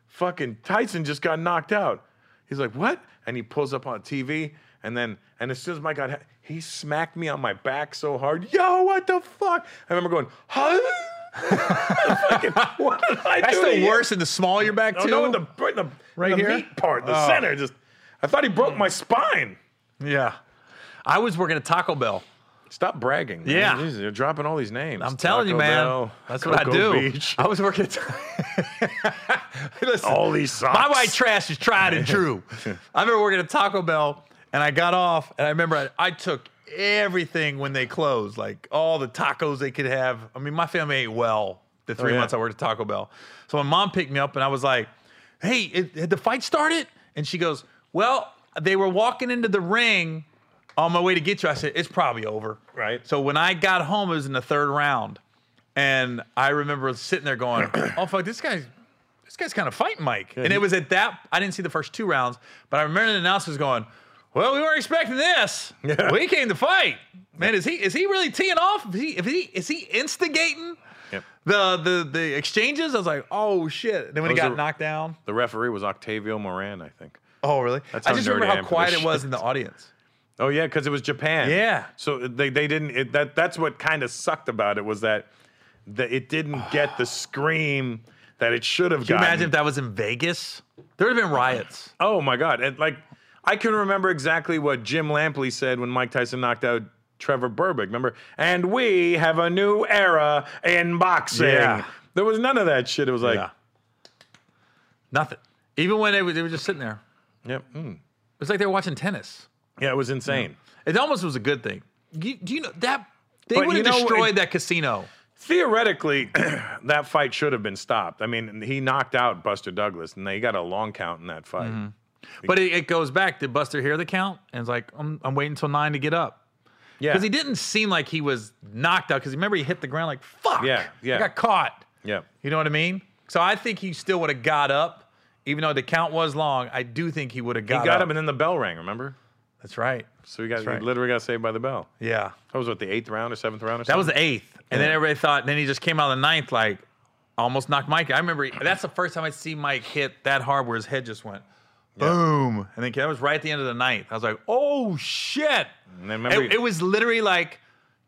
[SPEAKER 2] fucking Tyson just got knocked out." He's like, "What?" And he pulls up on TV, and then and as soon as Mike got, ha- he smacked me on my back so hard. Yo, what the fuck? I remember going, "Huh." Fucking, what did I
[SPEAKER 1] That's
[SPEAKER 2] do to
[SPEAKER 1] the
[SPEAKER 2] you?
[SPEAKER 1] worst in the small of your back
[SPEAKER 2] Oh
[SPEAKER 1] too.
[SPEAKER 2] no, in the right, in the,
[SPEAKER 1] Right
[SPEAKER 2] in the
[SPEAKER 1] here?
[SPEAKER 2] meat part, the
[SPEAKER 1] Oh.
[SPEAKER 2] center. Just, I thought he broke my spine.
[SPEAKER 1] yeah. I was working at Taco Bell.
[SPEAKER 2] Stop bragging. Man.
[SPEAKER 1] Yeah.
[SPEAKER 2] Jeez, you're dropping all these names.
[SPEAKER 1] I'm telling you,
[SPEAKER 2] Taco
[SPEAKER 1] man.
[SPEAKER 2] Bell,
[SPEAKER 1] that's what I
[SPEAKER 2] Cocoa
[SPEAKER 1] do.
[SPEAKER 2] Beach,
[SPEAKER 1] I was working. At Listen,
[SPEAKER 2] all these socks.
[SPEAKER 1] my white trash is tried and true. I remember working at Taco Bell, and I got off, and I remember I, I took everything when they closed, like all the tacos they could have. I mean, my family ate well the three
[SPEAKER 2] Oh, yeah.
[SPEAKER 1] months I worked at Taco Bell. So my mom picked me up, and I was like, "Hey, it, had the fight started?" And she goes, "Well, they were walking into the ring." On my way to get you, I said, it's probably over.
[SPEAKER 2] Right.
[SPEAKER 1] So when I got home, it was in the third round. And I remember sitting there going, oh, fuck, this guy's this guy's kind of fighting Mike. and it was at that, I didn't see the first two rounds, but I remember the announcers going, well, we weren't expecting this.
[SPEAKER 2] Yeah.
[SPEAKER 1] We came to fight. Man, is he is he really teeing off? Is he, if he is he instigating
[SPEAKER 2] Yep.
[SPEAKER 1] the, the the exchanges? I was like, oh shit. And then when he
[SPEAKER 2] Those
[SPEAKER 1] got
[SPEAKER 2] are-
[SPEAKER 1] knocked down,
[SPEAKER 2] The referee was Octavio Moran, I think.
[SPEAKER 1] oh really?
[SPEAKER 2] That's
[SPEAKER 1] I
[SPEAKER 2] how
[SPEAKER 1] just
[SPEAKER 2] nerdy I
[SPEAKER 1] remember
[SPEAKER 2] am
[SPEAKER 1] how
[SPEAKER 2] for
[SPEAKER 1] quiet
[SPEAKER 2] this
[SPEAKER 1] it was
[SPEAKER 2] shit.
[SPEAKER 1] in the audience.
[SPEAKER 2] Oh yeah, because it was Japan.
[SPEAKER 1] Yeah.
[SPEAKER 2] So uh, they, they didn't. It, that that's what kind of sucked about it was that that it didn't get the scream that it should have
[SPEAKER 1] Can you
[SPEAKER 2] gotten.
[SPEAKER 1] imagine if that was in Vegas? There would have been riots.
[SPEAKER 2] Oh my god! And like, I can remember exactly what Jim Lampley said when Mike Tyson knocked out Trevor Burbick. Remember? And we have a new era in boxing.
[SPEAKER 1] Yeah.
[SPEAKER 2] There was none of that shit. It was like,
[SPEAKER 1] yeah. Nothing. Even when they were, they were just sitting there,
[SPEAKER 2] yep, yeah, mm.
[SPEAKER 1] it was like they were watching tennis.
[SPEAKER 2] yeah, it was insane.
[SPEAKER 1] It almost was a good thing. You, do you know that they
[SPEAKER 2] But
[SPEAKER 1] would
[SPEAKER 2] you
[SPEAKER 1] have
[SPEAKER 2] know,
[SPEAKER 1] destroyed
[SPEAKER 2] it-
[SPEAKER 1] that casino?
[SPEAKER 2] Theoretically, that fight should have been stopped. I mean, he knocked out Buster Douglas, and they got a long count in that fight.
[SPEAKER 1] Mm-hmm. But it, it goes back. Did Buster hear the count? And it's like, I'm, I'm waiting until nine to get up.
[SPEAKER 2] Yeah,
[SPEAKER 1] Because he didn't seem like he was knocked out. Because remember, he hit the ground like, fuck.
[SPEAKER 2] Yeah, yeah.
[SPEAKER 1] I got caught.
[SPEAKER 2] yeah.
[SPEAKER 1] You know what I mean? So I think he still would have got up. Even though the count was long, I do think he would have
[SPEAKER 2] He
[SPEAKER 1] got,
[SPEAKER 2] got
[SPEAKER 1] up.
[SPEAKER 2] him, and then the bell rang. Remember?
[SPEAKER 1] That's right.
[SPEAKER 2] So he got
[SPEAKER 1] right.
[SPEAKER 2] he literally got saved by the bell.
[SPEAKER 1] Yeah.
[SPEAKER 2] That was what the eighth round or seventh round or
[SPEAKER 1] That
[SPEAKER 2] something.
[SPEAKER 1] was the eighth, and then everybody thought. Then he just came out of the ninth, like almost knocked Mike. I remember that's the first time I see Mike hit that hard, where his head just went, Boom. And then that was right at the end of the night. I was like, oh shit.
[SPEAKER 2] And I remember-
[SPEAKER 1] it, it was literally like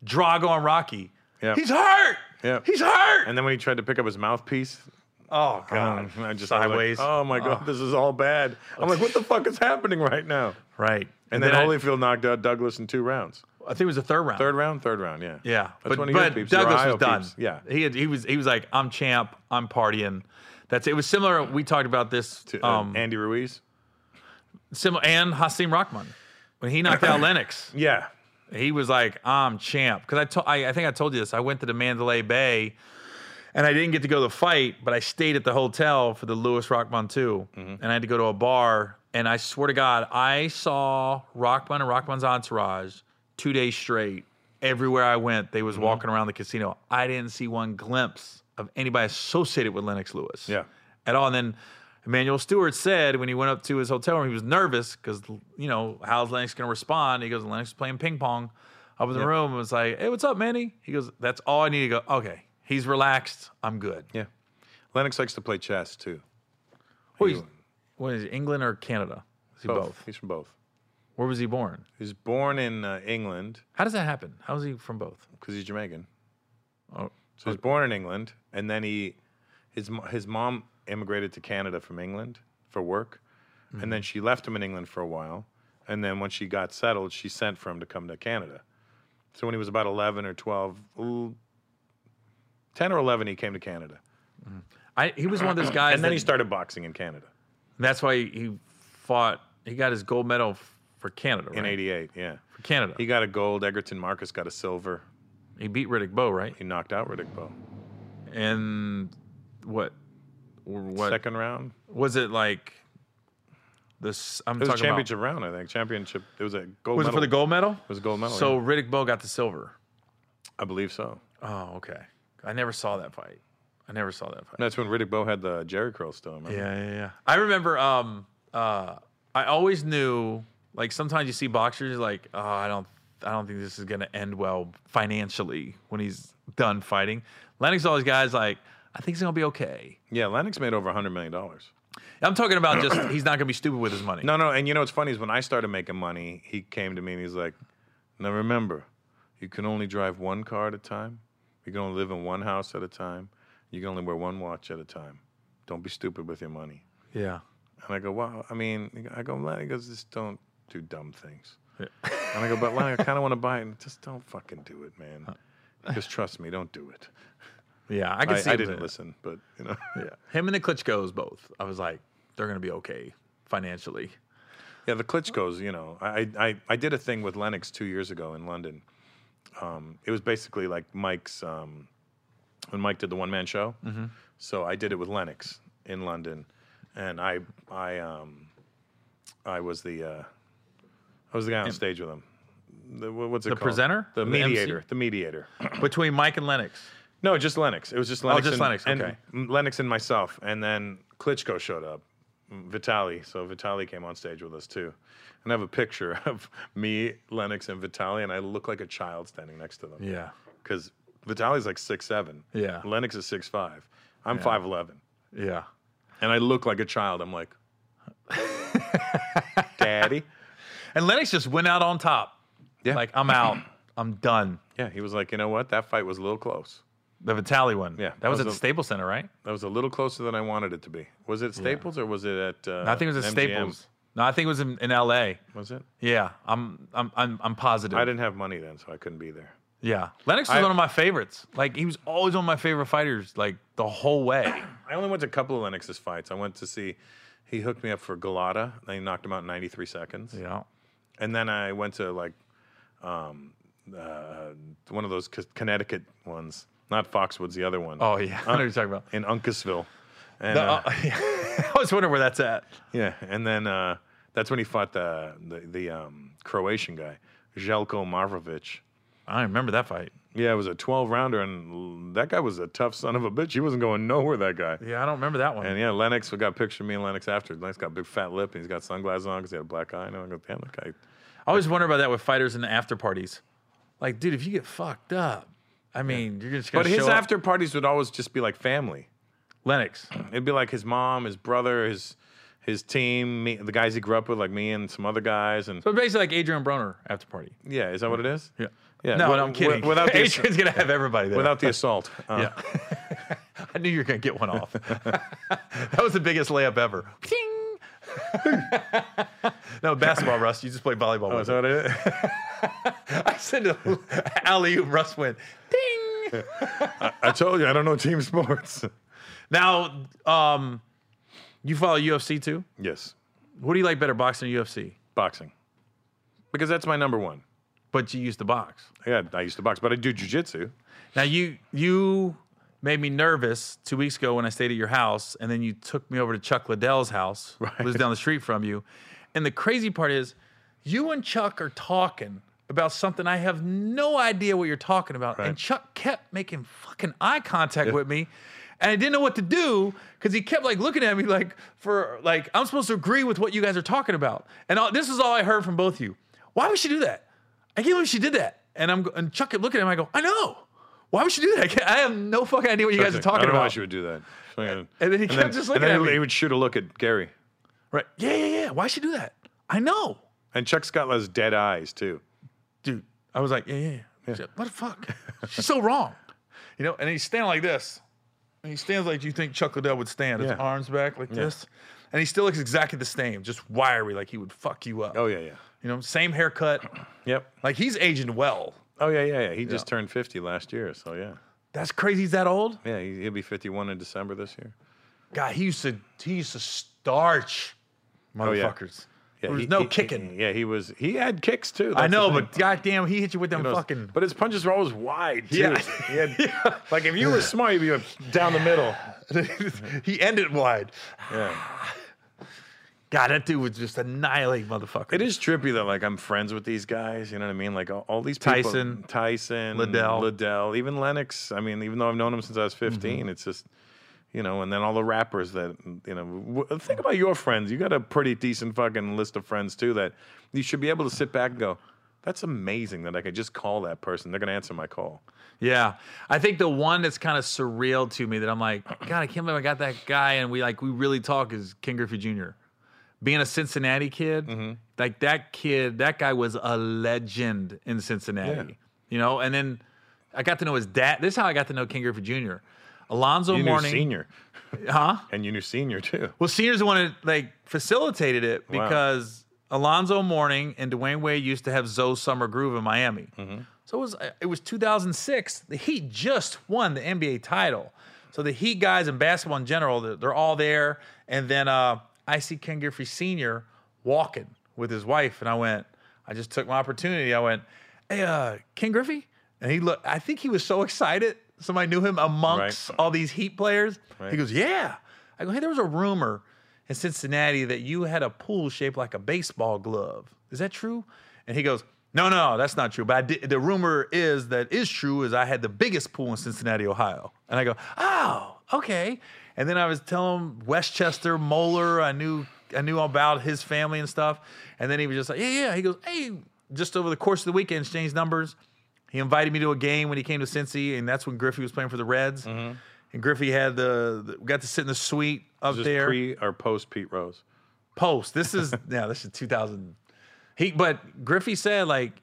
[SPEAKER 1] Drago and Rocky.
[SPEAKER 2] Yeah.
[SPEAKER 1] He's hurt.
[SPEAKER 2] Yeah.
[SPEAKER 1] He's hurt.
[SPEAKER 2] And then when he tried to pick up his mouthpiece,
[SPEAKER 1] oh
[SPEAKER 2] um,
[SPEAKER 1] god.
[SPEAKER 2] I just I was like,
[SPEAKER 1] sideways. Ah.
[SPEAKER 2] oh my god, this is all bad. I'm like, what the fuck is happening right now?
[SPEAKER 1] Right.
[SPEAKER 2] And, then,
[SPEAKER 1] I-
[SPEAKER 2] Holyfield knocked out Douglas in two rounds.
[SPEAKER 1] I, think it was the third round.
[SPEAKER 2] Third round, third round, yeah.
[SPEAKER 1] Yeah,
[SPEAKER 2] That's
[SPEAKER 1] but,
[SPEAKER 2] when he
[SPEAKER 1] but
[SPEAKER 2] peeps.
[SPEAKER 1] Douglas
[SPEAKER 2] Ohio
[SPEAKER 1] was done.
[SPEAKER 2] peeps. Yeah.
[SPEAKER 1] he had, he was he was like, I'm champ, I'm partying. That's it. Was similar. We talked about this.
[SPEAKER 2] To, uh,
[SPEAKER 1] um,
[SPEAKER 2] Andy Ruiz.
[SPEAKER 1] similar, and Hasim Rahman when he knocked out Lennox,
[SPEAKER 2] Yeah.
[SPEAKER 1] he was like, I'm champ. Because I, to- I I think I told you this. I went to the Mandalay Bay, and I didn't get to go to the fight, but I stayed at the hotel for the Lewis Rockman too, and I had to go to a bar. And I swear to God, I saw Rockman and Rockman's entourage two days straight. Everywhere I went, they was walking around the casino. I didn't see one glimpse of anybody associated with Lennox Lewis
[SPEAKER 2] Yeah.
[SPEAKER 1] at all. And then Emmanuel Stewart said when he went up to his hotel room, he was nervous because, you know, how's Lennox going to respond? He goes, Lennox is playing ping pong up in the room and was like, hey, what's up, Manny? He goes, that's all I need to go. Okay. He's relaxed. I'm good.
[SPEAKER 2] Yeah. Lennox likes to play chess too.
[SPEAKER 1] Well, he's, what is he, England or Canada? Is he both.
[SPEAKER 2] He's from both.
[SPEAKER 1] Where was he born?
[SPEAKER 2] He's born in uh, England
[SPEAKER 1] How does that happen? How is he from both?
[SPEAKER 2] because he's Jamaican.
[SPEAKER 1] Oh,
[SPEAKER 2] So he's born in England, and then he, his mo- his mom immigrated to Canada from England for work, and
[SPEAKER 1] Mm-hmm.
[SPEAKER 2] then she left him in England for a while, and then when she got settled, she sent for him to come to Canada. So when he was about eleven or 12, l- 10 or eleven, he came to Canada,
[SPEAKER 1] I, he was one of those guys.
[SPEAKER 2] and then
[SPEAKER 1] that-
[SPEAKER 2] he started boxing in Canada
[SPEAKER 1] That's why he, he fought. He got his gold medal f- for Canada, right?
[SPEAKER 2] in '88. Yeah,
[SPEAKER 1] For Canada.
[SPEAKER 2] he
[SPEAKER 1] He,
[SPEAKER 2] got a gold. Egerton Marcus got a silver.
[SPEAKER 1] beat Riddick Bowe, right?
[SPEAKER 2] He knocked out Riddick Bowe.
[SPEAKER 1] And what? What
[SPEAKER 2] Second round.
[SPEAKER 1] was it like? This I'm
[SPEAKER 2] It was a
[SPEAKER 1] talking
[SPEAKER 2] championship round, I think. Championship. It was a gold
[SPEAKER 1] about. Was it
[SPEAKER 2] medal.
[SPEAKER 1] for the gold medal?
[SPEAKER 2] It was a gold medal.
[SPEAKER 1] so
[SPEAKER 2] yeah.
[SPEAKER 1] Riddick Bowe got the silver.
[SPEAKER 2] I believe so.
[SPEAKER 1] Oh, okay. I never saw that fight. I never saw that fight.
[SPEAKER 2] And that's when Riddick Bowe had the Jerry curl still. Remember?
[SPEAKER 1] Yeah, yeah, yeah. I remember. Um, uh, I always knew. Like sometimes you see boxers you're like, oh, I don't, I don't think this is gonna end well financially when he's done fighting. Lennox always guys like, I think he's gonna be okay.
[SPEAKER 2] Yeah, Lennox made over $100 million. No,
[SPEAKER 1] I'm talking about just he's not gonna be stupid with his money.
[SPEAKER 2] no, and you know what's funny is when I started making money, he came to me and he's like, now remember, you can only drive one car at a time. You can only live in one house at a time. You can only wear one watch at a time. Don't be stupid with your money.
[SPEAKER 1] Yeah.
[SPEAKER 2] And I go, wow. I mean, I go, Lennox, he goes, just don't do dumb things.
[SPEAKER 1] Yeah.
[SPEAKER 2] And I go, but Lennox, I kind of want to buy it. And just don't fucking do it, man. Just trust me, don't do it.
[SPEAKER 1] Yeah, I can
[SPEAKER 2] I,
[SPEAKER 1] see.
[SPEAKER 2] I
[SPEAKER 1] him
[SPEAKER 2] didn't
[SPEAKER 1] doing it.
[SPEAKER 2] listen, but you know.
[SPEAKER 1] Him and the Klitschko's both. I was like, they're gonna be okay financially.
[SPEAKER 2] Yeah, the Klitschko's, you know, I, I, I did a thing with Lennox two years ago in London. Um, it was basically like Mike's, um, when Mike did the one man show.
[SPEAKER 1] Mm-hmm.
[SPEAKER 2] So I did it with Lennox in London. And I, I, um, I was the, uh, I was the guy on stage with him. The, wha- what's it
[SPEAKER 1] The
[SPEAKER 2] called?
[SPEAKER 1] presenter?
[SPEAKER 2] The,
[SPEAKER 1] The
[SPEAKER 2] mediator.
[SPEAKER 1] MC?
[SPEAKER 2] The mediator.
[SPEAKER 1] Between Mike and Lennox.
[SPEAKER 2] No, just Lennox. It was just Lennox.
[SPEAKER 1] Oh, just
[SPEAKER 2] and,
[SPEAKER 1] Lennox,
[SPEAKER 2] and
[SPEAKER 1] okay.
[SPEAKER 2] M- Lennox and myself, and then Klitschko showed up. M- Vitali. So Vitali came on stage with us too, and I have a picture of me, Lennox, and Vitali, and I look like a child standing next to them.
[SPEAKER 1] Yeah.
[SPEAKER 2] Because Vitali's like six seven.
[SPEAKER 1] Yeah.
[SPEAKER 2] Lennox is six five. I'm five eleven,
[SPEAKER 1] Yeah.
[SPEAKER 2] and I look like a child. I'm like, Daddy.
[SPEAKER 1] And Lennox just went out on top.
[SPEAKER 2] Yeah.
[SPEAKER 1] Like I'm out. I'm done.
[SPEAKER 2] Yeah. He was like, you know what? That fight was a little close.
[SPEAKER 1] The Vitali one.
[SPEAKER 2] Yeah,
[SPEAKER 1] That, was,
[SPEAKER 2] that
[SPEAKER 1] at the
[SPEAKER 2] was a-
[SPEAKER 1] Staples Center, right?
[SPEAKER 2] That was a little closer than I wanted it to be. Was it at Staples or was it at? Uh,
[SPEAKER 1] I think it was at
[SPEAKER 2] MGM?
[SPEAKER 1] Staples. No, I think it was in, in LA.
[SPEAKER 2] Was it?
[SPEAKER 1] Yeah. I'm I'm I'm, I'm positive.
[SPEAKER 2] I didn't have money then, so I couldn't be there.
[SPEAKER 1] yeah. Lennox was
[SPEAKER 2] I-
[SPEAKER 1] one of my favorites. Like he was always one of my favorite fighters, like the whole way.
[SPEAKER 2] I only went to a couple of Lennox's fights. I went to see, he hooked me up for Galata, and he knocked him out in 93 seconds.
[SPEAKER 1] yeah.
[SPEAKER 2] And then I went to like um, uh, one of those C- Connecticut ones, not Foxwoods, the other one
[SPEAKER 1] Oh yeah. I know what you're talking about.
[SPEAKER 2] in Uncasville. And,
[SPEAKER 1] Uh,
[SPEAKER 2] uh,
[SPEAKER 1] I was wondering where that's at.
[SPEAKER 2] yeah, and then uh, that's when he fought the the, the um, Croatian guy, Zelko Marvovic.
[SPEAKER 1] I remember that fight.
[SPEAKER 2] Yeah, it was a 12 rounder, and that guy was a tough son of a bitch. He wasn't going nowhere, that guy.
[SPEAKER 1] Yeah, I don't remember that one.
[SPEAKER 2] And yeah, Lennox, we got a picture of me and Lennox after. Lennox got a big fat lip and he's got sunglasses on because he had a black eye. And I go, damn, that guy.
[SPEAKER 1] I always wonder about that with fighters in the after parties. Like, dude, if you get fucked up, I mean, you're just gonna.
[SPEAKER 2] But his
[SPEAKER 1] show up-
[SPEAKER 2] after parties would always just be like family.
[SPEAKER 1] Lennox.
[SPEAKER 2] It'd be like his mom, his brother, his his team, me, the guys he grew up with, like me and some other guys, and
[SPEAKER 1] So basically, like Adrian Broner after party.
[SPEAKER 2] yeah, is that what it is?
[SPEAKER 1] Yeah.
[SPEAKER 2] Yeah,
[SPEAKER 1] No,
[SPEAKER 2] wi-
[SPEAKER 1] no I'm kidding.
[SPEAKER 2] wi- without the-
[SPEAKER 1] Adrian's gonna have everybody there.
[SPEAKER 2] Without the assault. Uh,
[SPEAKER 1] yeah. I knew you were gonna get one off. that was the biggest layup ever. Ting! no basketball, Russ. You just play volleyball.
[SPEAKER 2] Oh,
[SPEAKER 1] with
[SPEAKER 2] is
[SPEAKER 1] it.
[SPEAKER 2] that what it is?
[SPEAKER 1] I sent an alley oop. Russ went. Ding.
[SPEAKER 2] I told you I don't know team sports.
[SPEAKER 1] Now, um, you follow UFC too.
[SPEAKER 2] yes,
[SPEAKER 1] What do you like better, boxing or UFC?
[SPEAKER 2] boxing, because that's my number one.
[SPEAKER 1] But you used to box.
[SPEAKER 2] Yeah, I used to box, but I do jujitsu.
[SPEAKER 1] Now you you made me nervous two weeks ago when I stayed at your house, and then you took me over to Chuck Liddell's house, lives down the street from you. And the crazy part is, you and Chuck are talking about something I have no idea what you're talking about, and
[SPEAKER 2] Right.
[SPEAKER 1] Chuck kept making fucking eye contact with me. And I didn't know what to do because he kept like looking at me like for like I'm supposed to agree with what you guys are talking about. And all, this is all I heard from both of you. Why would she do that? I can't believe she did that. And I'm and Chuck kept looking at him. I go, I know. Why would she do that? I, can't- I have no fucking idea what you guys are
[SPEAKER 2] I don't
[SPEAKER 1] talking
[SPEAKER 2] know why
[SPEAKER 1] about.
[SPEAKER 2] she would do that. And
[SPEAKER 1] then he kept just looking
[SPEAKER 2] and then
[SPEAKER 1] at
[SPEAKER 2] he-
[SPEAKER 1] me.
[SPEAKER 2] He would shoot a look at Gary.
[SPEAKER 1] Right? Yeah, yeah, yeah. Why would she do that? I know,
[SPEAKER 2] And Chuck Scott has dead eyes too.
[SPEAKER 1] dude. I was like, yeah, yeah, yeah. She's like, What the fuck? She's so wrong. You know. And he's standing like this, and he stands like you think Chuck Liddell would stand, his
[SPEAKER 2] Yeah.
[SPEAKER 1] arms back like this, and he still looks exactly the same, just wiry, like he would fuck you up.
[SPEAKER 2] Oh yeah, yeah.
[SPEAKER 1] You know, same haircut.
[SPEAKER 2] Yep.
[SPEAKER 1] Like he's aging well.
[SPEAKER 2] Oh yeah, yeah, yeah. He just turned fifty last year, so yeah,
[SPEAKER 1] That's crazy. He's that old.
[SPEAKER 2] yeah. He, he'll be fifty-one in December this year.
[SPEAKER 1] God, he used to he used to starch Oh,
[SPEAKER 2] yeah.
[SPEAKER 1] motherfuckers.
[SPEAKER 2] Yeah,
[SPEAKER 1] there was
[SPEAKER 2] he-
[SPEAKER 1] no
[SPEAKER 2] he-
[SPEAKER 1] kicking.
[SPEAKER 2] he- yeah, he was. He had kicks too.
[SPEAKER 1] I
[SPEAKER 2] that's the
[SPEAKER 1] know,
[SPEAKER 2] thing.
[SPEAKER 1] but goddamn, he hit you with them
[SPEAKER 2] You know,
[SPEAKER 1] fucking.
[SPEAKER 2] But his punches were always wide too.
[SPEAKER 1] Yeah.
[SPEAKER 2] He had- Like if you were smart, you'd be like, down the middle.
[SPEAKER 1] he ended wide.
[SPEAKER 2] Yeah.
[SPEAKER 1] God, that dude would just annihilate motherfuckers.
[SPEAKER 2] It is trippy that like I'm friends with these guys. You know what I mean? Like all, all these people-
[SPEAKER 1] Tyson.
[SPEAKER 2] Tyson,
[SPEAKER 1] Liddell. Mm-hmm.
[SPEAKER 2] Liddell, even Lennox. I mean, even though I've known him since I was 15, it's just. You know, and then all the rappers that you know. W- think about your friends. You got a pretty decent fucking list of friends too. That you should be able to sit back and go, "That's amazing that I could just call that person. They're gonna answer my call."
[SPEAKER 1] Yeah, I think the one that's kind of surreal to me that I'm like, God, I can't believe I got that guy, and we like we really talk is Ken Griffey Jr. Being a Cincinnati kid,
[SPEAKER 2] Mm-hmm.
[SPEAKER 1] like that kid, that guy was a legend in Cincinnati.
[SPEAKER 2] Yeah.
[SPEAKER 1] You know, and then I got to know his dad. This is how I got to know Ken Griffey Jr. Alonzo
[SPEAKER 2] You
[SPEAKER 1] Mourning,
[SPEAKER 2] knew senior,
[SPEAKER 1] huh?
[SPEAKER 2] and you knew senior too.
[SPEAKER 1] Well, seniors wanted like facilitated it because Alonzo Mourning and Dwayne Wade used to have Zoe Summer Groove in Miami. So it was uh, it was 2006. The Heat just won the NBA title. So the Heat guys and basketball in general, they're, they're all there. And then uh, I see Ken Griffey Sr. walking with his wife, and I went, I just took my opportunity. I went, Hey, uh, Ken Griffey, and he looked. I think he was so excited. Somebody knew him amongst all these Heat players. He goes, Yeah. I go, Hey, there was a rumor in Cincinnati that you had a pool shaped like a baseball glove. Is that true? And he goes, No, no, that's not true. But I did, the rumor is that is true is I had the biggest pool in Cincinnati, Ohio. And I go, Oh, okay. And then I was telling him Westchester, Moeller. I knew I knew about his family and stuff. And then he was just like, Yeah, yeah. He goes, Hey, just over the course of the weekend, exchanged numbers. He invited me to a game when he came to Cincy, and that's when Griffey was playing for the Reds. And Griffey had the, the- got to sit in the suite up
[SPEAKER 2] Just
[SPEAKER 1] there.
[SPEAKER 2] pre or post Pete Rose.
[SPEAKER 1] Post this is yeah, this is 2000. He but Griffey said like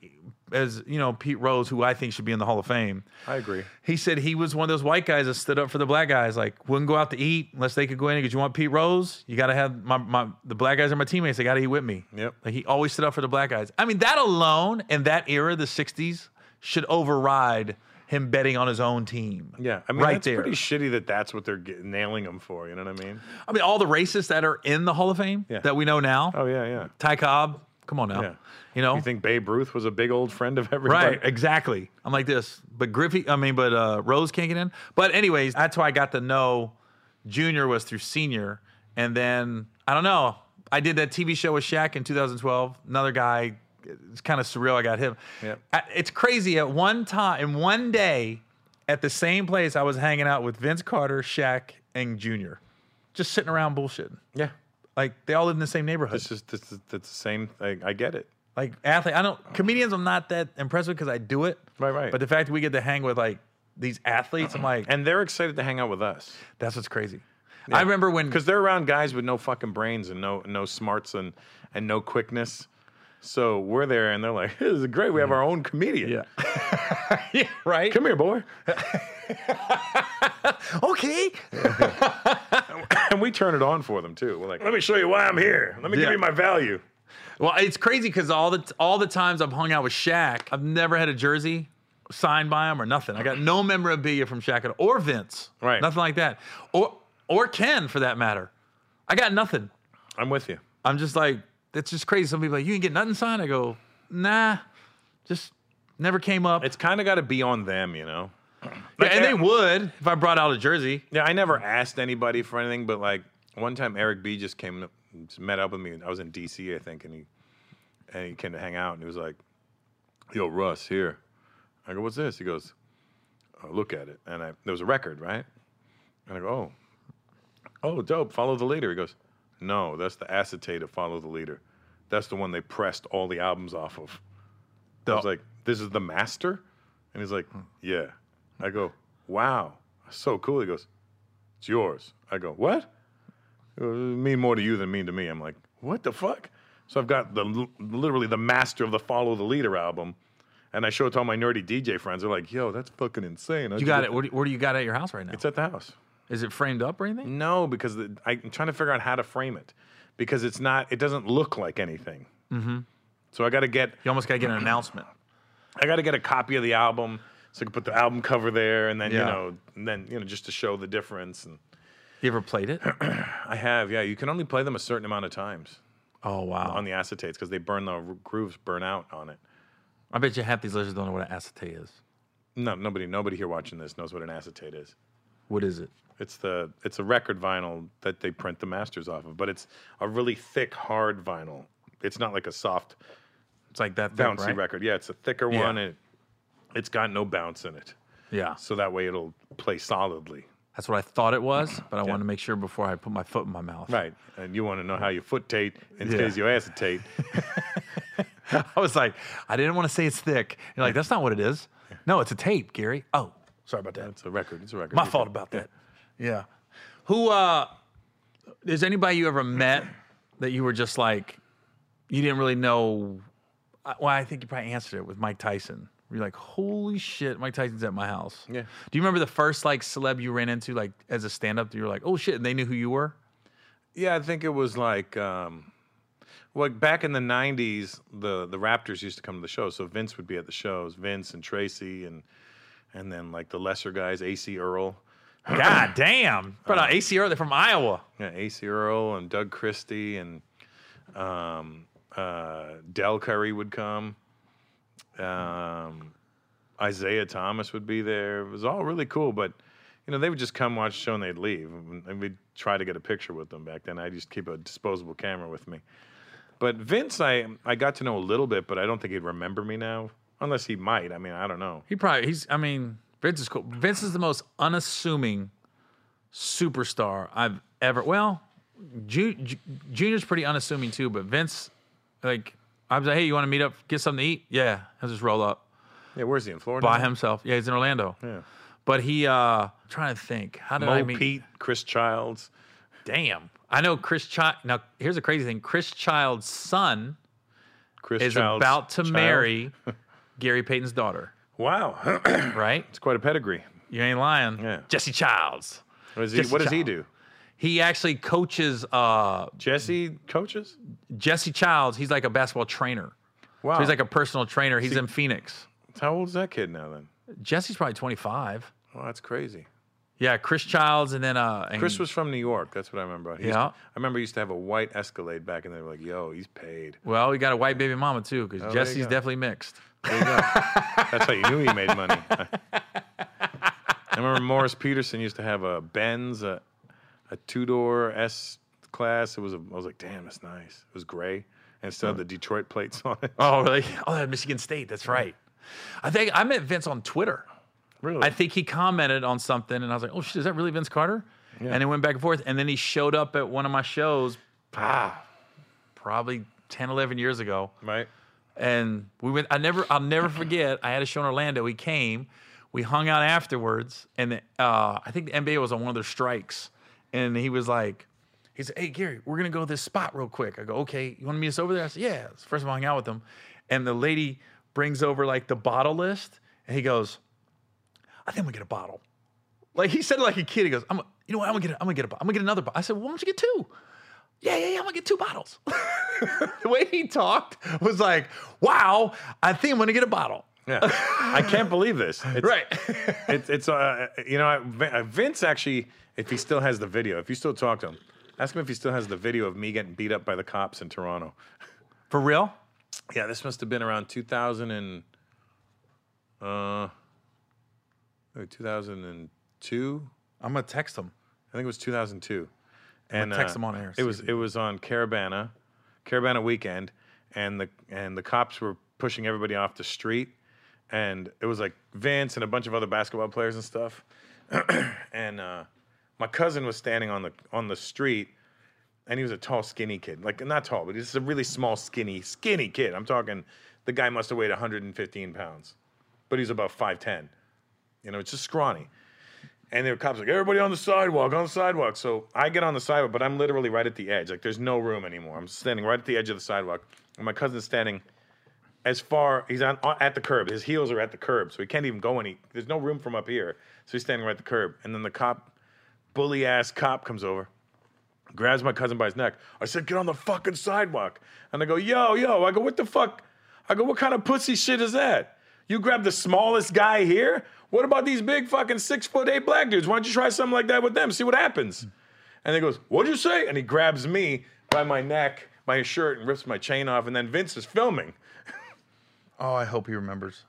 [SPEAKER 1] as you know Pete Rose, who I think should be in the Hall of Fame.
[SPEAKER 2] I agree.
[SPEAKER 1] He said he was one of those white guys that stood up for the black guys, like wouldn't go out to eat unless they could go in. Because you want Pete Rose, you got to have my, my the black guys are my teammates. They got to eat with me.
[SPEAKER 2] Yep.
[SPEAKER 1] Like he always stood up for the black guys. I mean, that alone in that era, the '60s, should override him betting on his own team.
[SPEAKER 2] Yeah, I mean
[SPEAKER 1] right
[SPEAKER 2] that's
[SPEAKER 1] there.
[SPEAKER 2] pretty shitty that that's what they're get, nailing him for. You know what I mean?
[SPEAKER 1] I mean, all the racists that are in the Hall of Fame
[SPEAKER 2] Yeah.
[SPEAKER 1] that we know now.
[SPEAKER 2] Oh yeah, yeah.
[SPEAKER 1] Ty Cobb, come on now.
[SPEAKER 2] Yeah.
[SPEAKER 1] You know,
[SPEAKER 2] You think Babe Ruth was a big old friend of everybody?
[SPEAKER 1] Right, exactly. I'm like this, but Griffey. I mean, but uh, Rose can't get in. But anyways, that's why I got to know Junior was through Senior, and then I don't know. I did that TV show with Shaq in 2012. Another guy. It's kind of surreal. I got him.
[SPEAKER 2] Yep.
[SPEAKER 1] I- it's crazy. At one time, in one day, at the same place, I was hanging out with Vince Carter, Shaq, and Junior, just sitting around bullshitting.
[SPEAKER 2] Yeah.
[SPEAKER 1] Like they all live in the same neighborhood
[SPEAKER 2] It's just it's, it's the same thing. I get it.
[SPEAKER 1] like athlete. I don't comedians. I'm not that impressed with because I do it.
[SPEAKER 2] Right, right.
[SPEAKER 1] But the fact that we get to hang with like these athletes, I'm like,
[SPEAKER 2] And they're excited to hang out with us.
[SPEAKER 1] that's what's crazy. I remember when
[SPEAKER 2] because they're around guys with no fucking brains and no no smarts and and no quickness. So we're there, and they're like, "This is great. We have our own comedian.
[SPEAKER 1] Hmm. yeah. yeah, right.
[SPEAKER 2] Come here, boy."
[SPEAKER 1] Okay.
[SPEAKER 2] And we turn it on for them too. We're like, "Let me show you why I'm here. Let me
[SPEAKER 1] Yeah.
[SPEAKER 2] give you my value."
[SPEAKER 1] Well, it's crazy because all the all the times I've hung out with Shaq, I've never had a jersey signed by him or nothing. I got no memorabilia from Shaq at- or Vince,
[SPEAKER 2] Right.
[SPEAKER 1] Nothing like that, or or Ken for that matter. I got nothing.
[SPEAKER 2] I'm with you.
[SPEAKER 1] I'm just like, that's just crazy. Some people are like, you didn't get nothing signed. I go, nah, just never came up.
[SPEAKER 2] It's kind of got to be on them, you know.
[SPEAKER 1] Yeah, and they
[SPEAKER 2] that-
[SPEAKER 1] would if I brought out a jersey.
[SPEAKER 2] Yeah, I never asked anybody for anything, but like one time Eric B just came just met up with me. I was in DC, I think, and he and he came to hang out and he was like, Yo, Russ, here. I go, What's this? He goes, oh, look at it. And I there was a record, right? And I go, Oh, oh, dope, follow the leader. He goes, No, that's the acetate of Follow the Leader. That's the one they pressed all the albums off of. I was
[SPEAKER 1] The-
[SPEAKER 2] like, this is the master? And he's like, yeah. I go, wow, so cool. He goes, it's yours. I go, what? It mean more to you than mean to me. I'm like, what the fuck? So I've got the literally the master of the Follow the Leader album. And I show it to all my nerdy DJ friends. They're like, yo, that's fucking insane.
[SPEAKER 1] You got it. Where do, where do you got it at your house right now?
[SPEAKER 2] It's at the house.
[SPEAKER 1] Is it framed up or anything?
[SPEAKER 2] No, because the, I'm trying to figure out how to frame it because it's not, it doesn't look like anything. Mm-hmm. So I got to get
[SPEAKER 1] You almost got to get an announcement.
[SPEAKER 2] I got to get a copy of the album so I can put the album cover there, and then you
[SPEAKER 1] Yeah.
[SPEAKER 2] know, and then you know, just to show the difference. And
[SPEAKER 1] You ever played it?
[SPEAKER 2] I have, yeah, you can only play them a certain amount of times
[SPEAKER 1] Oh wow!
[SPEAKER 2] on the acetates because they burn the r- grooves, burn out on it.
[SPEAKER 1] I bet you half these lizards don't know what an acetate is.
[SPEAKER 2] No, nobody, nobody here watching this knows what an acetate is.
[SPEAKER 1] What is it?
[SPEAKER 2] It's the it's a record vinyl that they print the masters off of, but it's a really thick, hard vinyl. It's not like a soft,
[SPEAKER 1] It's like that thing,
[SPEAKER 2] bouncy
[SPEAKER 1] right?
[SPEAKER 2] record. Yeah, it's a thicker
[SPEAKER 1] Yeah.
[SPEAKER 2] one. And it's got no bounce in it,
[SPEAKER 1] Yeah,
[SPEAKER 2] so that way it'll play solidly.
[SPEAKER 1] that's what I thought it was, but I wanted to make sure before I put my foot in my mouth.
[SPEAKER 2] Right. And you want to know how your foot tape instead
[SPEAKER 1] Yeah.
[SPEAKER 2] of your acetate.
[SPEAKER 1] I was like, I didn't want to say it's thick. You're like, that's not what it is. No, it's a tape, Gary. Oh, sorry about that.
[SPEAKER 2] It's a record. It's a record.
[SPEAKER 1] My fault about that. Yeah. Who? uh Is anybody you ever met that you were just like, you didn't really know? I- Well, I think you probably answered it with Mike Tyson. You're like, holy shit, Mike Tyson's at my house.
[SPEAKER 2] Yeah.
[SPEAKER 1] Do you remember the first like celeb you ran into like as a stand up? You were like, oh shit, and they knew who you were.
[SPEAKER 2] Yeah, I think it was like, um, like back in the '90s, the the Raptors used to come to the show. So Vince would be at the shows. Vince and Tracy and and then like the lesser guys, AC Earl.
[SPEAKER 1] God damn. But uh, ACR, they're from Iowa.
[SPEAKER 2] Yeah, AC Earl and Doug Christie and um, uh, Del Curry would come. Um, Isaiah Thomas would be there. It was all really cool, but you know they would just come watch the show and they'd leave, and and we'd try to get a picture with them back then. I just keep a disposable camera with me. But Vince, I I got to know a little bit, but I don't think he'd remember me now, unless he might. I mean, I don't know.
[SPEAKER 1] He probably, he's, I mean, Vince is cool. Vince is the most unassuming superstar I've ever, well, Ju- Ju- Junior's pretty unassuming too, but Vince, like, I was like, hey, you want to meet up, get something to eat? Yeah. He'll just roll up
[SPEAKER 2] Yeah, where's he in Florida?
[SPEAKER 1] by himself. Yeah, he's in Orlando.
[SPEAKER 2] Yeah.
[SPEAKER 1] But he, uh, I'm trying to think, how did
[SPEAKER 2] Mo
[SPEAKER 1] I meet?
[SPEAKER 2] Pete, Chris Childs.
[SPEAKER 1] Damn. I know Chris Child. Now, here's a crazy thing Chris Child's son
[SPEAKER 2] Chris
[SPEAKER 1] is
[SPEAKER 2] Childs'
[SPEAKER 1] about to
[SPEAKER 2] child.
[SPEAKER 1] marry Gary Payton's daughter,
[SPEAKER 2] Wow,
[SPEAKER 1] right?
[SPEAKER 2] it's quite a pedigree.
[SPEAKER 1] You ain't lying.
[SPEAKER 2] Yeah.
[SPEAKER 1] Jesse Childs.
[SPEAKER 2] What does he,
[SPEAKER 1] Jesse
[SPEAKER 2] what does he
[SPEAKER 1] Child.
[SPEAKER 2] do?
[SPEAKER 1] He actually coaches uh,
[SPEAKER 2] Jesse coaches.
[SPEAKER 1] Jesse Childs. He's like a basketball trainer.
[SPEAKER 2] Wow.
[SPEAKER 1] So he's like a personal trainer. He's in Phoenix.
[SPEAKER 2] how old is that kid now? Then.
[SPEAKER 1] Jesse's probably 25.
[SPEAKER 2] Oh, that's crazy.
[SPEAKER 1] Yeah, Chris Childs and then uh and
[SPEAKER 2] Chris was from New York. That's what I remember. He used
[SPEAKER 1] Yeah.
[SPEAKER 2] to- I remember he used to have a white Escalade back in there. Like, yo, he's paid.
[SPEAKER 1] well, we got a white baby mama too cuz
[SPEAKER 2] you
[SPEAKER 1] Jesse's
[SPEAKER 2] go.
[SPEAKER 1] definitely mixed.
[SPEAKER 2] There you go. that's how you knew he made money. I remember Morris Peterson used to have a Benz, a, a two door S class. It was a. I was like, damn, that's nice. It was gray. And it still had the Detroit plates on it.
[SPEAKER 1] Oh, really? Oh, that Michigan State. That's right. I think I met Vince on Twitter.
[SPEAKER 2] Really?
[SPEAKER 1] I think he commented on something, and I was like, "Oh shit, is that really Vince Carter?" And it went back and forth, and then he showed up at one of my shows, ah, probably 10, 11 years ago,
[SPEAKER 2] right.
[SPEAKER 1] and we went. I never, I'll never forget. I had a show in Orlando. He came, we hung out afterwards, and uh, I think the NBA was on one of their strikes, and he was like, he said, "Hey Gary, we're gonna go to this spot real quick." I go, "Okay, you want to meet us over there?" I said, "Yeah." It's the First time I hung out with him, and the lady brings over like the bottle list, and he goes, "I think I'm gonna get a bottle." Like he said, it like a kid. He goes, "I'm, you know what? I'm gonna get, I'm gonna get a, bo- I'm gonna get another bottle." I said, "Well, why don't you get two? yeah, yeah, yeah, I'm gonna get two bottles. the way he talked was like, wow, I think I'm gonna get a bottle.
[SPEAKER 2] Yeah, I can't believe this. It's,
[SPEAKER 1] Right.
[SPEAKER 2] it's, it's uh, you know, I- Vin- uh, Vince actually, if he still has the video, if you still talk to him, ask him if he still has the video of me getting beat up by the cops in Toronto.
[SPEAKER 1] For real?
[SPEAKER 2] Yeah, this must have been around 2000 and uh, maybe 2002.
[SPEAKER 1] I'm gonna text him.
[SPEAKER 2] I think it was 2002. And uh,
[SPEAKER 1] text him on air, see
[SPEAKER 2] It was
[SPEAKER 1] if
[SPEAKER 2] it was on Caravana, Caravana weekend, and the and the cops were pushing everybody off the street, and it was like Vince and a bunch of other basketball players and stuff, and uh, my cousin was standing on the on the street, and he was a tall, skinny kid, like not tall, but he's a really small, skinny, skinny kid. I'm talking, the guy must have weighed 115 pounds, but he's about 5'10. You know, it's just scrawny. And the cops like, everybody on the sidewalk, on the sidewalk. So I get on the sidewalk, but I'm literally right at the edge. Like there's no room anymore. I'm standing right at the edge of the sidewalk. And my cousin's standing as far he's on at the curb. His heels are at the curb, so he can't even go any. There's no room from up here, so he's standing right at the curb. And then the cop, bully ass cop, comes over, grabs my cousin by his neck. I said, "Get on the fucking sidewalk!" And I go, "Yo, yo!" I go, "What the fuck?" I go, "What kind of pussy shit is that? You grab the smallest guy here? What about these big fucking six foot eight black dudes? Why don't you try something like that with them? See what happens." And he goes, What'd you say? And he grabs me by my neck, my shirt, and rips my chain off. And then Vince is filming.
[SPEAKER 1] Oh, I hope he remembers.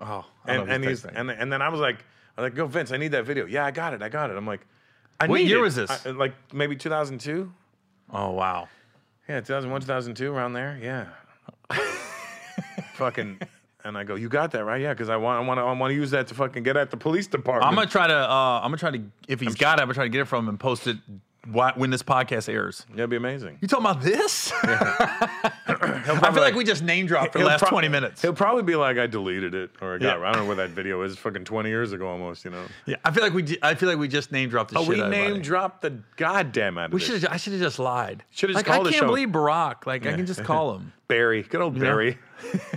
[SPEAKER 1] Oh, I
[SPEAKER 2] and
[SPEAKER 1] don't know
[SPEAKER 2] and
[SPEAKER 1] if
[SPEAKER 2] he's
[SPEAKER 1] texting.
[SPEAKER 2] and, and then I was like, I was like, yo, Vince, I need that video. Yeah, I got it, I got it. I'm like, I
[SPEAKER 1] What
[SPEAKER 2] need
[SPEAKER 1] year
[SPEAKER 2] it.
[SPEAKER 1] was this?
[SPEAKER 2] I- like maybe 2002.
[SPEAKER 1] oh wow.
[SPEAKER 2] Yeah, 2001, 2002, around there. Yeah. fucking. And I go, you got that right? Yeah, because I want, I want, to, I want to use that to fucking get at the police department.
[SPEAKER 1] I'm gonna try to. Uh, I'm gonna try to. If he's got it, I'm gonna try to get it from him and post it wh- when this podcast airs.
[SPEAKER 2] That'd be amazing.
[SPEAKER 1] You talking about this? I feel like we just name dropped for the
[SPEAKER 2] He'll
[SPEAKER 1] last
[SPEAKER 2] prob-
[SPEAKER 1] 20 minutes.
[SPEAKER 2] He'll probably be like, I deleted it, or I got.
[SPEAKER 1] Yeah.
[SPEAKER 2] I don't know where that video is. Fucking 20 years ago, almost. You know.
[SPEAKER 1] Yeah, I feel like we. ju- I feel like we just name dropped the
[SPEAKER 2] Oh,
[SPEAKER 1] shit
[SPEAKER 2] we
[SPEAKER 1] out of
[SPEAKER 2] name
[SPEAKER 1] everybody.
[SPEAKER 2] dropped the goddamn out of
[SPEAKER 1] We
[SPEAKER 2] this.
[SPEAKER 1] should. I should have just lied.
[SPEAKER 2] Should've just
[SPEAKER 1] like,
[SPEAKER 2] called
[SPEAKER 1] I
[SPEAKER 2] the
[SPEAKER 1] can't
[SPEAKER 2] show.
[SPEAKER 1] believe Barack. Like I can just call him.
[SPEAKER 2] Barry, good old Barry,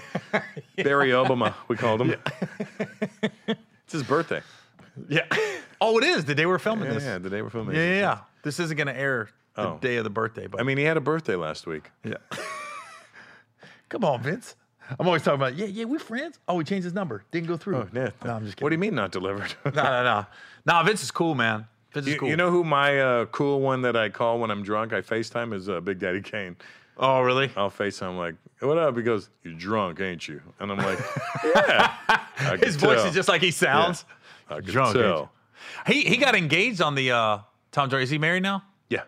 [SPEAKER 2] Barry Obama, we called him. it's his birthday.
[SPEAKER 1] Yeah. Oh, it is the day we're filming
[SPEAKER 2] Yeah,
[SPEAKER 1] this.
[SPEAKER 2] yeah, the day we're filming.
[SPEAKER 1] Yeah,
[SPEAKER 2] it.
[SPEAKER 1] yeah, yeah. This isn't gonna air the
[SPEAKER 2] Oh.
[SPEAKER 1] day of the birthday, but
[SPEAKER 2] I mean, he had a birthday last week.
[SPEAKER 1] yeah. Come on, Vince. I'm always talking about yeah, yeah. We're friends. Oh, we changed his number. Didn't go through.
[SPEAKER 2] Oh, Yeah.
[SPEAKER 1] No, I'm just kidding.
[SPEAKER 2] What do you mean not delivered?
[SPEAKER 1] No, no, no. No, Vince is cool, man. Vince is
[SPEAKER 2] You,
[SPEAKER 1] cool.
[SPEAKER 2] you know who my uh, cool one that I call when I'm drunk? I FaceTime is uh, Big Daddy Kane.
[SPEAKER 1] Oh, really?
[SPEAKER 2] I'll FaceTime like, "What up?" He goes, "You're drunk, ain't you?" And I'm like, "Yeah." I
[SPEAKER 1] His
[SPEAKER 2] could
[SPEAKER 1] voice
[SPEAKER 2] tell.
[SPEAKER 1] is just like he sounds.
[SPEAKER 2] I could
[SPEAKER 1] drunk, ain't
[SPEAKER 2] Tell.
[SPEAKER 1] He he got engaged on the uh, Tom Joyner. Is he married now?
[SPEAKER 2] Yeah.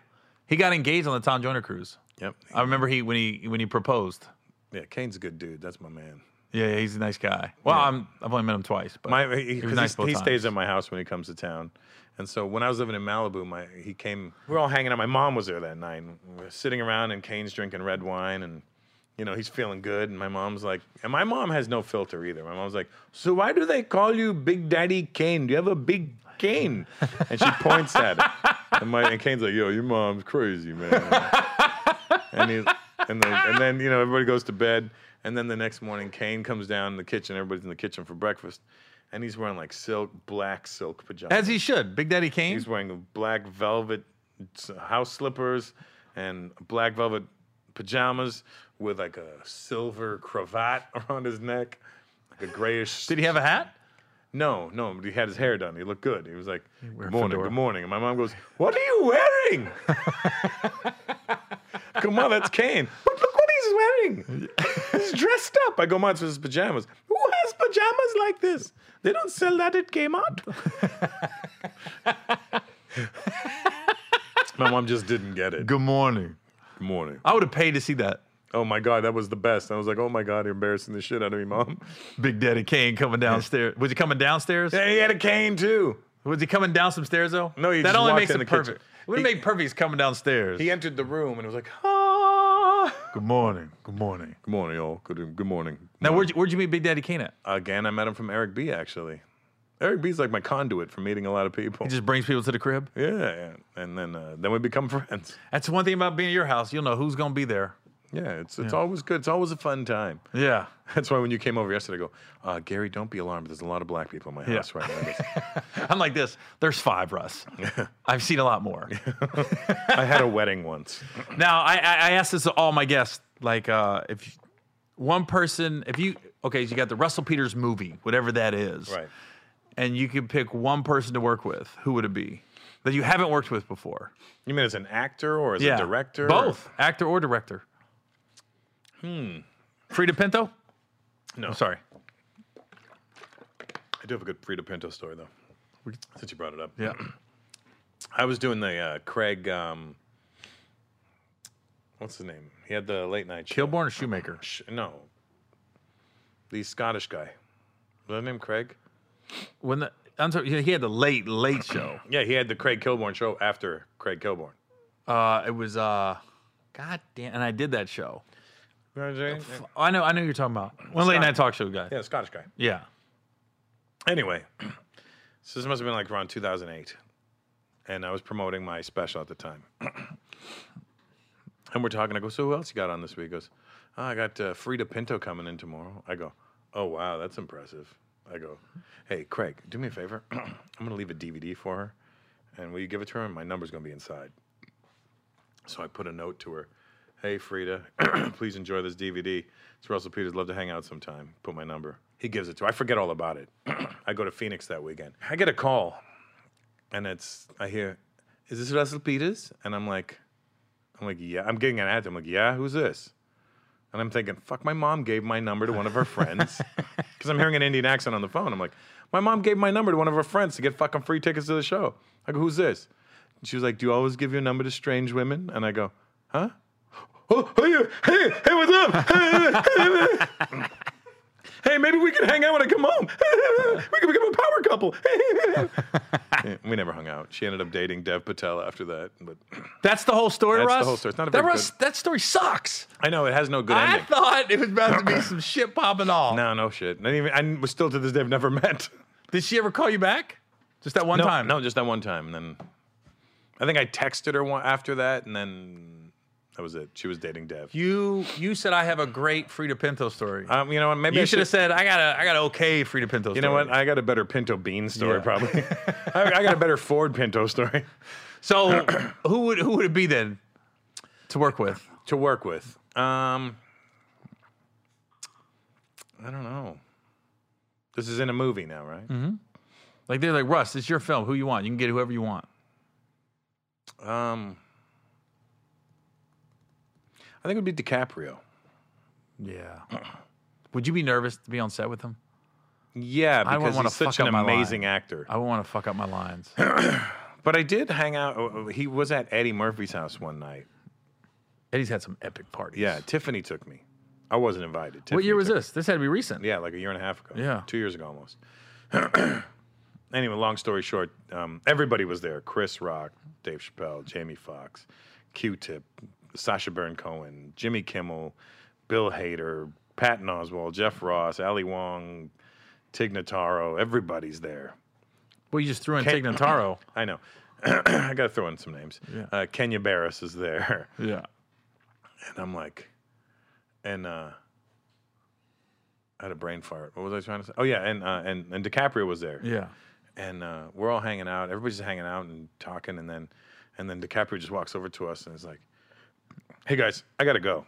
[SPEAKER 1] He got engaged on the Tom Joyner cruise.
[SPEAKER 2] Yep.
[SPEAKER 1] I remember he when he when he proposed.
[SPEAKER 2] Yeah, Kane's a good dude. That's my man.
[SPEAKER 1] Yeah, yeah, he's a nice guy. Well, I'm, I've only met him twice, but
[SPEAKER 2] My, he, 'cause
[SPEAKER 1] nice
[SPEAKER 2] he's-
[SPEAKER 1] both
[SPEAKER 2] he stays
[SPEAKER 1] times.
[SPEAKER 2] at my house when he comes to town, and so when I was living in Malibu, my he came. We were all hanging out. My mom was there that night. And we were sitting around, and Kane's drinking red wine, and you know he's feeling good. And my mom's like, and my mom has no filter either. My mom's like, so why do they call you Big Daddy Kane? Do you have a big cane? And she points at it, and, my, and Kane's like, yo, your mom's crazy, man. and he's and then and then you know everybody goes to bed and then the next morning Kane comes down in the kitchen everybody's in the kitchen for breakfast and he's wearing like silk black silk pajamas
[SPEAKER 1] as he should. Big Daddy Kane.
[SPEAKER 2] he's wearing black velvet s- house slippers and black velvet pajamas with like a silver cravat around his neck like a grayish
[SPEAKER 1] Did he have a hat?
[SPEAKER 2] no, no, but he had his hair done. He looked good. He was like,
[SPEAKER 1] wear a
[SPEAKER 2] "Good morning,
[SPEAKER 1] fedora."
[SPEAKER 2] good morning." And my mom goes, "What are you wearing?" go, mom, that's Kane. But look what he's wearing. He's dressed up. I go, mom, it's his pajamas. Who has pajamas like this? They don't sell that at Kmart. my mom just didn't get it. Good
[SPEAKER 1] Good morning.
[SPEAKER 2] morning.
[SPEAKER 1] I would have paid to see that.
[SPEAKER 2] Oh my god, that was the best. I was like, "Oh my god, you're embarrassing the shit out of me, mom."
[SPEAKER 1] Big Daddy Kane coming downstairs. Was he coming downstairs?
[SPEAKER 2] Yeah, he had a cane too.
[SPEAKER 1] Was he coming down some stairs though?
[SPEAKER 2] No, he
[SPEAKER 1] that
[SPEAKER 2] just
[SPEAKER 1] only
[SPEAKER 2] walked
[SPEAKER 1] makes
[SPEAKER 2] in
[SPEAKER 1] it
[SPEAKER 2] the kitchen.
[SPEAKER 1] perfect. It would
[SPEAKER 2] He-
[SPEAKER 1] make perfect. He's coming downstairs.
[SPEAKER 2] He entered the room and was like, "Ah."
[SPEAKER 1] good morning. Good morning.
[SPEAKER 2] Good morning, y'all. Good, good morning.
[SPEAKER 1] Now, where'd you, where'd you meet Big Daddy Kane at?
[SPEAKER 2] Again, I met him from Eric B. Actually, Eric B's like my conduit for meeting a lot of people.
[SPEAKER 1] He just brings people to the crib.
[SPEAKER 2] yeah, and, and then uh, then we become friends.
[SPEAKER 1] That's one thing about being at your house. You'll know who's gonna be there.
[SPEAKER 2] Yeah, it's it's always good. It's always a fun time.
[SPEAKER 1] Yeah.
[SPEAKER 2] That's why when you came over yesterday, I go, uh, Gary, don't be alarmed. There's a lot of black people in my
[SPEAKER 1] Yeah.
[SPEAKER 2] house right now. I guess-
[SPEAKER 1] I'm like this. There's five Russ. I've seen a lot more.
[SPEAKER 2] I had a wedding once.
[SPEAKER 1] Now I, I I asked this to all my guests. Like uh, if one person, if you okay, so you got the Russell Peters movie, whatever that is, and you could pick one person to work with, who would it be that you haven't worked with before?
[SPEAKER 2] You mean as an actor or as a director? or-
[SPEAKER 1] both actor or director. Hmm. Frida Pinto.
[SPEAKER 2] No.
[SPEAKER 1] I'm sorry.
[SPEAKER 2] I do have a good Frida Pinto story, though, since you brought it up.
[SPEAKER 1] Yeah.
[SPEAKER 2] I was doing the uh, Craig, um, what's his name? He had the late night show.
[SPEAKER 1] Kilborn or Shoemaker.
[SPEAKER 2] Sh- no. The Scottish guy. Was that name Craig?
[SPEAKER 1] When the I'm sorry, yeah, he had the late late show.
[SPEAKER 2] Yeah, he had the Craig Kilborn show after Craig Kilborn.
[SPEAKER 1] Uh, it was uh, God damn, and I did that show.
[SPEAKER 2] You know what I'm saying?
[SPEAKER 1] I know, I know who you're talking about one late night talk show guy.
[SPEAKER 2] Yeah, the Scottish guy.
[SPEAKER 1] yeah.
[SPEAKER 2] Anyway, so this must have been like around 2008. And I was promoting my special at the time. and we're talking. I go, So who else you got on this week? He goes, oh, I got uh, Frida Pinto coming in tomorrow. I go, Oh, wow, that's impressive. I go, Hey, Craig, do me a favor. I'm going to leave a DVD for her. And will you give it to her? And my number's going to be inside. So I put a note to her. Hey, Frida, please enjoy this DVD. It's Russell Peters. Love to hang out sometime. Put my number. He gives it to her. I forget all about it. I go to Phoenix that weekend. I get a call, and it's I hear, "Is this Russell Peters?" And I'm like, I'm like, yeah. I'm getting an ad. I'm like, yeah. Who's this? And I'm thinking, fuck. My mom gave my number to one of her friends because I'm hearing an Indian accent on the phone. I'm like, my mom gave my number to one of her friends to get fucking free tickets to the show. I go, who's this? And she was like, do you always give your number to strange women? And I go, huh? Oh, hey, hey, hey, what's up? Hey, hey, hey. Hey, maybe we could hang out when I come home. we could become a power couple. Yeah, we never hung out. She ended up dating Dev Patel after that, but
[SPEAKER 1] That's the whole story,
[SPEAKER 2] That's the
[SPEAKER 1] Russ.
[SPEAKER 2] whole story. It's not a
[SPEAKER 1] that,
[SPEAKER 2] very
[SPEAKER 1] Russ- that story sucks.
[SPEAKER 2] I know it has no good
[SPEAKER 1] I
[SPEAKER 2] ending.
[SPEAKER 1] thought it was about to be some shit popping off.
[SPEAKER 2] No, no shit. Not even. I was still to this day. I've never met.
[SPEAKER 1] Did she ever call you back? Just that one
[SPEAKER 2] No,
[SPEAKER 1] time.
[SPEAKER 2] No, just that one time. And then I think I texted her one, after that, and then that was it. She was dating Dev.
[SPEAKER 1] You you said I have a great Frida Pinto story.
[SPEAKER 2] um, you know what? Maybe I
[SPEAKER 1] you should have said I got a I got an okay Frida Pinto.
[SPEAKER 2] You know what? I got a better Pinto Bean story,
[SPEAKER 1] Yeah.
[SPEAKER 2] probably. I, I got a better Ford Pinto story
[SPEAKER 1] So who would who would it be then to work with?
[SPEAKER 2] to work with. Um, I don't know. This is in a movie now, right?
[SPEAKER 1] Mm-hmm. Like they're like Russ, it's your film. Who you want? You can get whoever you want.
[SPEAKER 2] Um, I think it would be DiCaprio.
[SPEAKER 1] Yeah. Would you be nervous to be on set with him?
[SPEAKER 2] Yeah,
[SPEAKER 1] wouldn't
[SPEAKER 2] because
[SPEAKER 1] wanna
[SPEAKER 2] he's such
[SPEAKER 1] fuck
[SPEAKER 2] an
[SPEAKER 1] up my line.
[SPEAKER 2] amazing actor.
[SPEAKER 1] I would want to fuck up my lines.
[SPEAKER 2] But I did hang out. uh, uh, He was at Eddie Murphy's house one night.
[SPEAKER 1] Eddie's had some epic parties.
[SPEAKER 2] Yeah, Tiffany took me. I wasn't invited.
[SPEAKER 1] What
[SPEAKER 2] Tiffany
[SPEAKER 1] year was
[SPEAKER 2] took-
[SPEAKER 1] this? This had to be recent.
[SPEAKER 2] Yeah, like a year and a half ago.
[SPEAKER 1] Yeah.
[SPEAKER 2] two years ago almost. anyway, long story short, um, everybody was there: Chris Rock, Dave Chappelle, Jamie Foxx, Q-Tip, Sasha Baron Cohen, Jimmy Kimmel, Bill Hader, Patton Oswald, Jeff Ross, Ali Wong, Tig Notaro. Everybody's there.
[SPEAKER 1] Well, you just threw in
[SPEAKER 2] Can't-
[SPEAKER 1] Tig Notaro.
[SPEAKER 2] I know. I got to throw in some names.
[SPEAKER 1] Yeah.
[SPEAKER 2] Uh, Kenya Barris is there.
[SPEAKER 1] yeah.
[SPEAKER 2] And I'm like, and uh, I had a brain fart. What was I trying to say? Oh yeah, and uh, and and DiCaprio was there,
[SPEAKER 1] Yeah.
[SPEAKER 2] and uh, we're all hanging out. Everybody's just hanging out and talking, and then and then DiCaprio just walks over to us and is like, "Hey guys, I gotta go."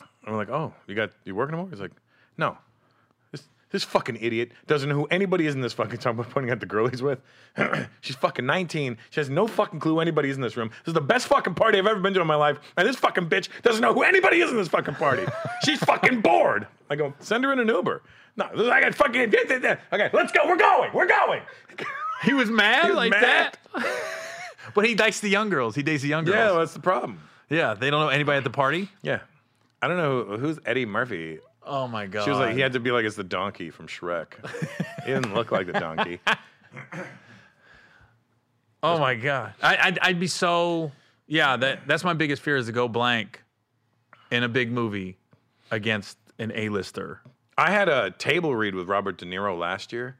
[SPEAKER 2] And we're like, "Oh, you got you working tomorrow?" He's like, "No." This this fucking idiot doesn't know who anybody is in this fucking town by pointing at the girl he's with. She's fucking 19. She has no fucking clue anybody is in this room. This is the best fucking party I've ever been to in my life. And this fucking bitch doesn't know who anybody is in this fucking party. She's fucking bored. I go, send her in an Uber. No, this- I got fucking. Okay, let's go. We're going. We're going.
[SPEAKER 1] He was mad
[SPEAKER 2] was
[SPEAKER 1] like
[SPEAKER 2] mad.
[SPEAKER 1] that. but he likes the young girls. He dates the young girls.
[SPEAKER 2] Yeah, that's the problem.
[SPEAKER 1] yeah. They don't know anybody at the party.
[SPEAKER 2] Yeah. I don't know who- who's Eddie Murphy.
[SPEAKER 1] Oh my god.
[SPEAKER 2] She was like, he had to be like, it's the donkey from Shrek. he didn't look like the donkey.
[SPEAKER 1] Oh my god. I I'd, I'd be so yeah. That that's my biggest fear is to go blank in a big movie against an A-lister.
[SPEAKER 2] I had a table read with Robert De Niro last year,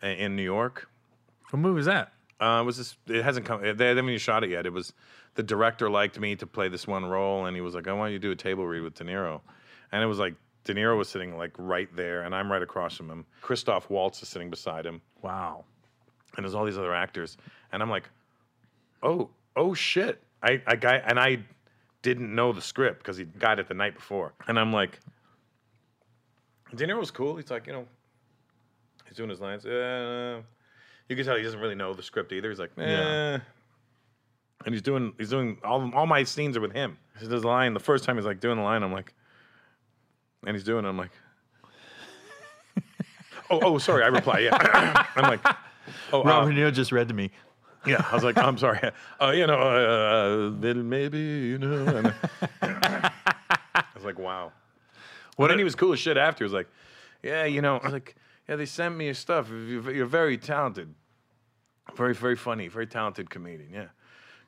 [SPEAKER 2] i- in New York.
[SPEAKER 1] What movie is that?
[SPEAKER 2] Uh, it was this, it hasn't come. They haven't even shot it yet. It was the director liked me to play this one role, and he was like, "I want you to do a table read with De Niro," and it was like De Niro was sitting like right there, and I'm right across from him. Christoph Waltz is sitting beside him,
[SPEAKER 1] Wow.
[SPEAKER 2] and there's all these other actors, and I'm like, "Oh, oh shit!" I, I guy, and I didn't know the script because he got it the night before, and I'm like, "De Niro's cool." He's like, you know, he's doing his lines. Uh, you can tell he doesn't really know the script either. He's like, eh.
[SPEAKER 1] Yeah.
[SPEAKER 2] And he's doing he's doing all all my scenes are with him. He does the line. The first time he's like doing the line, I'm like, and he's doing. it, I'm like, oh oh sorry, I reply. Yeah, I'm like, oh uh,
[SPEAKER 3] Robert Niro just read to me.
[SPEAKER 2] yeah. I was like, I'm sorry. Uh, you know, uh, then maybe you know. And I was like, wow. What? And he was cool as shit after. He was like, yeah, you know. I was like, yeah, they sent me your stuff. You're you're very talented, very very funny, very talented comedian. Yeah,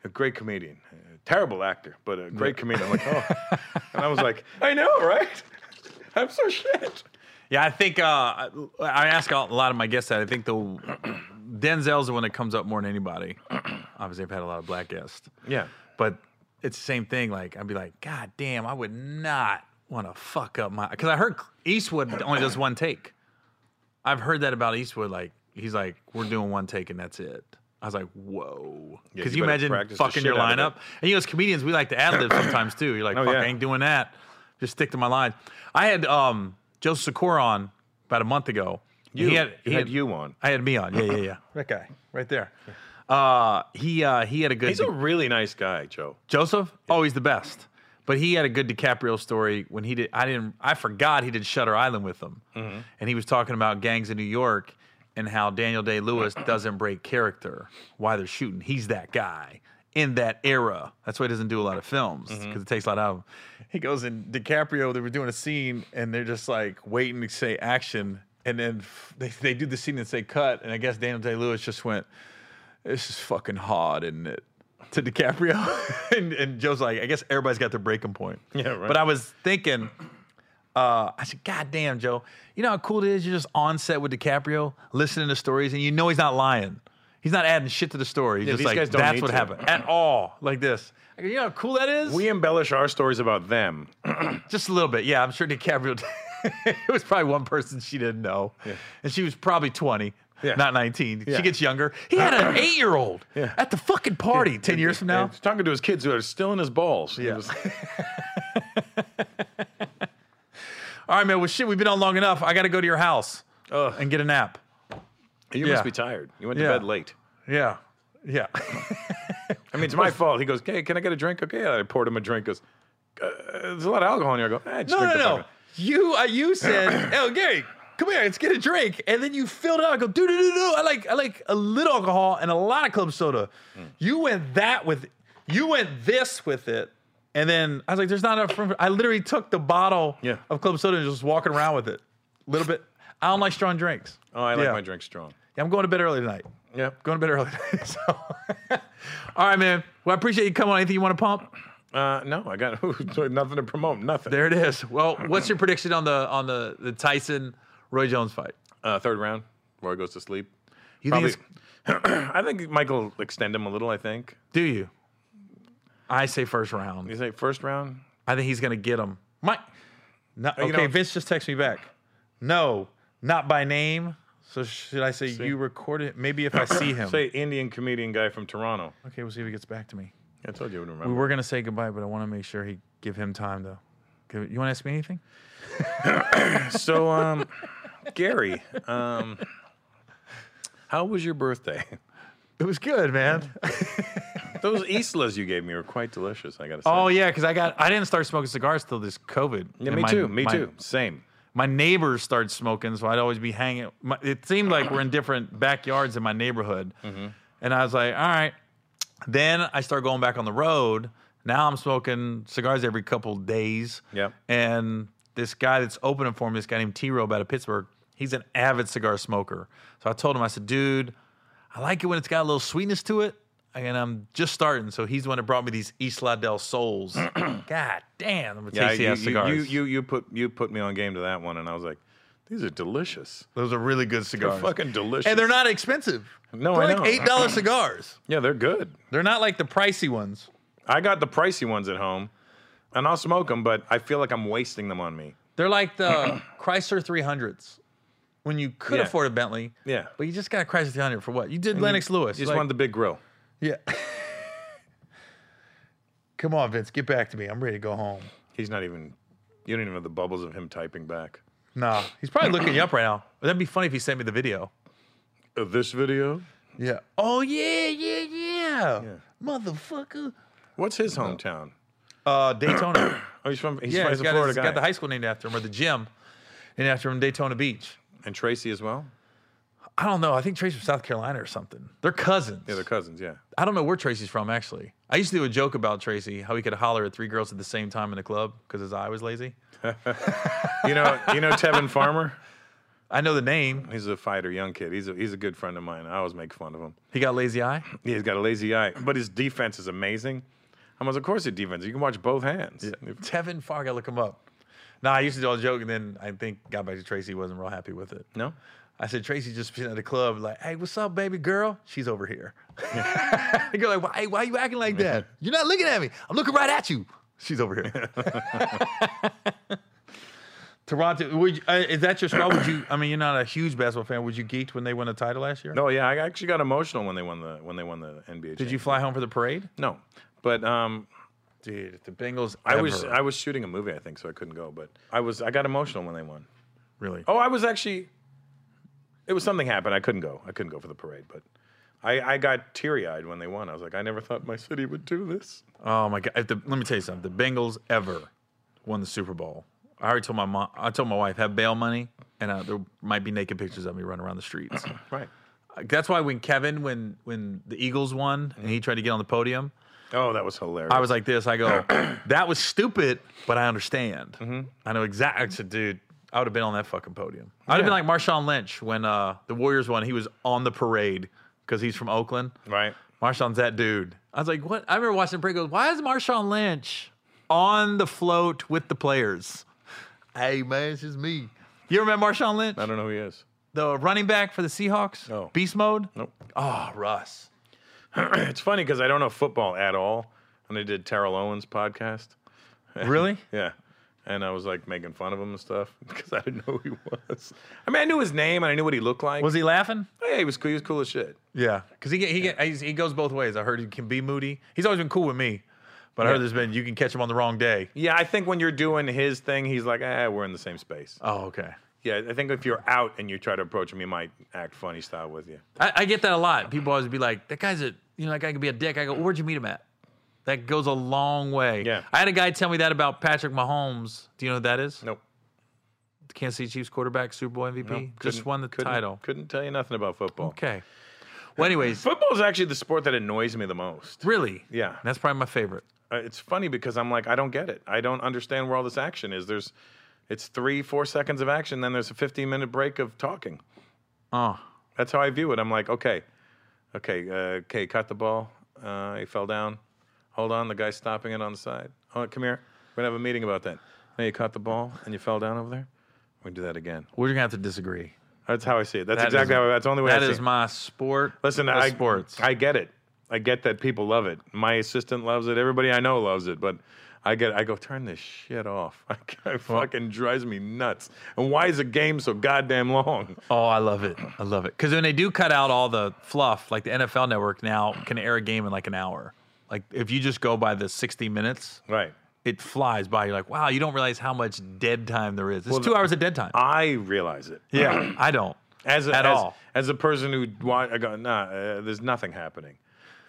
[SPEAKER 2] a great comedian, a terrible actor, but a great comedian. I'm like, oh, and I was like, I know, right? I'm so shit.
[SPEAKER 1] Yeah, I think uh, I I ask a lot of my guests that. I think the Denzel's the one that comes up more than anybody. Obviously, I've had a lot of black guests,
[SPEAKER 2] Yeah.
[SPEAKER 1] but it's the same thing. Like I'd be like, God damn, I would not want to fuck up my because I heard Eastwood only does one take. I've heard that about Eastwood. Like he's like, we're doing one take and that's it. I was like, whoa.
[SPEAKER 2] Yeah,
[SPEAKER 1] Because you,
[SPEAKER 2] you better
[SPEAKER 1] imagine
[SPEAKER 2] practice the
[SPEAKER 1] fucking your
[SPEAKER 2] shit out of
[SPEAKER 1] lineup. And you know, as comedians, we like to ad lib sometimes too. You're like,
[SPEAKER 2] Oh,
[SPEAKER 1] fuck,
[SPEAKER 2] yeah.
[SPEAKER 1] I ain't doing that. Just stick to my lines. I had um, Joseph Secor on about a month ago.
[SPEAKER 2] You
[SPEAKER 1] he had, he
[SPEAKER 2] had you on.
[SPEAKER 1] I had me on. Yeah, yeah, yeah. that guy right there. Uh, he uh, he had a good.
[SPEAKER 2] He's a really nice guy, Joe.
[SPEAKER 1] Joseph? Oh, he's the best. But he had a good DiCaprio story when he did. I didn't. I forgot he did Shutter Island with them, and he was talking about gangs in New York and how Daniel Day Lewis doesn't break character. Why they're shooting? He's that guy in that era. That's why he doesn't do a lot of films because it takes a lot out of him. Mm-hmm. He goes in DiCaprio. They were doing a scene and they're just like waiting to say action, and then f- they they do the scene and say cut, and I guess Daniel Day Lewis just went this is fucking hard, isn't it? To DiCaprio. and, and Joe's like, I guess everybody's got their breaking point.
[SPEAKER 2] Yeah, right.
[SPEAKER 1] But I was thinking, uh, I said, God damn, Joe, you know how cool it is? You're just on set with DiCaprio, listening to stories, and you know he's not lying. He's not adding shit to the story. He's just
[SPEAKER 2] these
[SPEAKER 1] like,
[SPEAKER 2] guys don't
[SPEAKER 1] that's
[SPEAKER 2] need
[SPEAKER 1] what
[SPEAKER 2] to."
[SPEAKER 1] happened at all, like this. I go, you know how cool that is?
[SPEAKER 2] We embellish our stories about them.
[SPEAKER 1] Just a little bit. Yeah, I'm sure DiCaprio. it was probably one person she didn't know, and she was probably 20.
[SPEAKER 2] Yeah.
[SPEAKER 1] Not 19.
[SPEAKER 2] Yeah.
[SPEAKER 1] She gets younger. He had an eight year old at the fucking party 10 years from now.
[SPEAKER 2] He's talking to his kids who are still in his balls. He
[SPEAKER 1] Yeah.
[SPEAKER 2] was-
[SPEAKER 1] All right, man. Well, shit, we've been on long enough. I got to go to your house and get a nap.
[SPEAKER 2] You
[SPEAKER 1] Yeah.
[SPEAKER 2] must be tired. You went to
[SPEAKER 1] Yeah.
[SPEAKER 2] bed late.
[SPEAKER 1] Yeah. Yeah.
[SPEAKER 2] I mean, it's my fault. He goes, "Hey, can I get a drink?" Okay, I poured him a drink. Goes, "Uh, "There's a lot of alcohol in here." I go, "Ah, just
[SPEAKER 1] no,
[SPEAKER 2] drink
[SPEAKER 1] no,
[SPEAKER 2] the
[SPEAKER 1] no.
[SPEAKER 2] fucking-"
[SPEAKER 1] You uh, you said, oh, Gary, come here. Let's get a drink. And then you filled it out. I go, do, do, do, do. I like, I like a little alcohol and a lot of club soda.
[SPEAKER 2] Hmm.
[SPEAKER 1] You went that with, you went this with it. And then I was like, there's not enough room. for- I literally took the bottle
[SPEAKER 2] Yeah.
[SPEAKER 1] of club soda and just walking around with it. A little bit. I don't like strong drinks.
[SPEAKER 2] Oh, I like
[SPEAKER 1] Yeah.
[SPEAKER 2] my drink strong.
[SPEAKER 1] Yeah, I'm going to bed early tonight.
[SPEAKER 2] Yeah.
[SPEAKER 1] Going to bed early. so, all right, man. Well, I appreciate you coming on. Anything you want to pump?
[SPEAKER 2] Uh, no, I got nothing to promote. Nothing.
[SPEAKER 1] There it is. Well, what's your prediction on the on the the Tyson Roy Jones fight?
[SPEAKER 2] Uh, third round, Roy goes to sleep.
[SPEAKER 1] You
[SPEAKER 2] Probably.
[SPEAKER 1] think it's,
[SPEAKER 2] I think Michael will extend him a little. I think
[SPEAKER 1] do you? I say first round.
[SPEAKER 2] you say first round.
[SPEAKER 1] I think he's gonna get him. Mike. No, okay,
[SPEAKER 2] you know-
[SPEAKER 1] Vince just texted me back. No, not by name. So should I say you record it? Maybe if I see him.
[SPEAKER 2] Say Indian comedian guy from Toronto.
[SPEAKER 1] okay, we'll see if he gets back to me.
[SPEAKER 2] I told you I would
[SPEAKER 1] We
[SPEAKER 2] remember.
[SPEAKER 1] were gonna say goodbye, but I want to make sure he give him time though. You want to ask me anything?
[SPEAKER 2] so, um, Gary, um, how was your birthday?
[SPEAKER 1] It was good, man.
[SPEAKER 2] Those Islas you gave me were quite delicious. I gotta say.
[SPEAKER 1] Oh yeah, because I got I didn't start smoking cigars till this COVID.
[SPEAKER 2] yeah,
[SPEAKER 1] And
[SPEAKER 2] me
[SPEAKER 1] my-
[SPEAKER 2] too. Me
[SPEAKER 1] my-
[SPEAKER 2] too. Same.
[SPEAKER 1] my neighbors started smoking, so I'd always be hanging. My, it seemed like we're in different backyards in my neighborhood,
[SPEAKER 2] Mm-hmm.
[SPEAKER 1] and I was like, all right. Then I started going back on the road. Now I'm smoking cigars every couple days.
[SPEAKER 2] Yep.
[SPEAKER 1] And this guy that's opening for me, this guy named T Robe out of Pittsburgh, he's an avid cigar smoker. So I told him, I said, dude, I like it when it's got a little sweetness to it. And I'm just starting. So he's the one that brought me these Isla del Sols. God damn, I'm a tasty
[SPEAKER 2] you,
[SPEAKER 1] ass
[SPEAKER 2] you-
[SPEAKER 1] cigars.
[SPEAKER 2] You, you you put you put me on game to that one, and I was like, These are delicious.
[SPEAKER 1] Those are really good
[SPEAKER 2] They're
[SPEAKER 1] cigars.
[SPEAKER 2] fucking delicious.
[SPEAKER 1] and they're not expensive.
[SPEAKER 2] No,
[SPEAKER 1] They're
[SPEAKER 2] I
[SPEAKER 1] like
[SPEAKER 2] know.
[SPEAKER 1] eight dollar cigars.
[SPEAKER 2] Yeah, they're good.
[SPEAKER 1] They're not like the pricey ones.
[SPEAKER 2] I got the pricey ones at home, and I'll smoke them, but I feel like I'm wasting them on me.
[SPEAKER 1] They're like the Chrysler 300s. When you could
[SPEAKER 2] Yeah.
[SPEAKER 1] afford a Bentley,
[SPEAKER 2] Yeah.
[SPEAKER 1] but you just got a Chrysler 300 for what? You did Lennox Lewis.
[SPEAKER 2] You just
[SPEAKER 1] like-
[SPEAKER 2] wanted the big grill.
[SPEAKER 1] yeah. Come on, Vince, get back to me. I'm ready to go home.
[SPEAKER 2] He's not even. You don't even have the bubbles of him typing back.
[SPEAKER 1] Nah, he's probably looking you up right now. That'd be funny if he sent me the video.
[SPEAKER 2] Uh, this video.
[SPEAKER 1] Yeah. Oh yeah, yeah, yeah. Motherfucker.
[SPEAKER 2] What's his hometown?
[SPEAKER 1] Uh, Daytona.
[SPEAKER 2] Oh, he's from. He's,
[SPEAKER 1] yeah,
[SPEAKER 2] from,
[SPEAKER 1] he's
[SPEAKER 2] a
[SPEAKER 1] got,
[SPEAKER 2] Florida
[SPEAKER 1] his-
[SPEAKER 2] guy.
[SPEAKER 1] got the high school named after him or the gym, named after him in Daytona Beach.
[SPEAKER 2] and Tracy as well.
[SPEAKER 1] I don't know. I think Tracy's from South Carolina or something. They're cousins.
[SPEAKER 2] Yeah, they're cousins. Yeah.
[SPEAKER 1] I don't know where Tracy's from actually. I used to do a joke about Tracy, how he could holler at three girls at the same time in the club because his eye was lazy.
[SPEAKER 2] You know. you know Tevin Farmer.
[SPEAKER 1] I know the name.
[SPEAKER 2] He's a fighter, young kid. He's a he's a good friend of mine. I always make fun of him.
[SPEAKER 1] He got lazy eye.
[SPEAKER 2] He's got a lazy eye, but his defense is amazing. I was, of course, his defense. You can watch both hands.
[SPEAKER 1] Tevin Farr, I gotta look him up. Nah, I used to do a joke and then I think got back to Tracy wasn't real happy with it.
[SPEAKER 2] No.
[SPEAKER 1] I said Tracy just sitting at the club like, hey, what's up, baby girl? She's over here. they go like, why, hey, why you acting like that? You're not looking at me. I'm looking right at you. She's over here. Toronto, would you, uh, is that your spot? Would you? I mean, you're not a huge basketball fan. Would you geeked when they won the title last year?
[SPEAKER 2] No, yeah, I actually got emotional when they won the when they won the NBA.
[SPEAKER 1] Did you fly home for the parade?
[SPEAKER 2] No, but um,
[SPEAKER 1] Dude, if the Bengals.
[SPEAKER 2] I was I was shooting a movie, I think, so I couldn't go. But I was I got emotional when they won.
[SPEAKER 1] really.
[SPEAKER 2] Oh, I was actually. It was something happened. I couldn't go. I couldn't go for the parade, but I, I got teary eyed when they won. I was like, I never thought my city would do this.
[SPEAKER 1] Oh my god! If the, let me tell you something. If the Bengals ever won the Super Bowl, I already told my mom. I told my wife have bail money, and uh, there might be naked pictures of me running around the streets.
[SPEAKER 2] Right.
[SPEAKER 1] That's why when Kevin, when when the Eagles won, and he tried to get on the podium,
[SPEAKER 2] Oh, that was hilarious.
[SPEAKER 1] I was like this. I go, that was stupid, but I understand. I know exactly. I said, dude, I would have been on that fucking podium. I'd have
[SPEAKER 2] Yeah.
[SPEAKER 1] been like Marshawn Lynch when uh, the Warriors won. He was on the parade because he's from Oakland.
[SPEAKER 2] right.
[SPEAKER 1] Marshawn's that dude. I was like, what? I remember watching the parade. Goes, why is Marshawn Lynch on the float with the players? Hey man, it's just me. You remember Marshawn Lynch,
[SPEAKER 2] I don't know who he is.
[SPEAKER 1] the running back for the Seahawks?
[SPEAKER 2] No.
[SPEAKER 1] Beast mode.
[SPEAKER 2] Nope.
[SPEAKER 1] Oh, Russ.
[SPEAKER 2] It's funny because I don't know football at all, and I did Terrell Owens podcast.
[SPEAKER 1] Really?
[SPEAKER 2] Yeah. And I was like making fun of him and stuff because I didn't know who he was. I mean, I knew his name and I knew what he looked like.
[SPEAKER 1] Was he laughing?
[SPEAKER 2] yeah, he was cool. He was cool as shit.
[SPEAKER 1] Yeah, because he get, he get, he's, he goes both ways. I heard he can be moody. He's always been cool with me, but I heard there's been you can catch him on the wrong day.
[SPEAKER 2] Yeah, I think when you're doing his thing, he's like, ah, we're in the same space.
[SPEAKER 1] Oh, okay.
[SPEAKER 2] Yeah, I think if you're out and you try to approach him, he might act funny style with you.
[SPEAKER 1] I, I get that a lot. People always be like, "That guy's a you know that guy can be a dick." I go, "Where'd you meet him at?" That goes a long way.
[SPEAKER 2] Yeah.
[SPEAKER 1] I had a guy tell me that about Patrick Mahomes. Do you know who that is?
[SPEAKER 2] Nope.
[SPEAKER 1] The Kansas City Chiefs quarterback, Super Bowl MVP, just
[SPEAKER 2] Couldn't-
[SPEAKER 1] won the
[SPEAKER 2] couldn't-
[SPEAKER 1] title.
[SPEAKER 2] Couldn't tell you nothing about football.
[SPEAKER 1] Okay. Well, anyways,
[SPEAKER 2] Football is actually the sport that annoys me the most.
[SPEAKER 1] really,
[SPEAKER 2] Yeah.
[SPEAKER 1] that's probably my favorite.
[SPEAKER 2] Uh, It's funny because I'm like, I don't get it. I don't understand where all this action is. There's, it's three, four seconds of action, then there's a 15 minute break of talking. Uh.
[SPEAKER 1] Oh,
[SPEAKER 2] That's how I view it. I'm like, okay, okay, uh, okay, cut the ball. Uh, he fell down. Hold on, the guy's stopping it on the side. Oh, come here. We're gonna have a meeting about that. Now you caught the ball and you fell down over there. We're gonna do that again.
[SPEAKER 1] we're gonna have to disagree.
[SPEAKER 2] That's how I see it. That's
[SPEAKER 1] That
[SPEAKER 2] exactly
[SPEAKER 1] is-
[SPEAKER 2] how. That's the only way.
[SPEAKER 1] That
[SPEAKER 2] I see
[SPEAKER 1] is
[SPEAKER 2] it.
[SPEAKER 1] my sport.
[SPEAKER 2] Listen,
[SPEAKER 1] of
[SPEAKER 2] I
[SPEAKER 1] sports.
[SPEAKER 2] I get it. I get that people love it. My assistant loves it. Everybody I know loves it. But I get. I go turn this shit off. I, fucking drives me nuts. And why is a game so goddamn long?
[SPEAKER 1] Oh, I love it. I love it. Because when they do cut out all the fluff, like the NFL network now can air a game in like an hour. Like if you just go by the 60 minutes,
[SPEAKER 2] Right.
[SPEAKER 1] it flies by. You're like, wow, you don't realize how much dead time there is. It's two
[SPEAKER 2] the-
[SPEAKER 1] hours of dead time.
[SPEAKER 2] I realize it.
[SPEAKER 1] yeah. I don't.
[SPEAKER 2] as a,
[SPEAKER 1] At
[SPEAKER 2] as,
[SPEAKER 1] all.
[SPEAKER 2] as a person who wa- I go, nah, uh, there's nothing happening.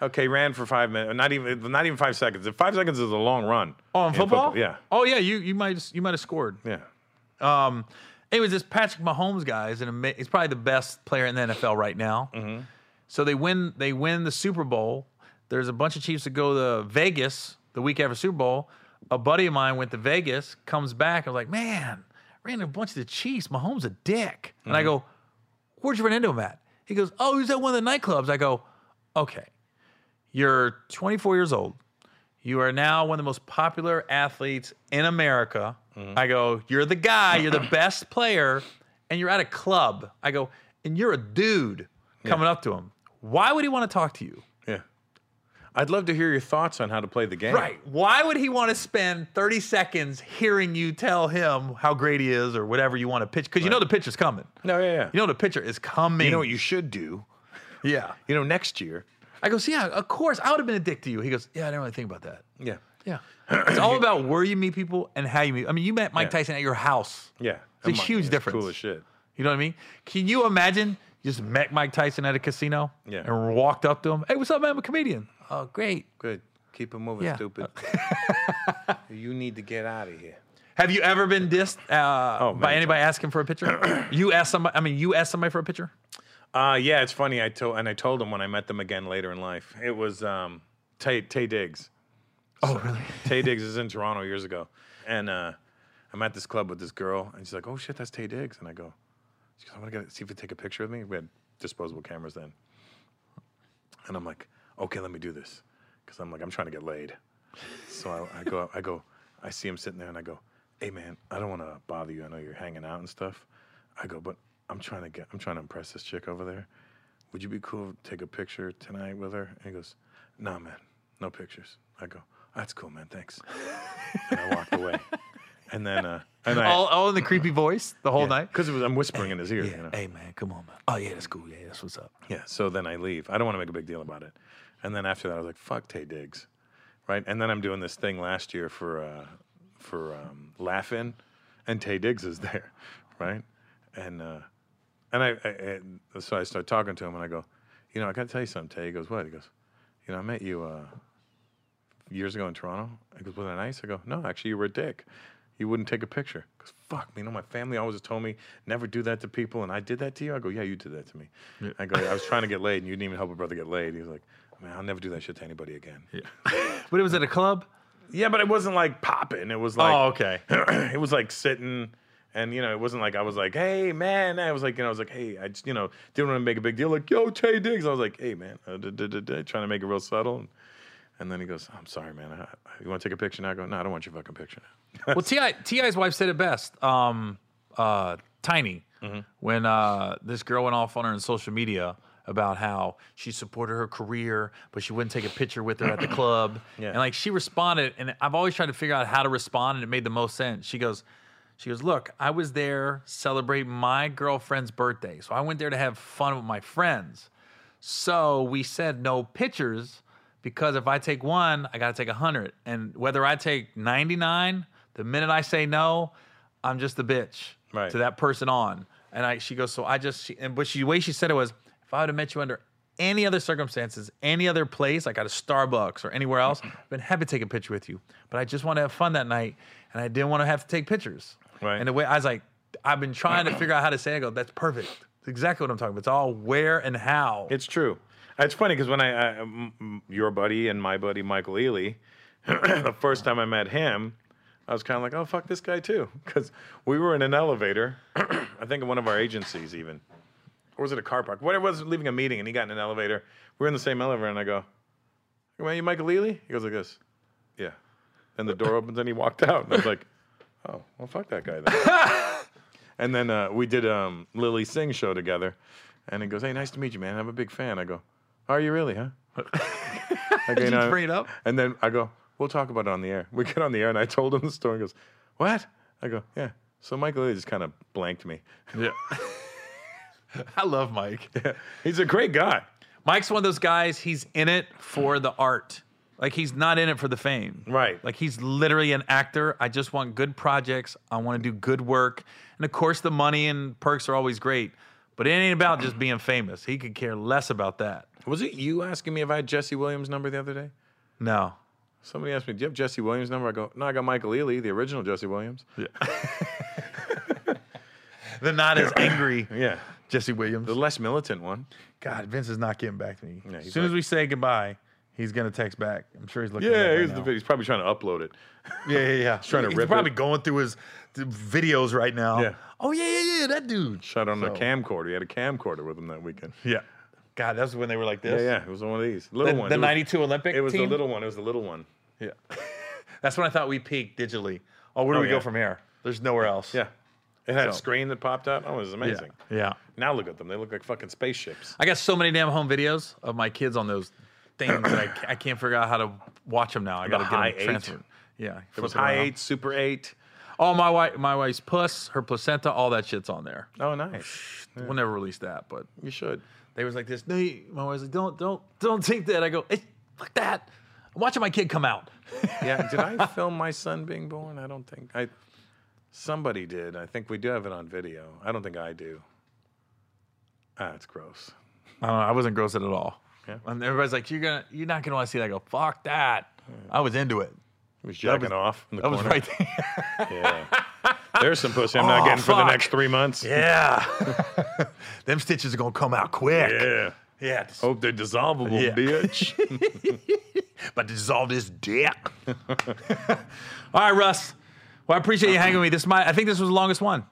[SPEAKER 2] Okay, ran for five minutes, not even not even five seconds. If Five seconds is a long run.
[SPEAKER 1] Oh, in
[SPEAKER 2] in
[SPEAKER 1] football?
[SPEAKER 2] yeah,
[SPEAKER 1] Oh, yeah. You you might you might have scored.
[SPEAKER 2] yeah.
[SPEAKER 1] Um, anyways, this Patrick Mahomes guy is an ama- he's probably the best player in the NFL right now. So they win they win the Super Bowl. There's a bunch of Chiefs that go to Vegas the week after Super Bowl. A buddy of mine went to Vegas, comes back, I was like, man, ran into a bunch of the Chiefs. Mahomes a dick, and I go, where'd you run into him at? He goes, oh, he was at one of the nightclubs. I go, okay, you're 24 years old. You are now one of the most
[SPEAKER 2] Mm-hmm.
[SPEAKER 1] popular athletes in America. I go, you're the guy, you're the best player, and you're at a club, I go, and you're a dude coming up to him. Why would he want to talk to you?
[SPEAKER 2] Yeah. I'd love to hear your thoughts on how to play the game.
[SPEAKER 1] Right. Why would he want to spend 30 seconds hearing you tell him how great he is or whatever you want to pitch? Because you know the pitcher's coming.
[SPEAKER 2] No, yeah, yeah.
[SPEAKER 1] You know the pitcher is coming.
[SPEAKER 2] you know what you should do?
[SPEAKER 1] yeah.
[SPEAKER 2] You know, next year.
[SPEAKER 1] I go, so yeah, of course, I would have been a dick to you. He goes, yeah, I didn't really think about that.
[SPEAKER 2] Yeah.
[SPEAKER 1] Yeah. it's all about where you meet people and how you meet. I mean, you met Mike Tyson at your house.
[SPEAKER 2] Yeah.
[SPEAKER 1] It's a
[SPEAKER 2] I'm like,
[SPEAKER 1] huge
[SPEAKER 2] yeah,
[SPEAKER 1] difference.
[SPEAKER 2] Cool as shit.
[SPEAKER 1] You know what I mean? Can you imagine you just met Mike Tyson at a casino
[SPEAKER 2] Yeah.
[SPEAKER 1] and walked up to him? Hey, what's up, man? I'm a comedian. Oh, great.
[SPEAKER 2] Good. Keep it moving,
[SPEAKER 1] Yeah.
[SPEAKER 2] stupid. you need to get out of here.
[SPEAKER 1] Have you ever been dissed uh,
[SPEAKER 2] Oh,
[SPEAKER 1] by
[SPEAKER 2] many
[SPEAKER 1] anybody asking for a picture? you asked somebody. I mean, you asked somebody for a picture.
[SPEAKER 2] Uh, yeah, it's funny. I told and I told them when I met them again later in life. It was um, Tay Tay Diggs.
[SPEAKER 1] Oh, really?
[SPEAKER 2] Tay Diggs is in Toronto years ago, and uh, I'm at this club with this girl, and she's like, "Oh shit, that's Tay Diggs," and I go, "She goes, I want to see if you take a picture of me." We had disposable cameras then, and I'm like, "Okay, let me do this," because I'm like, I'm trying to get laid. So I, I go, I go, I see him sitting there, and I go, "Hey man, I don't want to bother you. I know you're hanging out and stuff." I go, "But I'm trying to get, I'm trying to impress this chick over there. Would you be cool to take a picture tonight with her?" And he goes, "Nah, man, no pictures." I go, "That's cool, man. Thanks." and I walked away, and then, uh, and I,
[SPEAKER 1] All, all in the creepy voice the whole night.
[SPEAKER 2] because it was I'm whispering in his ear.
[SPEAKER 1] Yeah.
[SPEAKER 2] You know?
[SPEAKER 1] Hey, man, come on, man. Oh, yeah, that's cool. Yeah, that's what's up.
[SPEAKER 2] Yeah. So then I leave. I don't want to make a big deal about it. And then after that, I was like, "Fuck Tay Diggs," right? And then I'm doing this thing last year for uh, for um, Laughing, and Tay Diggs is there, right? And uh, and I, I, I so I start talking to him, and I go, "You know, I got to tell you something." Tay he goes, "What?" He goes, "You know, I met you uh, years ago in Toronto." I goes, "Was I nice?" I go, "No, actually, you were a dick." You wouldn't take a picture. Because fuck me, you know, my family always told me never do that to people, and I did that to you. I go, yeah, you did that to me. I go, I was trying to get laid, and you didn't even help a brother get laid. He was like, man, I'll never do that shit to anybody again. Yeah,
[SPEAKER 1] But it was at a club.
[SPEAKER 2] but it wasn't like popping. It was like,
[SPEAKER 1] oh, okay.
[SPEAKER 2] it was like sitting and you know it wasn't like i was like hey man i was like you know i was like hey i just you know didn't want to make a big deal like yo tay diggs i was like hey man uh, da, da, da, da, trying to make it real subtle and, and then he goes i'm sorry man I, I- you want to take a picture now i go no i don't want your fucking picture now
[SPEAKER 1] well, Ti Ti's wife said it best. Um, uh, Tiny, when uh, this girl went off on her on social media about how she supported her career, but she wouldn't take a picture with her at the club, and like she responded, and I've always tried to figure out how to respond, and it made the most sense. She goes. She goes, Look, I was there celebrating my girlfriend's birthday. So I went there to have fun with my friends. So we said no pictures because if I take one, I got to take 100. And whether I take 99, the minute I say no, I'm just a bitch
[SPEAKER 2] Right.
[SPEAKER 1] to that person on. And I, she goes, so I just, she, and but she, the way she said it was, if I would have met you under any other circumstances, any other place, like at a Starbucks or anywhere else, I've been happy to take a picture with you. But I just want to have fun that night, and I didn't want to have to take pictures.
[SPEAKER 2] Right.
[SPEAKER 1] And the way I was like, I've been trying to figure out how to say, it. I go, that's perfect. That's exactly what I'm talking about. It's all where and how.
[SPEAKER 2] it's true it's funny because when I, I m- m- your buddy and my buddy michael ely the first time i met him i was kind of like oh fuck this guy too because we were in an elevator i think in one of our agencies even or was it a car park? Whatever it was, leaving a meeting, and he got in an elevator. We were in the same elevator, and I go, "Hey, man, you Michael Lealy?" He goes like this, "Yeah." And the door opens, and he walked out, and I was like, "Oh, well, fuck that guy then." and then uh, we did um, Lily Singh show together, and he goes, "Hey, nice to meet you, man. I'm a big fan." I go, "Oh, "Are you really, huh?" I go,
[SPEAKER 1] Did
[SPEAKER 2] "You
[SPEAKER 1] you
[SPEAKER 2] know,
[SPEAKER 1] bring it up?
[SPEAKER 2] and then I go, we'll talk about it on the air. We get on the air, and I told him the story. He goes, what? I go, yeah. So Michael Lee just kind of blanked me.
[SPEAKER 1] Yeah. I love Mike.
[SPEAKER 2] He's a great guy.
[SPEAKER 1] Mike's one of those guys, he's in it for the art. Like he's not in it for the fame.
[SPEAKER 2] Right.
[SPEAKER 1] Like he's literally an actor. I just want good projects. I want to do good work. And of course the money and perks are always great. But it ain't about just being famous. He could care less about that.
[SPEAKER 2] Was it you asking me if I had Jesse Williams' number the other day?
[SPEAKER 1] No.
[SPEAKER 2] Somebody asked me, "Do you have Jesse Williams' number?" I go, "No, I got Michael Ealy, the original Jesse Williams." Yeah,
[SPEAKER 1] The not as angry
[SPEAKER 2] yeah,
[SPEAKER 1] Jesse Williams.
[SPEAKER 2] the less militant one.
[SPEAKER 1] God, Vince is not getting back to me.
[SPEAKER 2] he's
[SPEAKER 1] as soon as we say goodbye, he's gonna text back. I'm sure he's looking. at
[SPEAKER 2] Yeah,
[SPEAKER 1] it right
[SPEAKER 2] he's,
[SPEAKER 1] now.
[SPEAKER 2] the, he's probably trying to upload it.
[SPEAKER 1] Yeah, yeah, yeah. He's
[SPEAKER 2] trying to rip
[SPEAKER 1] probably
[SPEAKER 2] it.
[SPEAKER 1] going through his th- videos right now.
[SPEAKER 2] Yeah.
[SPEAKER 1] Oh yeah, yeah, yeah. That dude.
[SPEAKER 2] Shot on a
[SPEAKER 1] So-
[SPEAKER 2] camcorder. He had a camcorder with him that weekend.
[SPEAKER 1] Yeah. God, that's when they were like
[SPEAKER 2] Yeah,
[SPEAKER 1] this.
[SPEAKER 2] yeah, it was one of these little
[SPEAKER 1] The,
[SPEAKER 2] one.
[SPEAKER 1] the
[SPEAKER 2] It was-
[SPEAKER 1] '92 Olympic.
[SPEAKER 2] It was
[SPEAKER 1] team?
[SPEAKER 2] the little one. It was the little one.
[SPEAKER 1] Yeah. that's when I thought we peaked digitally. Oh, where do
[SPEAKER 2] Oh,
[SPEAKER 1] we
[SPEAKER 2] yeah.
[SPEAKER 1] go from here? There's nowhere else.
[SPEAKER 2] Yeah, It had a
[SPEAKER 1] So-
[SPEAKER 2] screen that popped out. Oh, it was
[SPEAKER 1] Yeah.
[SPEAKER 2] amazing.
[SPEAKER 1] yeah.
[SPEAKER 2] Now look at them. They look like fucking spaceships.
[SPEAKER 1] I got so many damn home videos of my kids on those things that I, ca- I can't figure out how to watch them now. I got to
[SPEAKER 2] high
[SPEAKER 1] get
[SPEAKER 2] eight?
[SPEAKER 1] them transferred. Yeah,
[SPEAKER 2] It was
[SPEAKER 1] flip
[SPEAKER 2] high
[SPEAKER 1] around.
[SPEAKER 2] eight, super eight.
[SPEAKER 1] Oh, my wife, my wife's puss, her placenta, all that shit's on there.
[SPEAKER 2] Oh, nice.
[SPEAKER 1] We'll never release that, but
[SPEAKER 2] You should.
[SPEAKER 1] they was like this. No, you-" my wife's like, don't, don't, don't take that. I go, "Eh, fuck that. I'm watching my kid come out.
[SPEAKER 2] Yeah. Did I film my son being born? I don't think I. Somebody did. I think we do have it on video. I don't think I do. Ah, it's gross.
[SPEAKER 1] I don't know. I wasn't grossed at all.
[SPEAKER 2] Yeah.
[SPEAKER 1] And everybody's like, you're gonna, you're not gonna want to see that. I go, fuck that. I was into it.
[SPEAKER 2] He was jacking off in the
[SPEAKER 1] I was
[SPEAKER 2] corner.
[SPEAKER 1] right there.
[SPEAKER 2] Yeah. There's some pussy I'm not
[SPEAKER 1] Oh,
[SPEAKER 2] getting for the
[SPEAKER 1] fuck.
[SPEAKER 2] next three months.
[SPEAKER 1] Yeah. Them stitches are gonna come out quick.
[SPEAKER 2] Yeah. Oh.
[SPEAKER 1] Yeah.
[SPEAKER 2] Hope they're dissolvable,
[SPEAKER 1] Yeah.
[SPEAKER 2] bitch.
[SPEAKER 1] about to dissolve this dick. All right, Russ. Well, I appreciate you hanging with me. This might I think this was the longest one.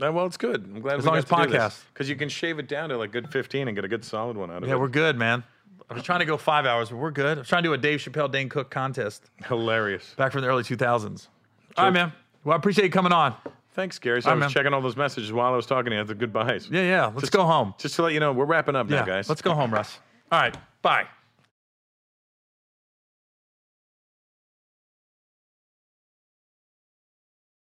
[SPEAKER 2] Uh, well, it's good. I'm glad as we
[SPEAKER 1] long
[SPEAKER 2] got
[SPEAKER 1] as
[SPEAKER 2] to do this.
[SPEAKER 1] podcast.
[SPEAKER 2] Cause you can shave it down to like good 15 and get a good solid one out of
[SPEAKER 1] Yeah,
[SPEAKER 2] it.
[SPEAKER 1] we're good, man. I was trying to go five hours, but we're good. I was trying to do a Dave Chappelle Dane Cook contest
[SPEAKER 2] Hilarious.
[SPEAKER 1] back from the early 2000s. All right, man. Well, I appreciate you coming on.
[SPEAKER 2] Thanks, Gary. So I
[SPEAKER 1] right,
[SPEAKER 2] was
[SPEAKER 1] man.
[SPEAKER 2] checking all those messages while I was talking to you. The goodbyes.
[SPEAKER 1] Yeah, yeah. Let's go home.
[SPEAKER 2] Just to let you know, we're wrapping up
[SPEAKER 1] Yeah,
[SPEAKER 2] now, guys.
[SPEAKER 1] Let's go home, Russ. All right. Bye.